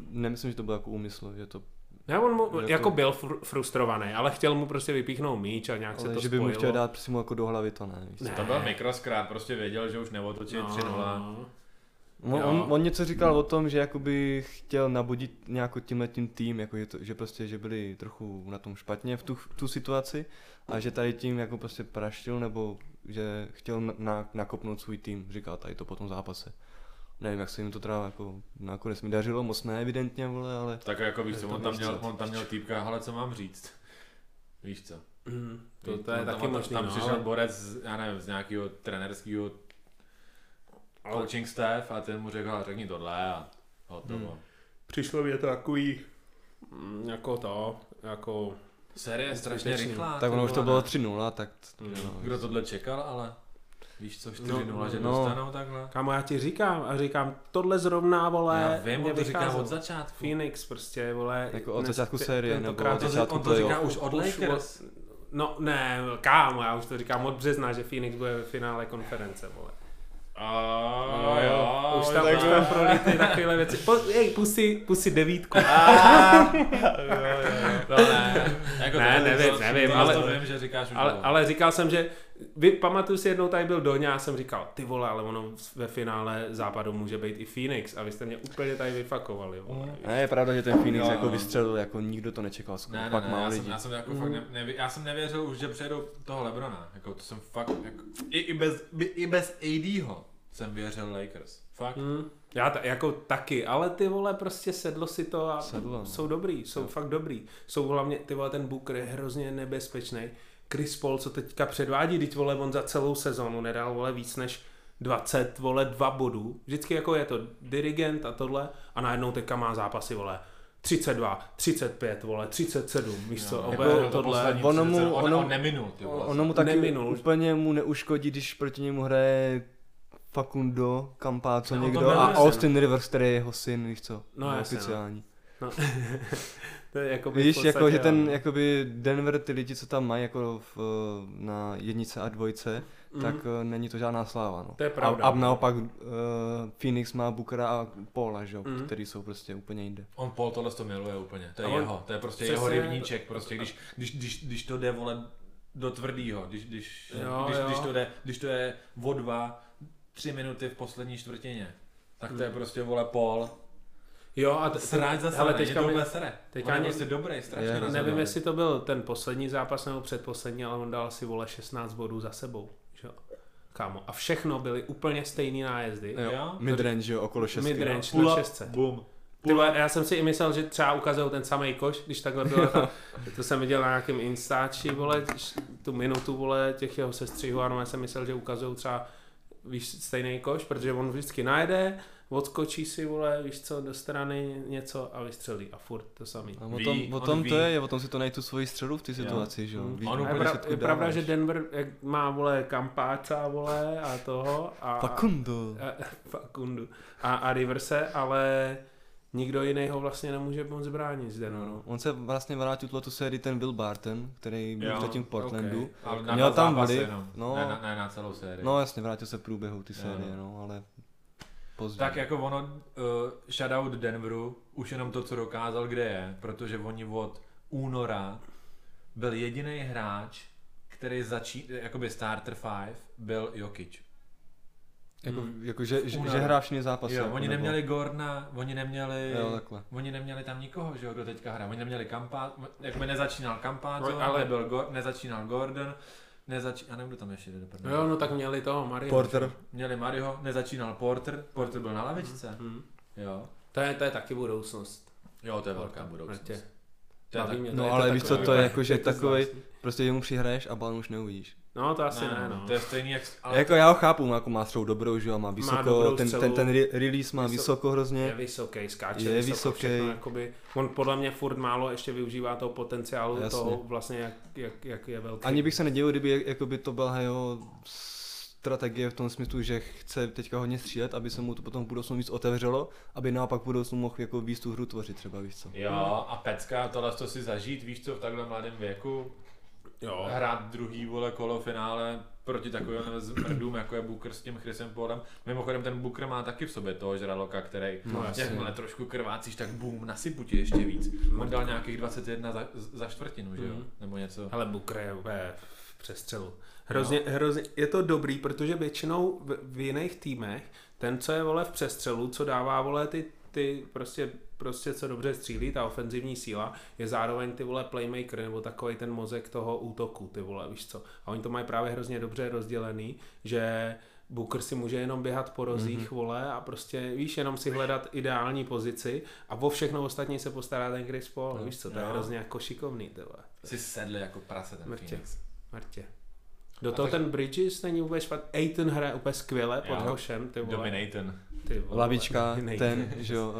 [SPEAKER 2] nemyslím, že to bylo jako úmysl, že to,
[SPEAKER 1] ne, on mu,
[SPEAKER 2] Jako-
[SPEAKER 1] jako byl fr- frustrovaný, ale chtěl mu prostě vypíchnout míč a nějak se
[SPEAKER 2] ale
[SPEAKER 1] to
[SPEAKER 2] že by mu
[SPEAKER 1] spojilo.
[SPEAKER 2] chtěl dát přímo jako do hlavy to ne. víš co.
[SPEAKER 1] Ne.
[SPEAKER 3] To byl mikroskrát, prostě věděl, že už neotočí
[SPEAKER 1] no,
[SPEAKER 3] 3-0.
[SPEAKER 1] no.
[SPEAKER 2] On,
[SPEAKER 3] Jo.
[SPEAKER 2] on, on, něco říkal o tom, že jakoby chtěl nabudit nějakou tímhle tím tým, jako že, to, že prostě, že byli trochu na tom špatně v tu, v tu situaci a že tady tím jako prostě praštil nebo že chtěl na- na, nakopnout svůj tým, říkal tady to po tom zápase. Nevím, jak se jim to teda jako nakonec mi dařilo, moc ne evidentně, vole, ale
[SPEAKER 3] Tak jako víš co,
[SPEAKER 2] To
[SPEAKER 3] on tam,
[SPEAKER 2] víš
[SPEAKER 3] měl,
[SPEAKER 2] co.
[SPEAKER 3] on tam měl týpka, ale co mám říct? Víš co?
[SPEAKER 1] Mm, to,
[SPEAKER 3] Víš,
[SPEAKER 1] to je
[SPEAKER 3] on tam-
[SPEAKER 1] taky
[SPEAKER 3] on
[SPEAKER 1] možný,
[SPEAKER 3] Tam
[SPEAKER 1] no,
[SPEAKER 3] přišel
[SPEAKER 1] ale-
[SPEAKER 3] borec, z- já nevím, z nějakého trenerského
[SPEAKER 1] ale
[SPEAKER 3] coaching staff a ten mu řekl, "Hele, řekni tohle a hotovo.
[SPEAKER 1] přišlo mě to takový, mm, jako to, jako,
[SPEAKER 3] Série je strašně
[SPEAKER 1] Zbytečný.
[SPEAKER 3] rychlá.
[SPEAKER 2] tak
[SPEAKER 3] ty
[SPEAKER 2] ono už to
[SPEAKER 3] vole,
[SPEAKER 2] bylo
[SPEAKER 3] ne?
[SPEAKER 2] 3-0, tak...
[SPEAKER 1] Mm.
[SPEAKER 2] no,
[SPEAKER 3] Kdo tohle čekal, ale víš co, 4-0, že
[SPEAKER 2] no.
[SPEAKER 3] dostanou takhle.
[SPEAKER 1] kámo, já ti říkám a říkám, tohle zrovna, vole,
[SPEAKER 3] Já vím,
[SPEAKER 1] mě
[SPEAKER 3] on to říká
[SPEAKER 1] vycházelo.
[SPEAKER 3] od začátku.
[SPEAKER 1] Phoenix prostě, vole.
[SPEAKER 2] Jako od
[SPEAKER 1] dnes-
[SPEAKER 2] začátku
[SPEAKER 1] te-
[SPEAKER 2] série, nebo
[SPEAKER 1] tentokrát
[SPEAKER 2] od
[SPEAKER 1] to-
[SPEAKER 3] To,
[SPEAKER 2] začátku
[SPEAKER 3] on to říká
[SPEAKER 2] playoff.
[SPEAKER 3] už od
[SPEAKER 1] Už
[SPEAKER 3] Lakers.
[SPEAKER 1] No ne, kámo, já už to říkám od března, že Phoenix bude ve finále konference, vole.
[SPEAKER 3] A No, jo,
[SPEAKER 1] No už tam, už tam prolítly takovéhle věci. Po, jej, pusi, pusi devítku.
[SPEAKER 3] No ne, jako
[SPEAKER 1] Ne,
[SPEAKER 3] tohle-
[SPEAKER 1] nevím,
[SPEAKER 3] tohle-
[SPEAKER 1] nevím,
[SPEAKER 3] tohle to
[SPEAKER 1] ale-
[SPEAKER 3] vím, že říkáš už
[SPEAKER 1] Ale,
[SPEAKER 3] dlouho.
[SPEAKER 1] ale říkal jsem, že vy, pamatuju si jednou tady byl Doňa a jsem říkal, ty vole, ale ono ve finále západu může být i Phoenix a vy jste mě úplně tady vyfakovali, vole.
[SPEAKER 2] Ne, je pravda, že ten Phoenix
[SPEAKER 3] Jo,
[SPEAKER 2] jako
[SPEAKER 3] no.
[SPEAKER 2] vystřelil, jako nikdo to nečekal, skoro
[SPEAKER 3] Ne, ne,
[SPEAKER 2] pak
[SPEAKER 3] ne,
[SPEAKER 2] málo
[SPEAKER 3] já
[SPEAKER 2] lidí.
[SPEAKER 3] jsem, já jsem jako fakt
[SPEAKER 1] Mm.
[SPEAKER 3] ne, nevě, já jsem nevěřil už, že přejdu toho Lebrona, jako to jsem fakt, jako, i, i, bez, by, i bez ADho jsem věřil Lakers, fakt.
[SPEAKER 2] Mm.
[SPEAKER 1] Hmm. Já ta, jako taky, ale ty vole, prostě sedlo si to a
[SPEAKER 2] Sedlo, no.
[SPEAKER 1] jsou dobrý, jsou fakt dobrý. Jsou hlavně, ty vole, ten Booker je hrozně nebezpečný. Chris Paul, co teďka předvádí, teď vole, on za celou sezonu nedal vole víc než 20, vole, dva bodů. Vždycky jako je to dirigent a tohle a najednou teďka má zápasy, vole, 32, 35, vole, 37, víš co,
[SPEAKER 3] Jako
[SPEAKER 1] no,
[SPEAKER 2] to
[SPEAKER 1] jako tohle.
[SPEAKER 3] poslední
[SPEAKER 2] Ono mu-
[SPEAKER 3] 30, on,
[SPEAKER 2] ono-
[SPEAKER 3] on neminul, ty vole.
[SPEAKER 2] Ono mu taky
[SPEAKER 1] Neminul.
[SPEAKER 2] úplně mu neuškodí, když proti němu hraje Facundo, Campazzo
[SPEAKER 3] No, to
[SPEAKER 2] někdo
[SPEAKER 3] bylo
[SPEAKER 2] a
[SPEAKER 1] jasné, no.
[SPEAKER 2] Austin Rivers, který je jeho syn, víš co,
[SPEAKER 1] No, jasně, no.
[SPEAKER 2] oficiální.
[SPEAKER 1] No. to je jako
[SPEAKER 2] Víš, jako, že ten jakoby Denver, ty lidi, co tam mají jako v, na jednice a dvojce,
[SPEAKER 1] Mhm.
[SPEAKER 2] tak eh, není to žádná sláva, no.
[SPEAKER 1] To je pravda.
[SPEAKER 2] A, a naopak uh, Phoenix má Bookera a Paula, že jo,
[SPEAKER 1] Mhm.
[SPEAKER 2] který jsou prostě úplně jinde.
[SPEAKER 3] On Paul tohle to miluje úplně, to je
[SPEAKER 1] A on-
[SPEAKER 3] jeho, to je prostě
[SPEAKER 1] přesně-
[SPEAKER 3] jeho rybníček, prostě když, když, když, když to jde vole do tvrdýho, když, když,
[SPEAKER 1] Jo,
[SPEAKER 3] když,
[SPEAKER 1] jo.
[SPEAKER 3] když, to jde, když to je o dva, tři minuty v poslední čtvrtině, tak to je prostě vole Paul,
[SPEAKER 1] Jo, a t-
[SPEAKER 3] sráč za
[SPEAKER 1] ale
[SPEAKER 3] sráč, je
[SPEAKER 1] teďka mi-
[SPEAKER 3] tohle sere,
[SPEAKER 1] teďka
[SPEAKER 3] on je
[SPEAKER 1] mě-
[SPEAKER 3] prostě dobrý, strašně
[SPEAKER 2] Je,
[SPEAKER 3] rozhodný.
[SPEAKER 1] Nevím, jestli to byl ten poslední zápas nebo předposlední, ale on dal si vole 16 bodů za sebou. Že? jo. Kámo. A všechno byly úplně stejný nájezdy.
[SPEAKER 3] Jo.
[SPEAKER 2] Midrange, že jo, okolo šestky. no.
[SPEAKER 1] Midrange no.
[SPEAKER 3] Pull
[SPEAKER 1] na
[SPEAKER 3] up,
[SPEAKER 1] šestce.
[SPEAKER 3] Boom.
[SPEAKER 1] Ty vole, já jsem si i myslel, že třeba ukazují ten samý koš, když takhle bylo. Ta, to jsem viděl na nějakém Instači, vole, š- tu minutu, vole, těch jeho sestřihů a normálně jsem myslel, že ukazují třeba víš, stejný koš, protože on vždycky najde, odskočí si, vole, víš co, do strany něco a vystřelí a furt to samý.
[SPEAKER 2] A o
[SPEAKER 3] Ví,
[SPEAKER 2] tom, o
[SPEAKER 3] on
[SPEAKER 2] tom
[SPEAKER 3] ví.
[SPEAKER 2] to je, o tom si to najít tu svoji středu v té situaci, že jo.
[SPEAKER 1] Mm.
[SPEAKER 2] Víš,
[SPEAKER 3] On
[SPEAKER 2] na
[SPEAKER 1] A je,
[SPEAKER 3] úplně
[SPEAKER 1] prav,
[SPEAKER 2] desetku
[SPEAKER 1] je pravda,
[SPEAKER 2] dáváš.
[SPEAKER 1] že Denver jak má, vole, kampáca, vole, a toho. A,
[SPEAKER 2] Facundo.
[SPEAKER 1] a, Fakundu. A, a Riverse, ale nikdo jiný ho vlastně nemůže moc bránit no. z Denveru.
[SPEAKER 2] On se vlastně vrátil tuto tu sérii ten Will Barton, který byl
[SPEAKER 3] Jo,
[SPEAKER 2] předtím v Portlandu.
[SPEAKER 1] ok.
[SPEAKER 3] Ale
[SPEAKER 2] Měl
[SPEAKER 3] na měl
[SPEAKER 2] tam
[SPEAKER 3] tam zápas
[SPEAKER 2] vliv,
[SPEAKER 3] jenom,
[SPEAKER 2] no.
[SPEAKER 3] ne, na, ne na celou sérii.
[SPEAKER 2] No jasně, vrátil se v průběhu ty
[SPEAKER 3] Jo,
[SPEAKER 2] série,
[SPEAKER 3] no.
[SPEAKER 2] no, ale později.
[SPEAKER 3] Tak jako ono, uh, shoutout Denveru, už jenom to, co dokázal, kde je, protože oni od února byl jediný hráč, který začí, jakoby starter five, byl Jokic.
[SPEAKER 2] Jako, jako že, že, že
[SPEAKER 3] únoru.
[SPEAKER 2] hrá všechny zápasy.
[SPEAKER 3] Hmm. Jo,
[SPEAKER 2] jako,
[SPEAKER 3] oni
[SPEAKER 2] nebo-
[SPEAKER 3] neměli Gorna, oni neměli,
[SPEAKER 2] Jo, takhle.
[SPEAKER 3] oni neměli tam nikoho, že jo, kdo teďka hraje. Oni neměli Kampa, jako by nezačínal Kampáco,
[SPEAKER 1] Ale-
[SPEAKER 3] ale nebyl Go, nezačínal Gordon, nezačí, a nevím, kdo tam ještě jde do prdele.
[SPEAKER 1] No jo, no tak měli toho Mario.
[SPEAKER 2] Porter.
[SPEAKER 3] Měli Mario, nezačínal Porter, Porter byl na lavičce,
[SPEAKER 1] Hm.
[SPEAKER 3] jo.
[SPEAKER 1] To je, to je taky budoucnost.
[SPEAKER 3] Jo, to je velká
[SPEAKER 1] Porter,
[SPEAKER 3] budoucnost.
[SPEAKER 1] prostě.
[SPEAKER 3] To je
[SPEAKER 1] Baví
[SPEAKER 3] tak-
[SPEAKER 1] mě to,
[SPEAKER 2] No
[SPEAKER 1] je to
[SPEAKER 2] ale víš co,
[SPEAKER 1] takový-
[SPEAKER 2] to je jako, že
[SPEAKER 1] to
[SPEAKER 2] takovej,
[SPEAKER 1] zvláštní.
[SPEAKER 2] prostě jemu přihraješ a balon už neuvidíš.
[SPEAKER 1] No to asi ne, no.
[SPEAKER 3] To je stejný jak...
[SPEAKER 2] Ale jako já ho chápu, má, jako má střelu dobrou, že jo, má vysoko,
[SPEAKER 1] dobrou
[SPEAKER 2] ten,
[SPEAKER 1] střelu.
[SPEAKER 2] ten, ten re- release má
[SPEAKER 1] Vyso-
[SPEAKER 2] vysoko
[SPEAKER 1] Je
[SPEAKER 2] hrozně.
[SPEAKER 1] vysoký, skáče
[SPEAKER 2] Je
[SPEAKER 1] je vysoko,
[SPEAKER 2] vysoký.
[SPEAKER 1] všechno, jakoby, on podle mě furt málo ještě využívá toho potenciálu
[SPEAKER 2] Jasně.
[SPEAKER 1] toho vlastně, jak, jak, jak je velký.
[SPEAKER 2] Ani bych se nedělal, kdyby jakoby to byla jeho strategie v tom smyslu, že chce teďka hodně střílet, aby se mu to potom v budoucnu víc otevřelo, aby naopak v budoucnu mohl jako víc tu hru tvořit třeba, víš co.
[SPEAKER 3] Jo, a pecka, tohle to si zažít, víš co, v takhle mladém věku,
[SPEAKER 1] Jo.
[SPEAKER 3] hrát druhý vole kolo finále proti takovým zmrdům, jako je Booker s tím Chrisem Paulem. Mimochodem ten Booker má taky v sobě toho žraloka, který
[SPEAKER 1] No,
[SPEAKER 3] no,
[SPEAKER 1] jasně. Mm.
[SPEAKER 3] jakmile trošku krvácíš, tak boom, nasypu ti ještě víc. On dal nějakých 21 za, za čtvrtinu, že jo?
[SPEAKER 1] Mhm.
[SPEAKER 3] Nebo něco.
[SPEAKER 1] Ale Booker je úplně v přestřelu. Hrozně, no. hrozně, je to dobrý, protože většinou v, v jiných týmech ten, co je vole v přestřelu, co dává vole ty, ty prostě, prostě co dobře střílí, ta ofenzivní síla, je zároveň ty vole playmaker nebo takový ten mozek toho útoku, ty vole, víš co. A oni to mají právě hrozně dobře rozdělený, že Booker si může jenom běhat po rozích, mm-hmm. vole, a prostě, víš, jenom si hledat ideální pozici a o všechno ostatní se postará ten Chris Paul, víš co, to je
[SPEAKER 3] Jo.
[SPEAKER 1] hrozně jako šikovný, ty vole.
[SPEAKER 3] Si sedli jako prase ten
[SPEAKER 1] Mrtě.
[SPEAKER 3] Phoenix.
[SPEAKER 1] Martě. Do
[SPEAKER 3] A
[SPEAKER 1] toho
[SPEAKER 3] tak-
[SPEAKER 1] ten Bridges není vůbec špatný. Aiton hraje úplně skvěle pod
[SPEAKER 3] Jo.
[SPEAKER 1] košem, ty vole.
[SPEAKER 3] Dominaton.
[SPEAKER 1] Ty vole.
[SPEAKER 2] Lavička,
[SPEAKER 1] Dominator.
[SPEAKER 2] ten, že jo, uh,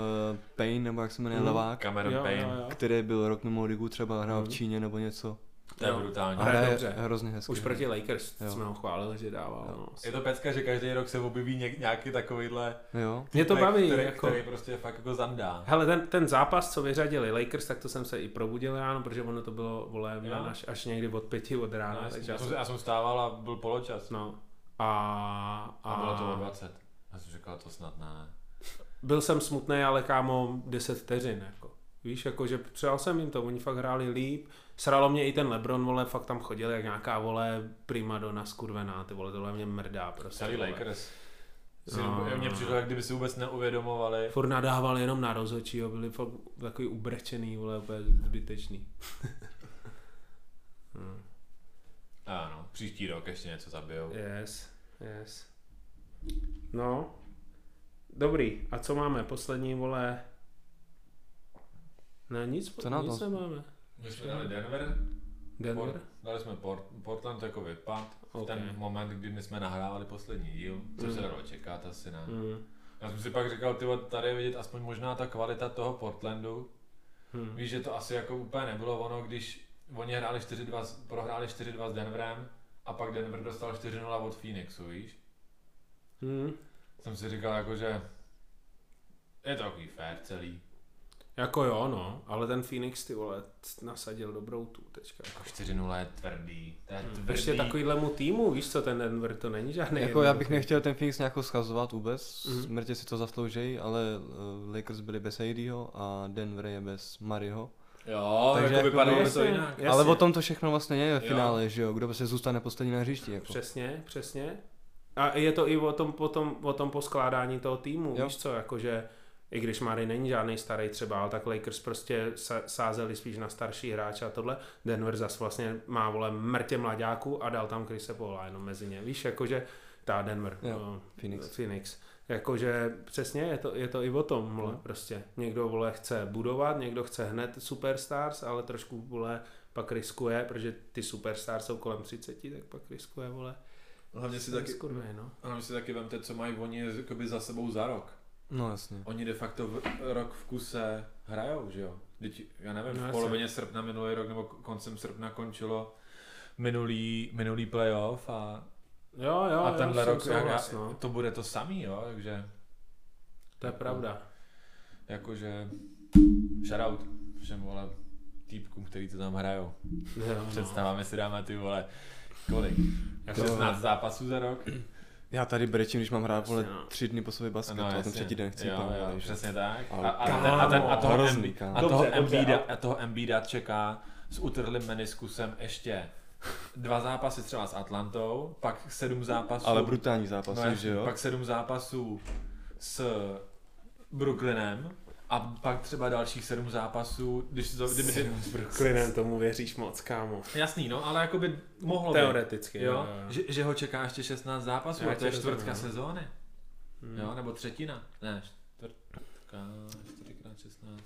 [SPEAKER 2] Payne, nebo jak se jmenuje,
[SPEAKER 1] Mhm.
[SPEAKER 2] Levák,
[SPEAKER 3] Cameron
[SPEAKER 1] Jo, jo,
[SPEAKER 3] Payne.
[SPEAKER 1] jo.
[SPEAKER 2] který byl rok mimo ligu, třeba hrál v
[SPEAKER 1] Mhm.
[SPEAKER 2] Číně nebo něco.
[SPEAKER 3] To je
[SPEAKER 1] Jo.
[SPEAKER 3] brutální.
[SPEAKER 2] A
[SPEAKER 1] Hraje
[SPEAKER 2] hraje
[SPEAKER 1] dobře.
[SPEAKER 2] hrozně hezky.
[SPEAKER 1] Už proti Lakers
[SPEAKER 2] Jo.
[SPEAKER 1] jsme ho chválili, že dával. No.
[SPEAKER 3] Je to pecka, že každý rok se objeví něk, nějaký takovýhle
[SPEAKER 2] Jo.
[SPEAKER 1] Mě to
[SPEAKER 3] týpek,
[SPEAKER 1] baví.
[SPEAKER 3] který,
[SPEAKER 1] jako...
[SPEAKER 3] který prostě fakt jako zandá.
[SPEAKER 1] Hele, ten, ten zápas, co vyřadili Lakers, tak to jsem se i probudil ráno, protože ono to bylo, vole,
[SPEAKER 3] Jo.
[SPEAKER 1] až, až někdy od pěti od rána.
[SPEAKER 3] No,
[SPEAKER 1] takže
[SPEAKER 3] já,
[SPEAKER 1] já
[SPEAKER 3] jsem,
[SPEAKER 1] jsem,
[SPEAKER 3] já jsem stával a byl poločas.
[SPEAKER 1] no. A,
[SPEAKER 3] A bylo to o 20. Já jsem říkal, to snad ne.
[SPEAKER 1] byl jsem smutný, ale kámo 10 vteřin, jako. Víš, jako, že přál jsem jim to, oni fakt hráli líp. Sralo mě i ten Lebron, vole, fakt tam chodil jak nějaká, vole, primadona skurvená, ty vole, tohle mě mrdá prostě.
[SPEAKER 3] Celý
[SPEAKER 1] vole.
[SPEAKER 3] Lakers.
[SPEAKER 1] No.
[SPEAKER 3] No. Mně přišlo, jak kdyby si vůbec neuvědomovali.
[SPEAKER 1] Furt nadával jenom na rozhodčího, byli fakt takový ubrečený, vole, úplně zbytečný. Hmm.
[SPEAKER 3] Ano, no, příští rok ještě něco zabijou.
[SPEAKER 1] Yes, yes. No, dobrý, a co máme, poslední, vole, ne, nic,
[SPEAKER 2] Co na
[SPEAKER 1] nic
[SPEAKER 2] to?
[SPEAKER 1] nemáme.
[SPEAKER 3] My jsme dali Denver,
[SPEAKER 1] Denver?
[SPEAKER 3] Port, dali jsme Port, Portland jako vypad v ten
[SPEAKER 1] Ok.
[SPEAKER 3] moment, kdy my jsme nahrávali poslední díl, což se dalo čekat asi ne.
[SPEAKER 1] Mm.
[SPEAKER 3] Já jsem si pak říkal, ty vole, tady je vidět aspoň možná ta kvalita toho Portlandu.
[SPEAKER 1] Hmm.
[SPEAKER 3] Víš, že to asi jako úplně nebylo ono, když oni hráli 4-2, s- prohráli 4-2 s Denverem a pak Denver dostal 4-0 od Phoenixu, víš?
[SPEAKER 1] Mm.
[SPEAKER 3] Jsem si říkal jako, že je to takový fair celý.
[SPEAKER 1] Jako jo, no, ale ten Phoenix, ty vole, c- nasadil dobrou tu teďka.
[SPEAKER 3] Jako 4-0 je tvrdý, to je tvrdý.
[SPEAKER 1] Hm. Ještě takovýhlemu týmu, víš co, ten Denver, to není žádný.
[SPEAKER 2] Hmm. Jako já bych
[SPEAKER 1] jednoduchý.
[SPEAKER 2] nechtěl ten Phoenix nějak schazovat vůbec,
[SPEAKER 1] Mhm.
[SPEAKER 2] mm-hmm. smrtě si to zasloužejí, ale eh, Lakers byli bez ADho a Denver je bez Mariho.
[SPEAKER 3] Jo,
[SPEAKER 2] Takže
[SPEAKER 3] Takže
[SPEAKER 2] jako
[SPEAKER 3] jako vypadalo by to
[SPEAKER 1] jasně,
[SPEAKER 3] jinak.
[SPEAKER 1] jasně.
[SPEAKER 2] Ale o tom to všechno vlastně je ve
[SPEAKER 3] Jo.
[SPEAKER 2] finále, že jo, kdo se zůstane poslední na hřišti. Jako.
[SPEAKER 1] Přesně, přesně. A je to i o tom, o tom, o tom poskládání toho týmu,
[SPEAKER 2] Jo.
[SPEAKER 1] jo. víš co, jakože i když Mary není žádný starý třeba, ale tak Lakers prostě sa- sázeli spíš na starší hráče a tohle. Denver zas vlastně má vole mrtě mladáku a dal tam Chrise Paula jenom mezi ně. Víš, jakože ta Denver,
[SPEAKER 2] Jo.
[SPEAKER 1] no,
[SPEAKER 2] Phoenix.
[SPEAKER 1] Phoenix. Jakože přesně je to, je to i o tom, vole,
[SPEAKER 2] Hmm.
[SPEAKER 1] prostě. Někdo vole chce budovat, někdo chce hned superstars, ale trošku vole pak riskuje, protože ty superstars jsou kolem 30, tak pak riskuje vole.
[SPEAKER 3] Hlavně si taky,
[SPEAKER 1] Skurvej, no.
[SPEAKER 3] hlavně si taky vemte, co mají oni jakoby za sebou za rok.
[SPEAKER 2] No jasně.
[SPEAKER 3] Oni de facto v, rok v kuse hrajou, že jo? Teď, já nevím,
[SPEAKER 1] No
[SPEAKER 3] no, v
[SPEAKER 1] jasně.
[SPEAKER 3] polovině srpna minulý rok nebo koncem srpna končilo minulý, minulý playoff a,
[SPEAKER 1] Jo, jo,
[SPEAKER 3] a
[SPEAKER 1] jo,
[SPEAKER 3] tenhle
[SPEAKER 1] s tím
[SPEAKER 3] rok
[SPEAKER 1] souhlas,
[SPEAKER 3] jak-
[SPEAKER 1] no.
[SPEAKER 3] to bude to samý, jo? Takže
[SPEAKER 1] To je pravda.
[SPEAKER 3] jakože shoutout všem vole týpkům, který to tam hrajou.
[SPEAKER 1] Jo, no.
[SPEAKER 3] Představáme si dáme ty vole kolik?
[SPEAKER 1] Jako-
[SPEAKER 3] 16 zápasů za rok?
[SPEAKER 2] Já tady brečím, když mám hrát vole
[SPEAKER 1] Jasně, no.
[SPEAKER 2] tři dny po sobě basket a
[SPEAKER 3] jasně.
[SPEAKER 2] ten třetí den chci
[SPEAKER 3] jo,
[SPEAKER 2] tam.
[SPEAKER 3] jo,
[SPEAKER 2] ale-
[SPEAKER 3] přesně tak.
[SPEAKER 2] Ale
[SPEAKER 3] A, a, ten, a, ten, a toho,
[SPEAKER 2] kámo,
[SPEAKER 3] Embi-
[SPEAKER 2] kámo.
[SPEAKER 3] a toho,
[SPEAKER 1] Dobře, dobře,
[SPEAKER 3] Embida, a toho Embida čeká s utrhlým meniskusem ještě dva zápasy třeba s Atlantou, pak sedm zápasů.
[SPEAKER 2] Ale brutální zápas,
[SPEAKER 1] Vlastně,
[SPEAKER 3] no,
[SPEAKER 2] že jo?
[SPEAKER 3] Pak sedm zápasů s Brooklynem a pak třeba dalších sedm zápasů, když si to... Kdyby,
[SPEAKER 1] S Brooklynem tomu věříš moc, kámo.
[SPEAKER 3] jasný, no, ale jakoby mohlo by.
[SPEAKER 1] Teoreticky,
[SPEAKER 3] Jo, že, že ho čeká ještě 16 zápasů,
[SPEAKER 1] Já
[SPEAKER 3] a to je
[SPEAKER 1] tě
[SPEAKER 3] čtvrtka
[SPEAKER 1] rozumím, no.
[SPEAKER 3] sezóny.
[SPEAKER 1] Hmm.
[SPEAKER 3] Jo, nebo třetina. Ne, čtvrtka, 4x16.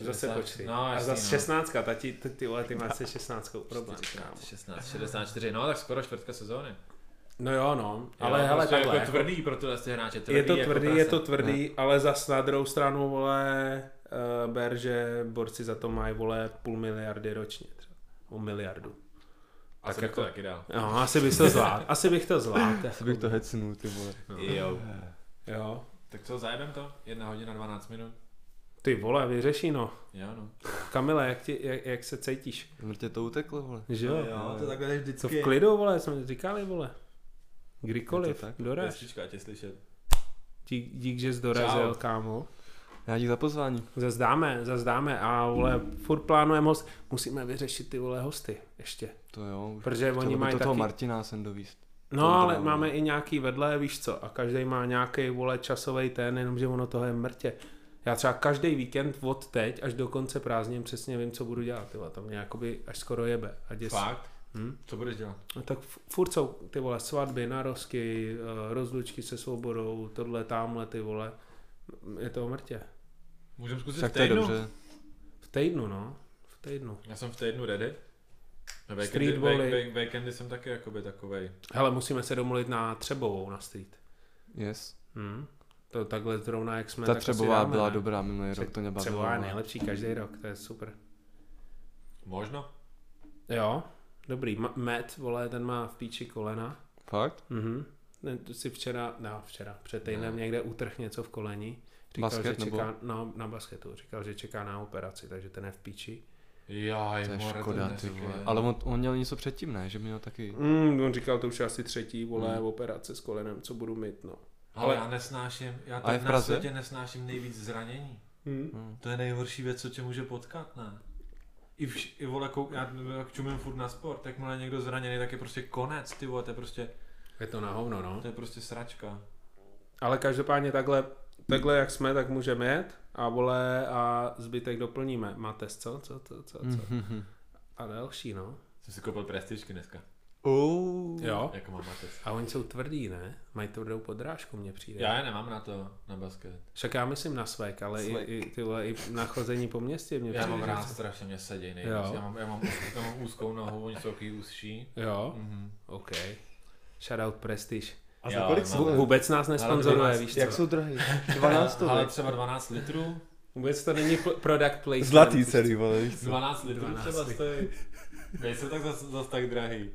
[SPEAKER 1] Zase počty.
[SPEAKER 3] No,
[SPEAKER 1] a
[SPEAKER 3] jasný,
[SPEAKER 1] zase
[SPEAKER 3] no.
[SPEAKER 1] 16, ta ti, ty, ty vole, ty máš se 16 problém, kámo.
[SPEAKER 3] 16, 64, no tak skoro čtvrtka sezóny.
[SPEAKER 1] No jo, no,
[SPEAKER 3] Jo,
[SPEAKER 1] ale hele,
[SPEAKER 3] prostě
[SPEAKER 1] takhle,
[SPEAKER 3] jako tvrdý pro tyhle ty hráče, tvrdý
[SPEAKER 1] je to
[SPEAKER 3] jako
[SPEAKER 1] tvrdý,
[SPEAKER 3] prase.
[SPEAKER 1] je to tvrdý, ale zas na druhou stranu, vole, uh, ber, že borci za to mají, vole, půl miliardy ročně třeba. O miliardu.
[SPEAKER 3] A tak jako... to taky dál.
[SPEAKER 1] No, asi bych to zvládl, asi bych to zvládl.
[SPEAKER 2] Asi bych to hecnul, ty vole.
[SPEAKER 3] Jo.
[SPEAKER 1] Jo.
[SPEAKER 3] Tak co, zajebem to? Jedna hodina, 12 minut?
[SPEAKER 1] Ty vole, vyřeší no.
[SPEAKER 3] Jo, no.
[SPEAKER 1] Kamile, jak, ti, jak, jak se cítíš?
[SPEAKER 2] Mrtě to uteklo, vole.
[SPEAKER 1] Že jo?
[SPEAKER 2] No Jo, to
[SPEAKER 5] takhle
[SPEAKER 1] Co
[SPEAKER 5] vždycky.
[SPEAKER 1] v klidu, vole, jsme říkali, vole.
[SPEAKER 2] Je
[SPEAKER 1] Kdykoliv,
[SPEAKER 2] to tak?
[SPEAKER 1] doraz.
[SPEAKER 3] Pestička, tě slyšet.
[SPEAKER 1] Dík, dík, že jsi dorazil,
[SPEAKER 3] Čau.
[SPEAKER 1] kámo.
[SPEAKER 2] Já dík za pozvání.
[SPEAKER 1] Zazdáme, zazdáme a vole, furt plánujeme host. Musíme vyřešit ty vole hosty ještě.
[SPEAKER 2] To jo, už
[SPEAKER 1] Protože
[SPEAKER 2] chtěl
[SPEAKER 1] oni
[SPEAKER 2] bych
[SPEAKER 1] mají
[SPEAKER 2] to toho
[SPEAKER 1] taky...
[SPEAKER 2] Martina sem dovíst.
[SPEAKER 1] No,
[SPEAKER 2] Tomu to
[SPEAKER 1] ale
[SPEAKER 2] mám,
[SPEAKER 1] máme
[SPEAKER 2] no.
[SPEAKER 1] i nějaký vedle, víš co, a každý má nějaký vole časový ten, jenomže ono toho je mrtě. Já třeba každý víkend od teď až do konce prázdnin přesně vím, co budu dělat, tyhle, to mě jakoby až skoro jebe. A děs...
[SPEAKER 3] Fakt?
[SPEAKER 1] Hm?
[SPEAKER 3] Co budeš dělat?
[SPEAKER 1] No, tak f- furt jsou ty vole svatby, narosky, eh, rozlučky se svobodou, tohle, tamhle ty vole. Je to mrtě.
[SPEAKER 3] Můžem zkusit
[SPEAKER 2] Tak
[SPEAKER 3] v
[SPEAKER 2] to je
[SPEAKER 3] týdnu?
[SPEAKER 2] dobře.
[SPEAKER 1] V týdnu, no. V týdnu.
[SPEAKER 3] Já jsem v týdnu ready. Na Weekendy,
[SPEAKER 1] Street
[SPEAKER 3] Street
[SPEAKER 1] volley.
[SPEAKER 3] Weekendy jsem taky jakoby takovej.
[SPEAKER 1] Hele, musíme se domluvit na Třebovou na street.
[SPEAKER 2] Yes.
[SPEAKER 1] Hm? To takhle zrovna, jak jsme
[SPEAKER 2] Ta
[SPEAKER 1] tak asi
[SPEAKER 2] Třebová
[SPEAKER 1] dáme,
[SPEAKER 2] byla
[SPEAKER 1] ne?
[SPEAKER 2] dobrá minulý rok, to mě bavilo.
[SPEAKER 1] Třebová je
[SPEAKER 2] vole.
[SPEAKER 1] nejlepší každý rok, to je super.
[SPEAKER 3] Možno.
[SPEAKER 1] Jo, dobrý. Ma- Matt, vole, ten má v píči kolena.
[SPEAKER 2] Fakt?
[SPEAKER 1] Mhm. Ten tu si včera, no včera, před týdnem
[SPEAKER 3] No.
[SPEAKER 1] někde utrh něco v koleni. Říkal,
[SPEAKER 2] Basket
[SPEAKER 1] že
[SPEAKER 2] nebo?
[SPEAKER 1] čeká, no, na basketu. Říkal, že čeká na operaci, takže ten je v píči.
[SPEAKER 3] Jaj,
[SPEAKER 2] To je
[SPEAKER 3] more,
[SPEAKER 2] škoda,
[SPEAKER 3] to
[SPEAKER 2] ty vole.
[SPEAKER 3] neříkej.
[SPEAKER 2] Ale on, on měl něco předtím, ne? Že měl taky...
[SPEAKER 1] Mm, on říkal, to už je asi třetí, vole,
[SPEAKER 2] Mm.
[SPEAKER 1] mm. operace s kolenem, co budu mít, no.
[SPEAKER 3] Ale já nesnáším, já
[SPEAKER 2] A je
[SPEAKER 3] teď
[SPEAKER 2] v
[SPEAKER 3] na
[SPEAKER 2] Praze?
[SPEAKER 3] světě nesnáším nejvíc zranění.
[SPEAKER 1] Mm.
[SPEAKER 2] Hm.
[SPEAKER 3] To je nejhorší věc, co tě může potkat, ne? I, vš, i vole, kou, já jak čumím furt na sport, jakmile je někdo zraněný, tak je prostě konec, ty vole, to je prostě,
[SPEAKER 1] Je to na hovno, no.
[SPEAKER 3] to je prostě sračka.
[SPEAKER 1] Ale každopádně takhle, takhle jak jsme, tak můžeme jet a vole a zbytek doplníme. Máte co, co, co, co, co?
[SPEAKER 2] Mhm.
[SPEAKER 1] A další, no.
[SPEAKER 3] Jsem si koupil prestižky dneska.
[SPEAKER 2] Oh.
[SPEAKER 1] Jo.
[SPEAKER 3] Jako mám atest.
[SPEAKER 1] A oni jsou tvrdí, ne? Mají tvrdou podrážku, mně přijde.
[SPEAKER 3] Já je nemám na to, na basket.
[SPEAKER 1] Však já myslím na svek, ale i,
[SPEAKER 2] Svek.
[SPEAKER 1] i, tyhle, i na chození po městě mě
[SPEAKER 3] Já
[SPEAKER 1] přijde.
[SPEAKER 3] mám
[SPEAKER 1] že
[SPEAKER 3] rád
[SPEAKER 1] jsou-
[SPEAKER 3] strašně, mě seděj
[SPEAKER 1] Jo.
[SPEAKER 3] nejvíc. Já mám, já, mám, úz- já mám úzkou nohu, oni jsou takový úzší.
[SPEAKER 1] Jo,
[SPEAKER 3] Mhm.
[SPEAKER 1] OK. Shoutout Prestige.
[SPEAKER 2] A
[SPEAKER 3] Jo,
[SPEAKER 2] za
[SPEAKER 1] no.
[SPEAKER 2] kolik
[SPEAKER 3] mám-
[SPEAKER 2] jsou?
[SPEAKER 1] Vůbec nás nesponzoruje,
[SPEAKER 3] dvanáct-
[SPEAKER 1] víš
[SPEAKER 2] Jak
[SPEAKER 1] co?
[SPEAKER 2] jsou drahý? 12 to
[SPEAKER 3] Ale třeba 12 litrů.
[SPEAKER 1] Vůbec to není pl- product placement.
[SPEAKER 2] Zlatý
[SPEAKER 1] víš co?
[SPEAKER 2] celý, vole, víš co?
[SPEAKER 3] 12 litrů
[SPEAKER 1] 12
[SPEAKER 3] třeba stojí. Nejsou tak zas, zas tak drahý.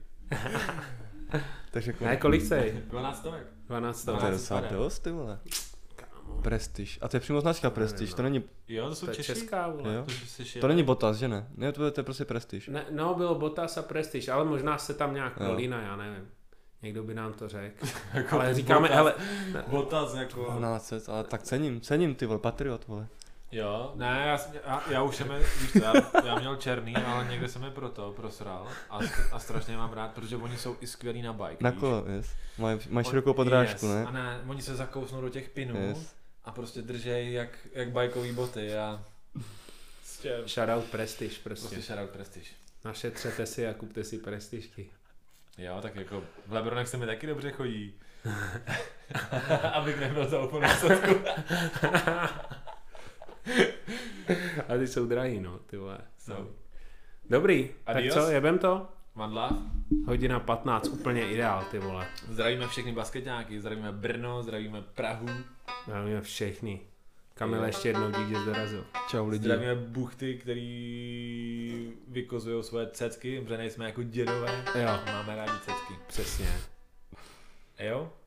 [SPEAKER 2] Takže kolik?
[SPEAKER 1] Ne, jako kolik chceš?
[SPEAKER 3] 12 stovek.
[SPEAKER 1] 12
[SPEAKER 2] jako
[SPEAKER 3] No.
[SPEAKER 2] To
[SPEAKER 1] stovek.
[SPEAKER 2] je docela
[SPEAKER 3] vypadá.
[SPEAKER 2] dost, ty vole. Prestiž. A to je přímo značka Prestiž, to není,
[SPEAKER 3] Jo, to jsou
[SPEAKER 1] To je
[SPEAKER 3] Češi.
[SPEAKER 1] česká, vole.
[SPEAKER 2] jo?
[SPEAKER 3] To, že jsi šel.
[SPEAKER 2] To není Botas, že ne? Ne, to je, to je prostě Prestiž.
[SPEAKER 1] Ne, no, bylo Botas a Prestige, ale možná se tam nějak
[SPEAKER 2] Jo.
[SPEAKER 1] prolína, já nevím. Někdo by nám to řekl.
[SPEAKER 3] jako
[SPEAKER 1] Ale říkáme,
[SPEAKER 3] Bottas-
[SPEAKER 1] hele,
[SPEAKER 3] Bottas jako...
[SPEAKER 2] 1200, ale tak cením, cením ty vole, Patriot, vole.
[SPEAKER 3] Jo, ne, já, jsem- já, já už jsem, je- víš co, já, já měl černý, ale někde jsem je proto prosral a, a strašně je mám rád, protože oni jsou i skvělí na bike.
[SPEAKER 2] Na
[SPEAKER 3] víš.
[SPEAKER 2] kolo, yes. Mají mají
[SPEAKER 3] On-
[SPEAKER 2] širokou podrážku,
[SPEAKER 3] yes,
[SPEAKER 2] ne?
[SPEAKER 3] A ne, oni se zakousnou do těch pinů
[SPEAKER 2] Yes.
[SPEAKER 3] a prostě držej jak, jak bajkový boty a prostě,
[SPEAKER 1] Shoutout Prestige prostě.
[SPEAKER 3] prostě shoutout prestiž.
[SPEAKER 1] Našetřete si a kupte si prestižky.
[SPEAKER 3] Jo, tak jako v Lebronech se mi taky dobře chodí. Abych nebyl za úplnou sotku.
[SPEAKER 1] A ty jsou drahý, no, ty vole.
[SPEAKER 3] Jsou.
[SPEAKER 1] Dobrý,
[SPEAKER 3] Adios.
[SPEAKER 1] tak co, jebem to?
[SPEAKER 3] Mandla,
[SPEAKER 1] Hodina 15, úplně ideál, ty vole.
[SPEAKER 3] zdravíme všechny basketáky, zdravíme Brno, zdravíme Prahu,
[SPEAKER 1] Zdravíme všechny. Kamil, ještě jednou dík, že jsi dorazil.
[SPEAKER 2] Čau lidi.
[SPEAKER 3] zdravíme buchty, který vykozují svoje cecky, protože nejsme jako dědové,
[SPEAKER 1] Jo.
[SPEAKER 3] máme rádi cecky.
[SPEAKER 1] Přesně.
[SPEAKER 3] Jo?